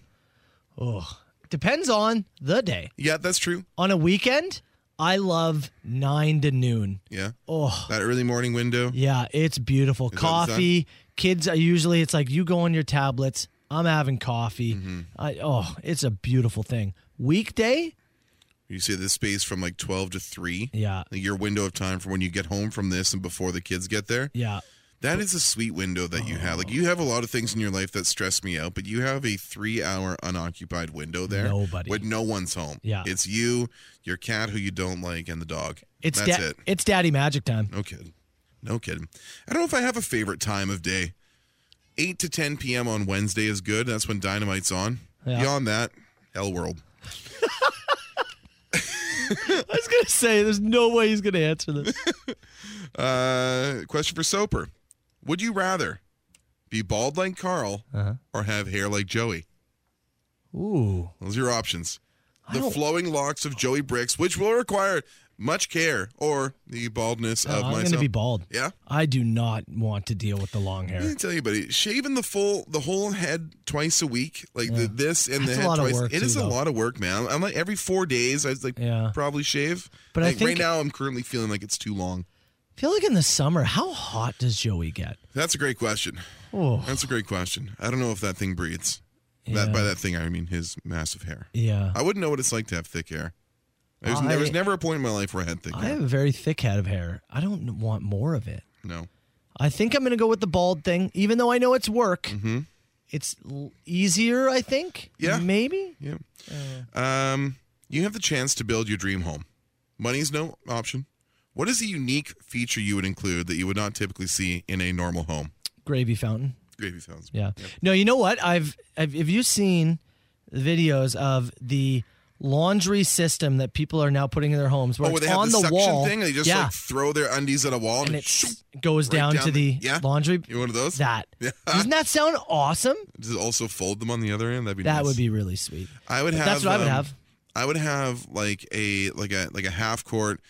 Speaker 5: Oh, depends on the day.
Speaker 6: Yeah, that's true.
Speaker 5: On a weekend, I love nine to noon.
Speaker 6: Yeah.
Speaker 5: Oh,
Speaker 6: That early morning window.
Speaker 5: yeah, it's beautiful.
Speaker 6: Is that the sun?
Speaker 5: coffee. Kids are usually it's like you go on your tablets. I'm having coffee.
Speaker 6: Mm-hmm.
Speaker 5: I, oh, it's a beautiful thing. Weekday,
Speaker 6: You see this space from like 12 to 3.
Speaker 5: Yeah.
Speaker 6: Like your window of time from when you get home from this and before the kids get there.
Speaker 5: yeah,
Speaker 6: That is a sweet window that you have. Like you have a lot of things in your life that stress me out, but you have a three hour unoccupied window there.
Speaker 5: Nobody.
Speaker 6: When no one's home.
Speaker 5: Yeah.
Speaker 6: It's you, your cat who you don't like, and the dog.
Speaker 5: it's
Speaker 6: That's
Speaker 5: da-
Speaker 6: it.
Speaker 5: it's daddy magic time.
Speaker 6: No kidding. No kidding. I don't know if I have a favorite time of day. 8 to 10 p.m. on Wednesday is good. That's when dynamite's on.
Speaker 5: Yeah.
Speaker 6: Beyond that, hell world.
Speaker 5: I was gonna say there's no way he's gonna answer this.
Speaker 6: Uh, question for Soper: Would you rather be bald like Carl
Speaker 5: Uh-huh.
Speaker 6: or have hair like Joey?
Speaker 5: Ooh,
Speaker 6: Those are your options.
Speaker 5: I
Speaker 6: The
Speaker 5: don't-
Speaker 6: flowing locks of Joey Bricks, which will require much care, or the baldness
Speaker 5: No,
Speaker 6: of
Speaker 5: Oh, I'm
Speaker 6: myself.
Speaker 5: gonna be bald.
Speaker 6: Yeah.
Speaker 5: I do not want to deal with the long
Speaker 6: I
Speaker 5: hair.
Speaker 6: didn't tell you, buddy. Shaving the full, the whole head twice a week, like the, this and
Speaker 5: That's a
Speaker 6: the head
Speaker 5: lot of
Speaker 6: twice.
Speaker 5: work,
Speaker 6: it
Speaker 5: too,
Speaker 6: is a
Speaker 5: though.
Speaker 6: lot of work, man. I'm like every four days, I was like
Speaker 5: Yeah.
Speaker 6: probably shave.
Speaker 5: But I
Speaker 6: Like, right
Speaker 5: think-
Speaker 6: now, I'm currently feeling like it's too long.
Speaker 5: I feel like in the summer, how hot does Joey get?
Speaker 6: That's a great question.
Speaker 5: Oh.
Speaker 6: That's a great question. I don't know if that thing breathes. That, by that thing, I mean his massive hair.
Speaker 5: Yeah.
Speaker 6: I wouldn't know what it's like to have thick hair. There was, there was
Speaker 5: I-
Speaker 6: never a point in my life where I had thick
Speaker 5: I
Speaker 6: hair.
Speaker 5: have a very thick head of hair. I don't want more of it.
Speaker 6: No.
Speaker 5: I think I'm going to go with the bald thing, even though I know it's work. It's l- easier, I think.
Speaker 6: Mm-hmm. Yeah.
Speaker 5: Maybe.
Speaker 6: Yeah. Um, you have the chance to build your dream home. Money's no option. What is a unique feature you would include that you would not typically see in a normal home?
Speaker 5: Gravy fountain.
Speaker 6: Gravy fountains.
Speaker 5: Yeah. No, you know what? I've, I've have you seen the videos of the laundry system that people are now putting in their homes where
Speaker 6: Oh, where
Speaker 5: it's
Speaker 6: they have
Speaker 5: on
Speaker 6: the,
Speaker 5: the
Speaker 6: suction
Speaker 5: wall?
Speaker 6: thing. They just
Speaker 5: yeah.
Speaker 6: like throw their undies at a wall and,
Speaker 5: and
Speaker 6: it shoo-
Speaker 5: it goes
Speaker 6: right
Speaker 5: down, to the
Speaker 6: yeah.
Speaker 5: laundry.
Speaker 6: You one of those?
Speaker 5: That
Speaker 6: Yeah.
Speaker 5: doesn't that sound awesome?
Speaker 6: Just also fold them on the other end. That'd be
Speaker 5: That
Speaker 6: nice.
Speaker 5: would be really sweet.
Speaker 6: I would
Speaker 5: But
Speaker 6: have.
Speaker 5: that's what I would
Speaker 6: um,
Speaker 5: have.
Speaker 6: I would have like a like a like a half court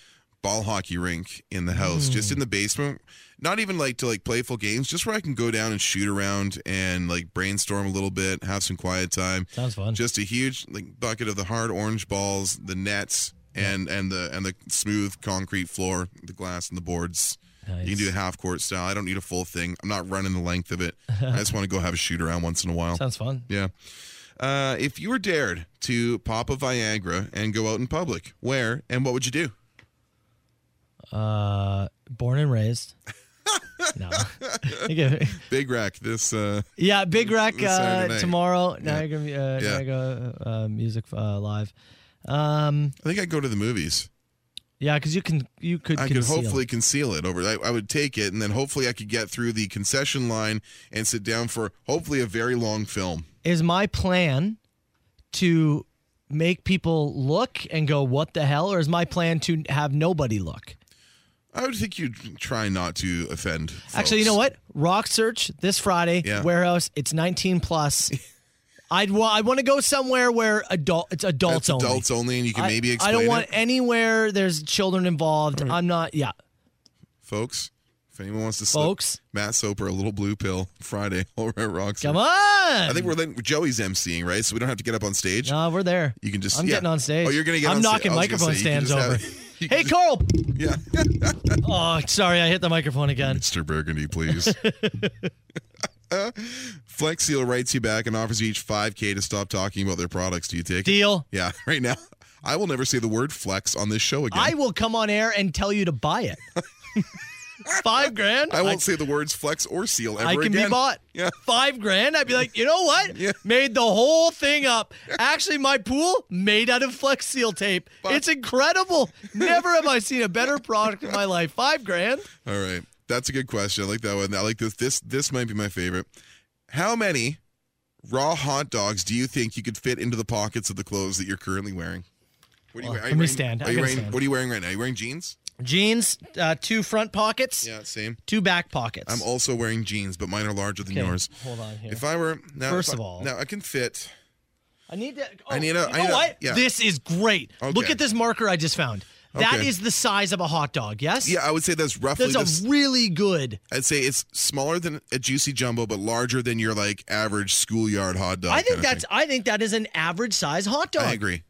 Speaker 6: ball hockey rink in the house, just
Speaker 5: Hmm.
Speaker 6: in the basement. Not even like to like playful games, just where I can go down and shoot around and like brainstorm a little bit, have some quiet time.
Speaker 5: Sounds fun.
Speaker 6: Just a huge like bucket of the hard orange balls, the nets, and and the and the smooth concrete floor, the glass and the boards. You
Speaker 5: Nice.
Speaker 6: can do a half court style. I don't need a full thing. I'm not running the length of it. I just want to go have a shoot around once in a while.
Speaker 5: Sounds fun.
Speaker 6: Yeah. Uh, if you were dared to pop a Viagra and go out in public, where and what would you do?
Speaker 5: Uh, born and raised. no. Okay.
Speaker 6: Big rack. This. Uh,
Speaker 5: yeah, Big Rack
Speaker 6: This Saturday
Speaker 5: uh,
Speaker 6: night.
Speaker 5: tomorrow.
Speaker 6: Yeah.
Speaker 5: Niagara, uh,
Speaker 6: Yeah.
Speaker 5: Niagara uh, Music uh, Live. Um,
Speaker 6: I think I'd go to the movies.
Speaker 5: yeah, because you can you could
Speaker 6: I could
Speaker 5: conceal.
Speaker 6: hopefully conceal it over. I, I would take it, and then hopefully I could get through the concession line and sit down for hopefully a very long film.
Speaker 5: is my plan to make people look and go what the hell, or is my plan to have nobody look?
Speaker 6: I would think you'd try not to offend.
Speaker 5: Actually, you
Speaker 6: folks.
Speaker 5: know what? Rock Search this Friday,
Speaker 6: Yeah.
Speaker 5: warehouse. It's 19 plus. I'd wa- I want to go somewhere where adult it's adults
Speaker 6: That's
Speaker 5: only.
Speaker 6: adults only, and you can
Speaker 5: I-
Speaker 6: maybe
Speaker 5: I
Speaker 6: explain
Speaker 5: don't want
Speaker 6: it,
Speaker 5: anywhere there's children involved. I'm not. Yeah,
Speaker 6: folks. If anyone wants to, slip
Speaker 5: folks,
Speaker 6: Matt Soper, a little blue pill Friday over at Rock's.
Speaker 5: come on.
Speaker 6: I think we're letting Joey's emceeing, right? So we don't have to get up on stage.
Speaker 5: No, we're there.
Speaker 6: You can just.
Speaker 5: I'm
Speaker 6: yeah.
Speaker 5: getting on stage.
Speaker 6: Oh, you're gonna get.
Speaker 5: I'm
Speaker 6: on sta-
Speaker 5: knocking
Speaker 6: I was gonna
Speaker 5: microphone
Speaker 6: say, you can
Speaker 5: stands over.
Speaker 6: just have- you can
Speaker 5: hey,
Speaker 6: just-
Speaker 5: Carl.
Speaker 6: Yeah.
Speaker 5: oh, sorry, I hit the microphone again.
Speaker 6: Mr. Burgundy, please. Flex Seal writes you back and offers you each 5K to stop talking about their products. Do you take it?
Speaker 5: Deal.
Speaker 6: Yeah, right now. I will never say the word flex on this show again.
Speaker 5: I will come on air and tell you to buy it. Five grand.
Speaker 6: I won't say the words flex or seal ever
Speaker 5: I can
Speaker 6: again.
Speaker 5: be bought. Five grand. I'd be like, you know what? Made the whole thing up. Actually, my pool made out of Flex Seal tape. It's incredible. Never have I seen a better product in my life. Five grand.
Speaker 6: All right, that's a good question. I like that one. I like this. This this might be my favorite. How many raw hot dogs do you think you could fit into the pockets of the clothes that you're currently wearing? What are you
Speaker 5: Well,
Speaker 6: wearing? Are
Speaker 5: let
Speaker 6: you
Speaker 5: me
Speaker 6: wearing-
Speaker 5: stand.
Speaker 6: Are
Speaker 5: I
Speaker 6: you
Speaker 5: can
Speaker 6: wearing?
Speaker 5: stand.
Speaker 6: What are you wearing right now? Are you wearing jeans?
Speaker 5: Jeans, uh, two front pockets.
Speaker 6: Yeah, same.
Speaker 5: Two back pockets.
Speaker 6: I'm also wearing jeans, but mine are larger than
Speaker 5: Okay,
Speaker 6: yours.
Speaker 5: hold on here.
Speaker 6: If I were now,
Speaker 5: First
Speaker 6: if I-
Speaker 5: of all-
Speaker 6: now I can fit.
Speaker 5: I need to. oh,
Speaker 6: I need a.
Speaker 5: You
Speaker 6: I
Speaker 5: know
Speaker 6: need a-
Speaker 5: what?
Speaker 6: yeah.
Speaker 5: This is great. Look
Speaker 6: Okay.
Speaker 5: at this marker I just found. That is
Speaker 6: Okay.
Speaker 5: the size of a hot dog. Yes.
Speaker 6: Yeah, I would say that's roughly.
Speaker 5: That's
Speaker 6: the s-
Speaker 5: a really good.
Speaker 6: I'd say it's smaller than a juicy jumbo, but larger than your like average schoolyard hot dog.
Speaker 5: I think
Speaker 6: kinda
Speaker 5: that's. I think that is an average size hot
Speaker 6: thing.
Speaker 5: dog.
Speaker 6: I agree.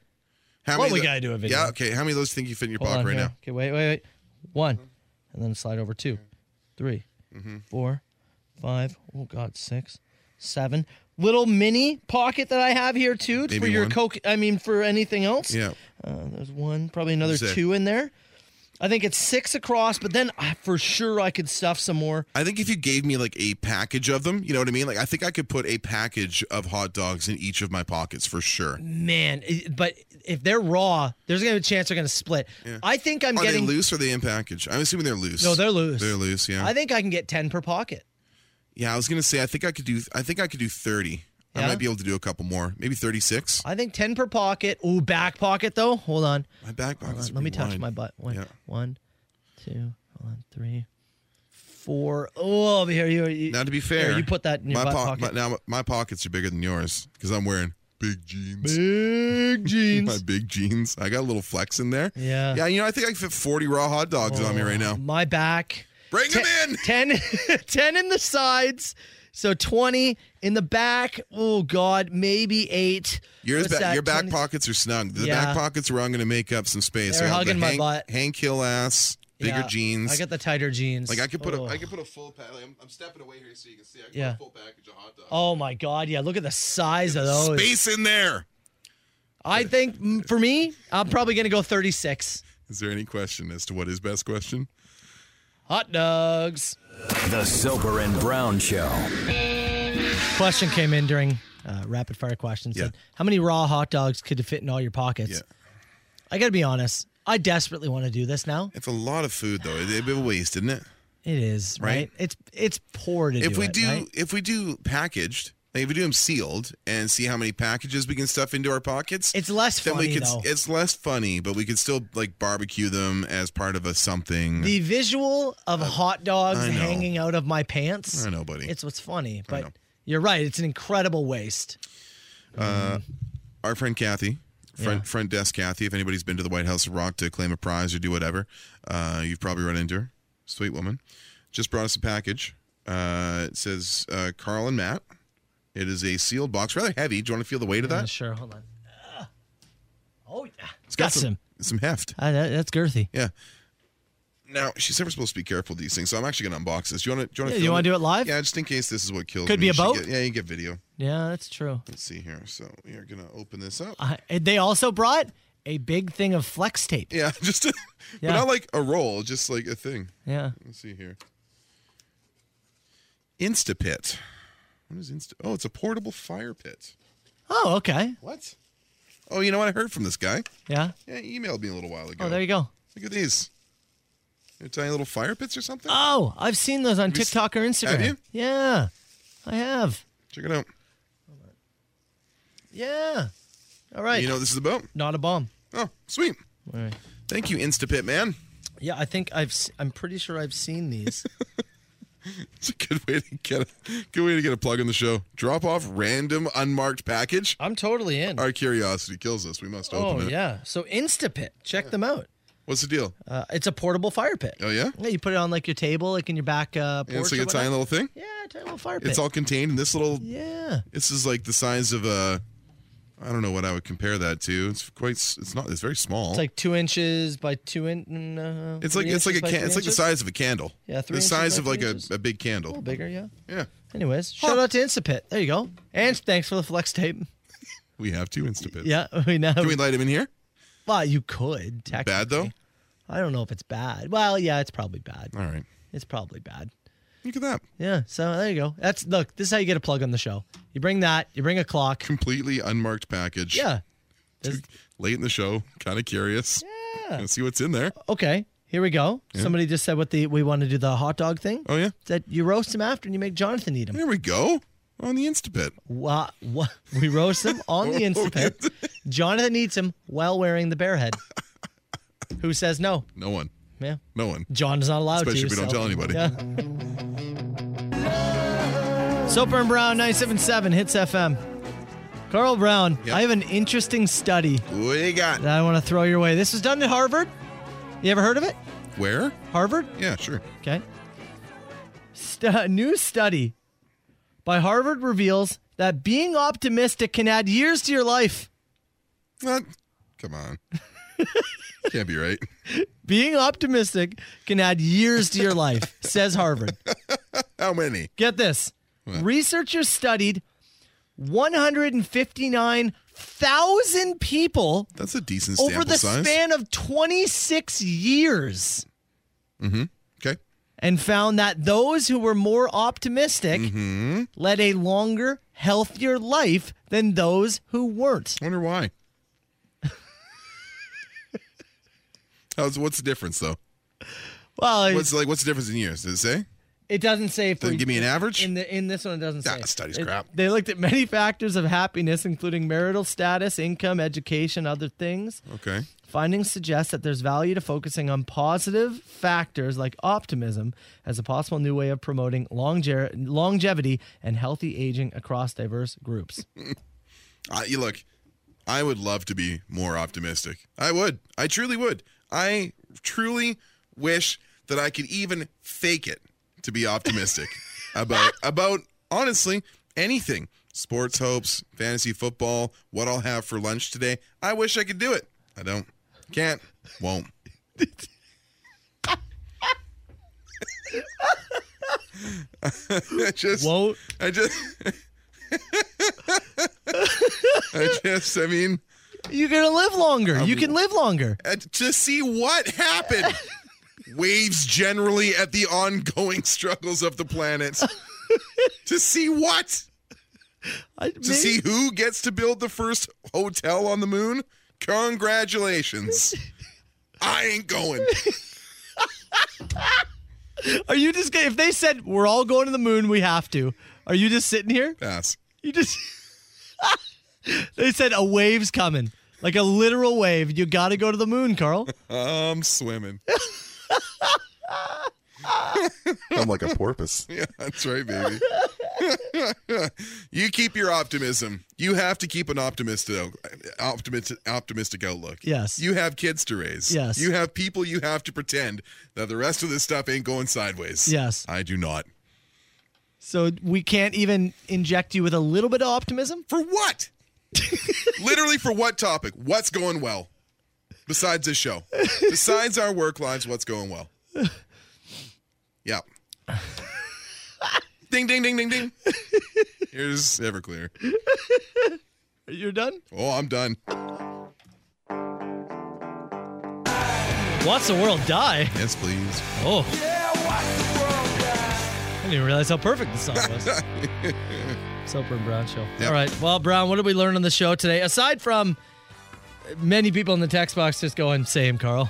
Speaker 6: How
Speaker 5: Well,
Speaker 6: many
Speaker 5: we
Speaker 6: of
Speaker 5: gotta do a video.
Speaker 6: Yeah, okay. How many of those think you fit in your
Speaker 5: Hold
Speaker 6: pocket
Speaker 5: on
Speaker 6: right
Speaker 5: here.
Speaker 6: now?
Speaker 5: Okay, wait, wait, wait. One, and then slide over two, three,
Speaker 6: Mm-hmm.
Speaker 5: four, five. Oh God, six, seven. Little mini pocket that I have here too for
Speaker 6: Maybe
Speaker 5: your
Speaker 6: one.
Speaker 5: coke. I mean, for anything else.
Speaker 6: Yeah.
Speaker 5: Uh, there's one, probably another
Speaker 6: Sick.
Speaker 5: two in there. I think it's six across, but then I, for sure I could stuff some more.
Speaker 6: I think if you gave me like a package of them, you know what I mean? Like I think I could put a package of hot dogs in each of my pockets for sure.
Speaker 5: Man, it- but if they're raw, there's gonna be a chance they're gonna split. I think I'm
Speaker 6: are
Speaker 5: getting.
Speaker 6: they loose or are they in package? I'm assuming they're loose.
Speaker 5: No, they're loose.
Speaker 6: They're loose, yeah.
Speaker 5: I think I can get ten per pocket.
Speaker 6: yeah, I was gonna say I think I could do I think I could do thirty. I
Speaker 5: Yeah?
Speaker 6: might be able to do a couple more. Maybe thirty six.
Speaker 5: I think ten per pocket. Ooh, back pocket though. Hold on.
Speaker 6: My back
Speaker 5: Hold
Speaker 6: pockets
Speaker 5: on,
Speaker 6: are
Speaker 5: Let me
Speaker 6: pretty
Speaker 5: touch
Speaker 6: wide.
Speaker 5: my butt. One,
Speaker 6: Yeah.
Speaker 5: one, two, hold on, three, four. Oh, over here. You, you,
Speaker 6: Now to be
Speaker 5: here,
Speaker 6: fair,
Speaker 5: you put that in your
Speaker 6: my
Speaker 5: butt
Speaker 6: po-
Speaker 5: pocket.
Speaker 6: My, now my pockets are bigger than yours because I'm wearing big jeans.
Speaker 5: Big
Speaker 6: my
Speaker 5: jeans.
Speaker 6: big jeans. I got a little flex in there.
Speaker 5: Yeah. Oh.
Speaker 6: Yeah, you know, I think I can fit 40 raw hot dogs on me right now.
Speaker 5: my back.
Speaker 6: Bring them in.
Speaker 5: 10, 10 in the sides. So 20 in the back. Oh, God. Maybe eight.
Speaker 6: Yours
Speaker 5: What's
Speaker 6: ba-
Speaker 5: that,
Speaker 6: your back
Speaker 5: 20?
Speaker 6: pockets are snug. The
Speaker 5: Yeah.
Speaker 6: back pockets are where I'm going to make up some space.
Speaker 5: They're
Speaker 6: I got the
Speaker 5: hugging my
Speaker 6: Hank,
Speaker 5: butt.
Speaker 6: Hank Hill ass, bigger
Speaker 5: Yeah,
Speaker 6: jeans.
Speaker 5: I got the tighter jeans.
Speaker 6: like I could put
Speaker 5: Oh.
Speaker 6: a I could put a full pack. Like, I'm, I'm stepping away here so you can see. I could
Speaker 5: Yeah.
Speaker 6: put a full package of hot dogs.
Speaker 5: Oh, my God. Yeah. Look at the size of those.
Speaker 6: Space in there.
Speaker 5: I think mm, for me, I'm probably going to go 36.
Speaker 6: Is there any question as to what is best question?
Speaker 5: Hot dogs.
Speaker 4: The Soper and Brown Show.
Speaker 5: Question came in during uh, rapid fire question. Said, how many raw hot dogs could fit in all your pockets?
Speaker 6: Yeah.
Speaker 5: I got to be honest. I desperately want to do this now.
Speaker 6: It's a lot of food though. It'd be a waste, isn't it?
Speaker 5: It is right.
Speaker 6: Right?
Speaker 5: It's it's poor to
Speaker 6: if
Speaker 5: do
Speaker 6: we
Speaker 5: it,
Speaker 6: do
Speaker 5: right?
Speaker 6: if we do packaged like if we do them sealed and see how many packages we can stuff into our pockets
Speaker 5: It's less
Speaker 6: then
Speaker 5: funny
Speaker 6: we could
Speaker 5: though.
Speaker 6: it's less funny but we could still like barbecue them as part of a something
Speaker 5: the visual of hot dogs
Speaker 6: I know.
Speaker 5: hanging out of my pants.
Speaker 6: I know, buddy.
Speaker 5: It's what's funny, but
Speaker 6: know.
Speaker 5: you're right. It's an incredible waste.
Speaker 6: uh, our friend kathy front
Speaker 5: Yeah.
Speaker 6: front desk kathy if anybody's been to the white house of rock to claim a prize or do whatever uh, you've probably run into her sweet woman just brought us a package uh, it says uh, carl and matt it is a sealed box rather heavy do you want to feel the weight of
Speaker 5: Yeah,
Speaker 6: that
Speaker 5: sure, hold on. Ah. Oh yeah,
Speaker 6: it's got some some heft
Speaker 5: Ah, that- that's girthy.
Speaker 6: Yeah. Now she said we're supposed to be careful of these things, so I'm actually going to unbox this. Do you want to? Do you want
Speaker 5: Yeah,
Speaker 6: to?
Speaker 5: you wanna do it live?
Speaker 6: Yeah, just in case this is what kills.
Speaker 5: Could
Speaker 6: me.
Speaker 5: be
Speaker 6: You
Speaker 5: a
Speaker 6: should
Speaker 5: boat?
Speaker 6: get- yeah, you get video.
Speaker 5: Yeah, that's true.
Speaker 6: Let's see here. So we are going to open this up.
Speaker 5: I, they also brought a big thing of flex tape.
Speaker 6: yeah, just a,
Speaker 5: Yeah.
Speaker 6: but not like a roll, just like a thing.
Speaker 5: Yeah.
Speaker 6: Let's see here. Instapit. What is Insta? Oh, it's a portable fire pit.
Speaker 5: Oh, okay.
Speaker 6: What? Oh, you know what? I heard from this guy.
Speaker 5: Yeah.
Speaker 6: Yeah, he emailed me a little while ago.
Speaker 5: Oh, there you go.
Speaker 6: Look at these. They're tiny little fire pits or something.
Speaker 5: Oh, I've seen those on
Speaker 6: Have you s-
Speaker 5: TikTok or Instagram.
Speaker 6: have you?
Speaker 5: Yeah, I have.
Speaker 6: Check it out.
Speaker 5: Yeah. All right.
Speaker 6: You know what this is about?
Speaker 5: Not a bomb.
Speaker 6: Oh, sweet.
Speaker 5: All right.
Speaker 6: Thank you, Instapit man.
Speaker 5: Yeah, I think I've. s- I'm pretty sure I've seen these.
Speaker 6: It's a good way to get a good way to get a plug in the show. Drop off random unmarked package.
Speaker 5: I'm totally in.
Speaker 6: Our curiosity kills us. We must
Speaker 5: oh
Speaker 6: open it.
Speaker 5: yeah. So Instapit, check them out.
Speaker 6: What's the deal?
Speaker 5: Uh, it's a portable fire pit.
Speaker 6: Oh yeah.
Speaker 5: Yeah, you put it on like your table, like in your back uh, porch.
Speaker 6: And it's like
Speaker 5: or
Speaker 6: a tiny
Speaker 5: whatnot.
Speaker 6: little thing.
Speaker 5: Yeah, tiny little fire pit.
Speaker 6: It's all contained in this little.
Speaker 5: Yeah.
Speaker 6: This is like the size of a. I don't know what I would compare that to. It's quite. s- It's not. It's very small.
Speaker 5: It's like two inches by two inch. No,
Speaker 6: It's like
Speaker 5: three
Speaker 6: it's like a
Speaker 5: inches by
Speaker 6: can,
Speaker 5: three
Speaker 6: it's like the
Speaker 5: inches?
Speaker 6: size of a candle.
Speaker 5: Yeah, three
Speaker 6: The
Speaker 5: inches
Speaker 6: size
Speaker 5: by
Speaker 6: of like
Speaker 5: three
Speaker 6: a,
Speaker 5: inches.
Speaker 6: a
Speaker 5: A
Speaker 6: big
Speaker 5: little
Speaker 6: candle.
Speaker 5: bigger, yeah.
Speaker 6: Yeah,
Speaker 5: Anyways, shout out to Instapit. There you go. And thanks for the flex tape.
Speaker 6: we have two Instapit.
Speaker 5: Yeah, we know.
Speaker 6: Can we light him in here?
Speaker 5: Well, you could technically.
Speaker 6: Bad though?
Speaker 5: I don't know if it's bad. Well, yeah, it's probably bad.
Speaker 6: All right.
Speaker 5: It's probably bad.
Speaker 6: Look at that.
Speaker 5: Yeah. So there you go. That's look. This is how you get a plug on the show. You bring that. You bring a clock.
Speaker 6: Completely unmarked package.
Speaker 5: Yeah.
Speaker 6: Late in the show, kind of curious.
Speaker 5: Yeah.
Speaker 6: Let's see what's in there.
Speaker 5: Okay. Here we go.
Speaker 6: Yeah.
Speaker 5: Somebody just said what the we want to do the hot dog thing.
Speaker 6: Oh yeah.
Speaker 5: That you roast them after and you make Jonathan eat them.
Speaker 6: There we go. On the Instapit.
Speaker 5: Wow. What? We roast them on
Speaker 6: Oh,
Speaker 5: the Instapit. Jonathan eats them while wearing the bear head. Who says no?
Speaker 6: No one.
Speaker 5: Yeah.
Speaker 6: No one.
Speaker 5: John is not allowed
Speaker 6: Especially
Speaker 5: to.
Speaker 6: if we don't
Speaker 5: so-
Speaker 6: tell anybody.
Speaker 5: Yeah. Soper and Brown, 977 Hits FM. Carl Brown, I have an interesting study.
Speaker 6: What do you got?
Speaker 5: That I want to throw your way. This was done at Harvard. You ever heard of it?
Speaker 6: Where?
Speaker 5: Harvard?
Speaker 6: Yeah, sure.
Speaker 5: Okay. Stu- new study by Harvard reveals that being optimistic can add years to your life.
Speaker 6: Not, come on. Can't be right.
Speaker 5: Being optimistic can add years to your life, says Harvard.
Speaker 6: How many?
Speaker 5: Get this. Researchers studied 159,000 people
Speaker 6: That's a decent sample
Speaker 5: over the
Speaker 6: size.
Speaker 5: span of 26 years
Speaker 6: mm-hmm. Okay.
Speaker 5: and found that those who were more optimistic
Speaker 6: Mm-hmm.
Speaker 5: led a longer, healthier life than those who weren't.
Speaker 6: Wonder why. How's what's the difference though?
Speaker 5: Well,
Speaker 6: What's like what's the difference in years? Does it say?
Speaker 5: It doesn't say for
Speaker 6: Doesn't give me an average?
Speaker 5: In the in this one, it doesn't say.
Speaker 6: study's
Speaker 5: It-
Speaker 6: crap.
Speaker 5: They looked at many factors of happiness, including marital status, income, education, other things.
Speaker 6: Okay.
Speaker 5: Findings suggest that there's value to focusing on positive factors like optimism as a possible new way of promoting longe- longevity and healthy aging across diverse groups.
Speaker 6: I, you look, I would love to be more optimistic. I would. I truly would. I truly wish that I could even fake it to be optimistic about about honestly anything. Sports hopes, fantasy football, what I'll have for lunch today. I wish I could do it. I don't. Can't. Won't. I just
Speaker 5: won't.
Speaker 6: I just I just, I mean,
Speaker 5: You're gonna live longer. you can live longer.
Speaker 6: uh, to see what happened. Waves generally at the ongoing struggles of the planet. to see what?
Speaker 5: I,
Speaker 6: To see who gets to build the first hotel on the moon? Congratulations. I ain't going.
Speaker 5: Are you just gonna, if they said we're all going to the moon, we have to? Are you just sitting here?
Speaker 6: Pass.
Speaker 5: You just they said a wave's coming, like a literal wave. You got to go to the moon, Carl.
Speaker 6: I'm swimming.
Speaker 12: I'm like a porpoise.
Speaker 6: Yeah, that's right, baby. you keep your optimism. You have to keep an optimistic, optimistic, optimistic outlook.
Speaker 5: Yes.
Speaker 6: You have kids to raise.
Speaker 5: Yes.
Speaker 6: You have people you have to pretend that the rest of this stuff ain't going sideways.
Speaker 5: Yes.
Speaker 6: I do not.
Speaker 5: So we can't even inject you with a little bit of optimism
Speaker 6: for what? Literally for what topic? What's going well? Besides this show, besides our work lives, what's going well? Yeah. ding, ding, ding, ding, ding. Here's Everclear.
Speaker 5: You're done.
Speaker 6: Oh, I'm done.
Speaker 5: Watch the world die.
Speaker 6: Yes, please.
Speaker 5: Oh. I didn't even realize how perfect the song was. Soper and Brown show. All right. Well, Brown, what did we learn on the show today? Aside from many people in the text box just going, same, Carl.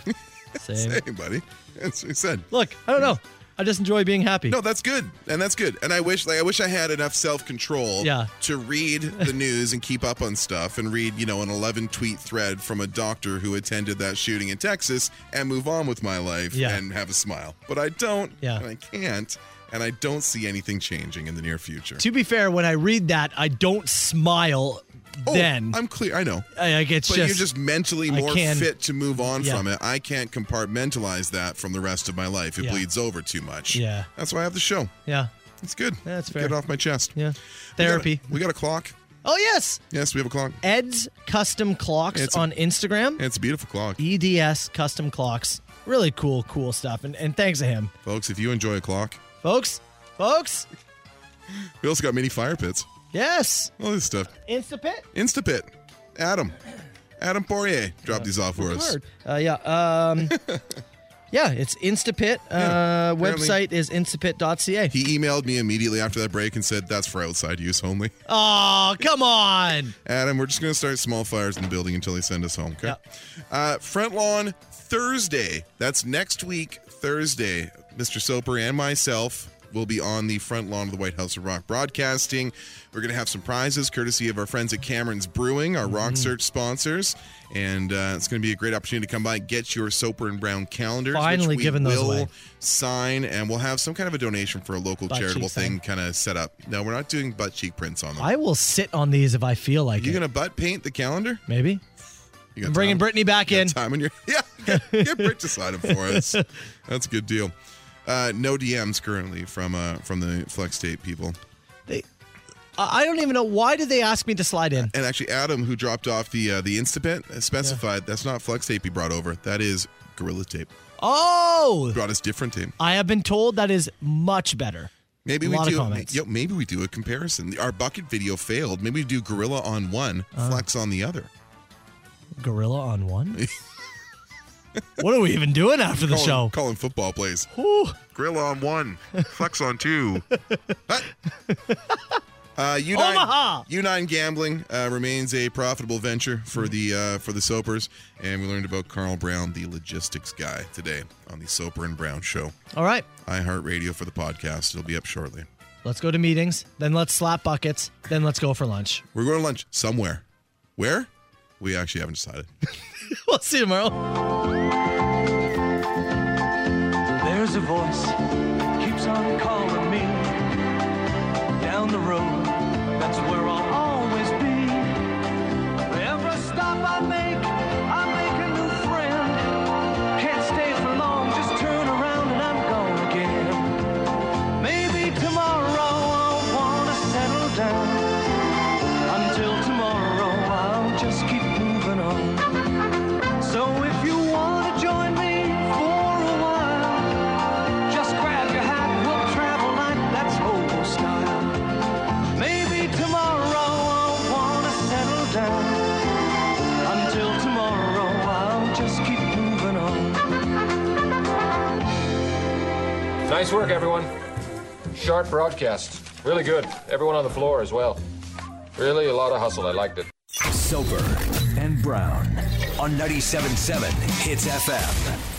Speaker 5: Same.
Speaker 6: Hey, buddy. That's what he said.
Speaker 5: Look, I don't know. I just enjoy being happy.
Speaker 6: No, that's good, and that's good. And I wish, like, I wish I had enough self control,
Speaker 5: Yeah.
Speaker 6: to read the news and keep up on stuff, and read, you know, an 11 tweet thread from a doctor who attended that shooting in Texas, and move on with my life
Speaker 5: Yeah.
Speaker 6: and have a smile. But I don't,
Speaker 5: Yeah.
Speaker 6: and I can't, and I don't see anything changing in the near future.
Speaker 5: To be fair, when I read that, I don't smile
Speaker 6: Oh,
Speaker 5: then.
Speaker 6: I'm clear. I know.
Speaker 5: I, like it's
Speaker 6: but
Speaker 5: just,
Speaker 6: you're just mentally
Speaker 5: I
Speaker 6: more
Speaker 5: can-
Speaker 6: fit to move on
Speaker 5: Yeah.
Speaker 6: from it. I can't compartmentalize that from the rest of my life. It
Speaker 5: Yeah.
Speaker 6: bleeds over too much.
Speaker 5: Yeah.
Speaker 6: That's why I have the show.
Speaker 5: Yeah.
Speaker 6: It's good.
Speaker 5: That's
Speaker 6: Get
Speaker 5: fair.
Speaker 6: it off my chest.
Speaker 5: Yeah.
Speaker 6: We got a-
Speaker 5: Therapy.
Speaker 6: We got a clock.
Speaker 5: Oh, yes.
Speaker 6: Yes, we have a clock.
Speaker 5: Ed's Custom Clocks
Speaker 6: It's a-
Speaker 5: on Instagram.
Speaker 6: It's a beautiful clock.
Speaker 5: EDS E Custom Clocks. Really cool, cool stuff. And, and thanks to him.
Speaker 6: Folks, if you enjoy a clock,
Speaker 5: Folks, folks,
Speaker 6: we also got mini fire pits.
Speaker 5: yes.
Speaker 6: All this stuff.
Speaker 5: Instapit.
Speaker 6: Instapit. Adam. Adam Poirier dropped these off for us.
Speaker 5: Word. Uh, yeah. Um, yeah, it's Instapit.
Speaker 6: Yeah,
Speaker 5: Uh,
Speaker 6: apparently.
Speaker 5: website is instapit.ca.
Speaker 6: He emailed me immediately after that break and said, That's for outside use only.
Speaker 5: Oh, come on.
Speaker 6: Adam, we're just going to start small fires in the building until they send us home, okay? Uh, front lawn Thursday. That's next week, Thursday. Mr. Soper and myself will be on the front lawn of the White House of Rock broadcasting. We're going to have some prizes courtesy of our friends at Cameron's Brewing, our
Speaker 5: Mm-hmm.
Speaker 6: Rock Search sponsors. And uh, it's going to be a great opportunity to come by and get your Soper and Brown calendars. which
Speaker 5: Finally
Speaker 6: we
Speaker 5: giving those
Speaker 6: will
Speaker 5: away.
Speaker 6: Sign, and we'll have some kind of a donation for a local
Speaker 5: Butt cheek
Speaker 6: charitable
Speaker 5: sign.
Speaker 6: thing kind of set up. No, we're not doing butt cheek prints on them.
Speaker 5: I will sit on these if I feel like
Speaker 6: You
Speaker 5: it.
Speaker 6: gonna butt paint the calendar?
Speaker 5: Maybe.
Speaker 6: You got
Speaker 5: I'm bringing Brittany back in.
Speaker 6: time in your yeah. Get, get Britt to sign 'em for us. That's a good deal. Uh, no DMs currently from uh, from the Flex State people.
Speaker 5: They, I I don't even know why did they ask me to slide in.
Speaker 6: And actually, Adam, who dropped off the uh, the Instapit, specified that's not Flex Tape he brought over. That is Gorilla Tape.
Speaker 5: Oh,
Speaker 6: Brought us different tape.
Speaker 5: I have been told that is much better.
Speaker 6: Maybe
Speaker 5: a
Speaker 6: we
Speaker 5: lot
Speaker 6: do.
Speaker 5: Of comments.
Speaker 6: Yo, maybe we do a comparison. Our bucket video failed. Maybe we do Gorilla on one,
Speaker 5: Uh-huh.
Speaker 6: Flex on the other.
Speaker 5: Gorilla on one. what are we even doing after the
Speaker 6: Calling-
Speaker 5: show?
Speaker 6: Calling football plays.
Speaker 5: Whew.
Speaker 6: Gorilla on one, Flex on two. Uh, U9,
Speaker 5: Omaha!
Speaker 6: U9 gambling uh, remains a profitable venture for the uh, for the Soapers, and we learned about Carl Brown, the logistics guy, today on the Soper and Brown Show.
Speaker 5: All right,
Speaker 6: iHeartRadio for the podcast. It'll be up shortly.
Speaker 5: let's go to meetings. Then let's slap buckets. Then let's go for lunch.
Speaker 6: We're going to lunch somewhere. Where? We actually haven't decided.
Speaker 5: we'll see you tomorrow.
Speaker 13: There's a voice keeps on calling me down the road. That's where I'll always be. Every stop I make, I make a new friend. Can't stay for long, just turn around and I'm gone again. Maybe tomorrow I'll wanna settle down. Until tomorrow I'll just keep moving on. So if you wanna join me for a while. Just grab your hat, we'll travel like that's old style. Maybe tomorrow I'll wanna settle down. Until tomorrow I'll just keep moving on.
Speaker 14: Nice work, everyone. Sharp broadcast. Really good. Everyone on the floor as well. Really a lot of hustle. I liked it.
Speaker 4: Soper and Brown on 97.7 Hits FM.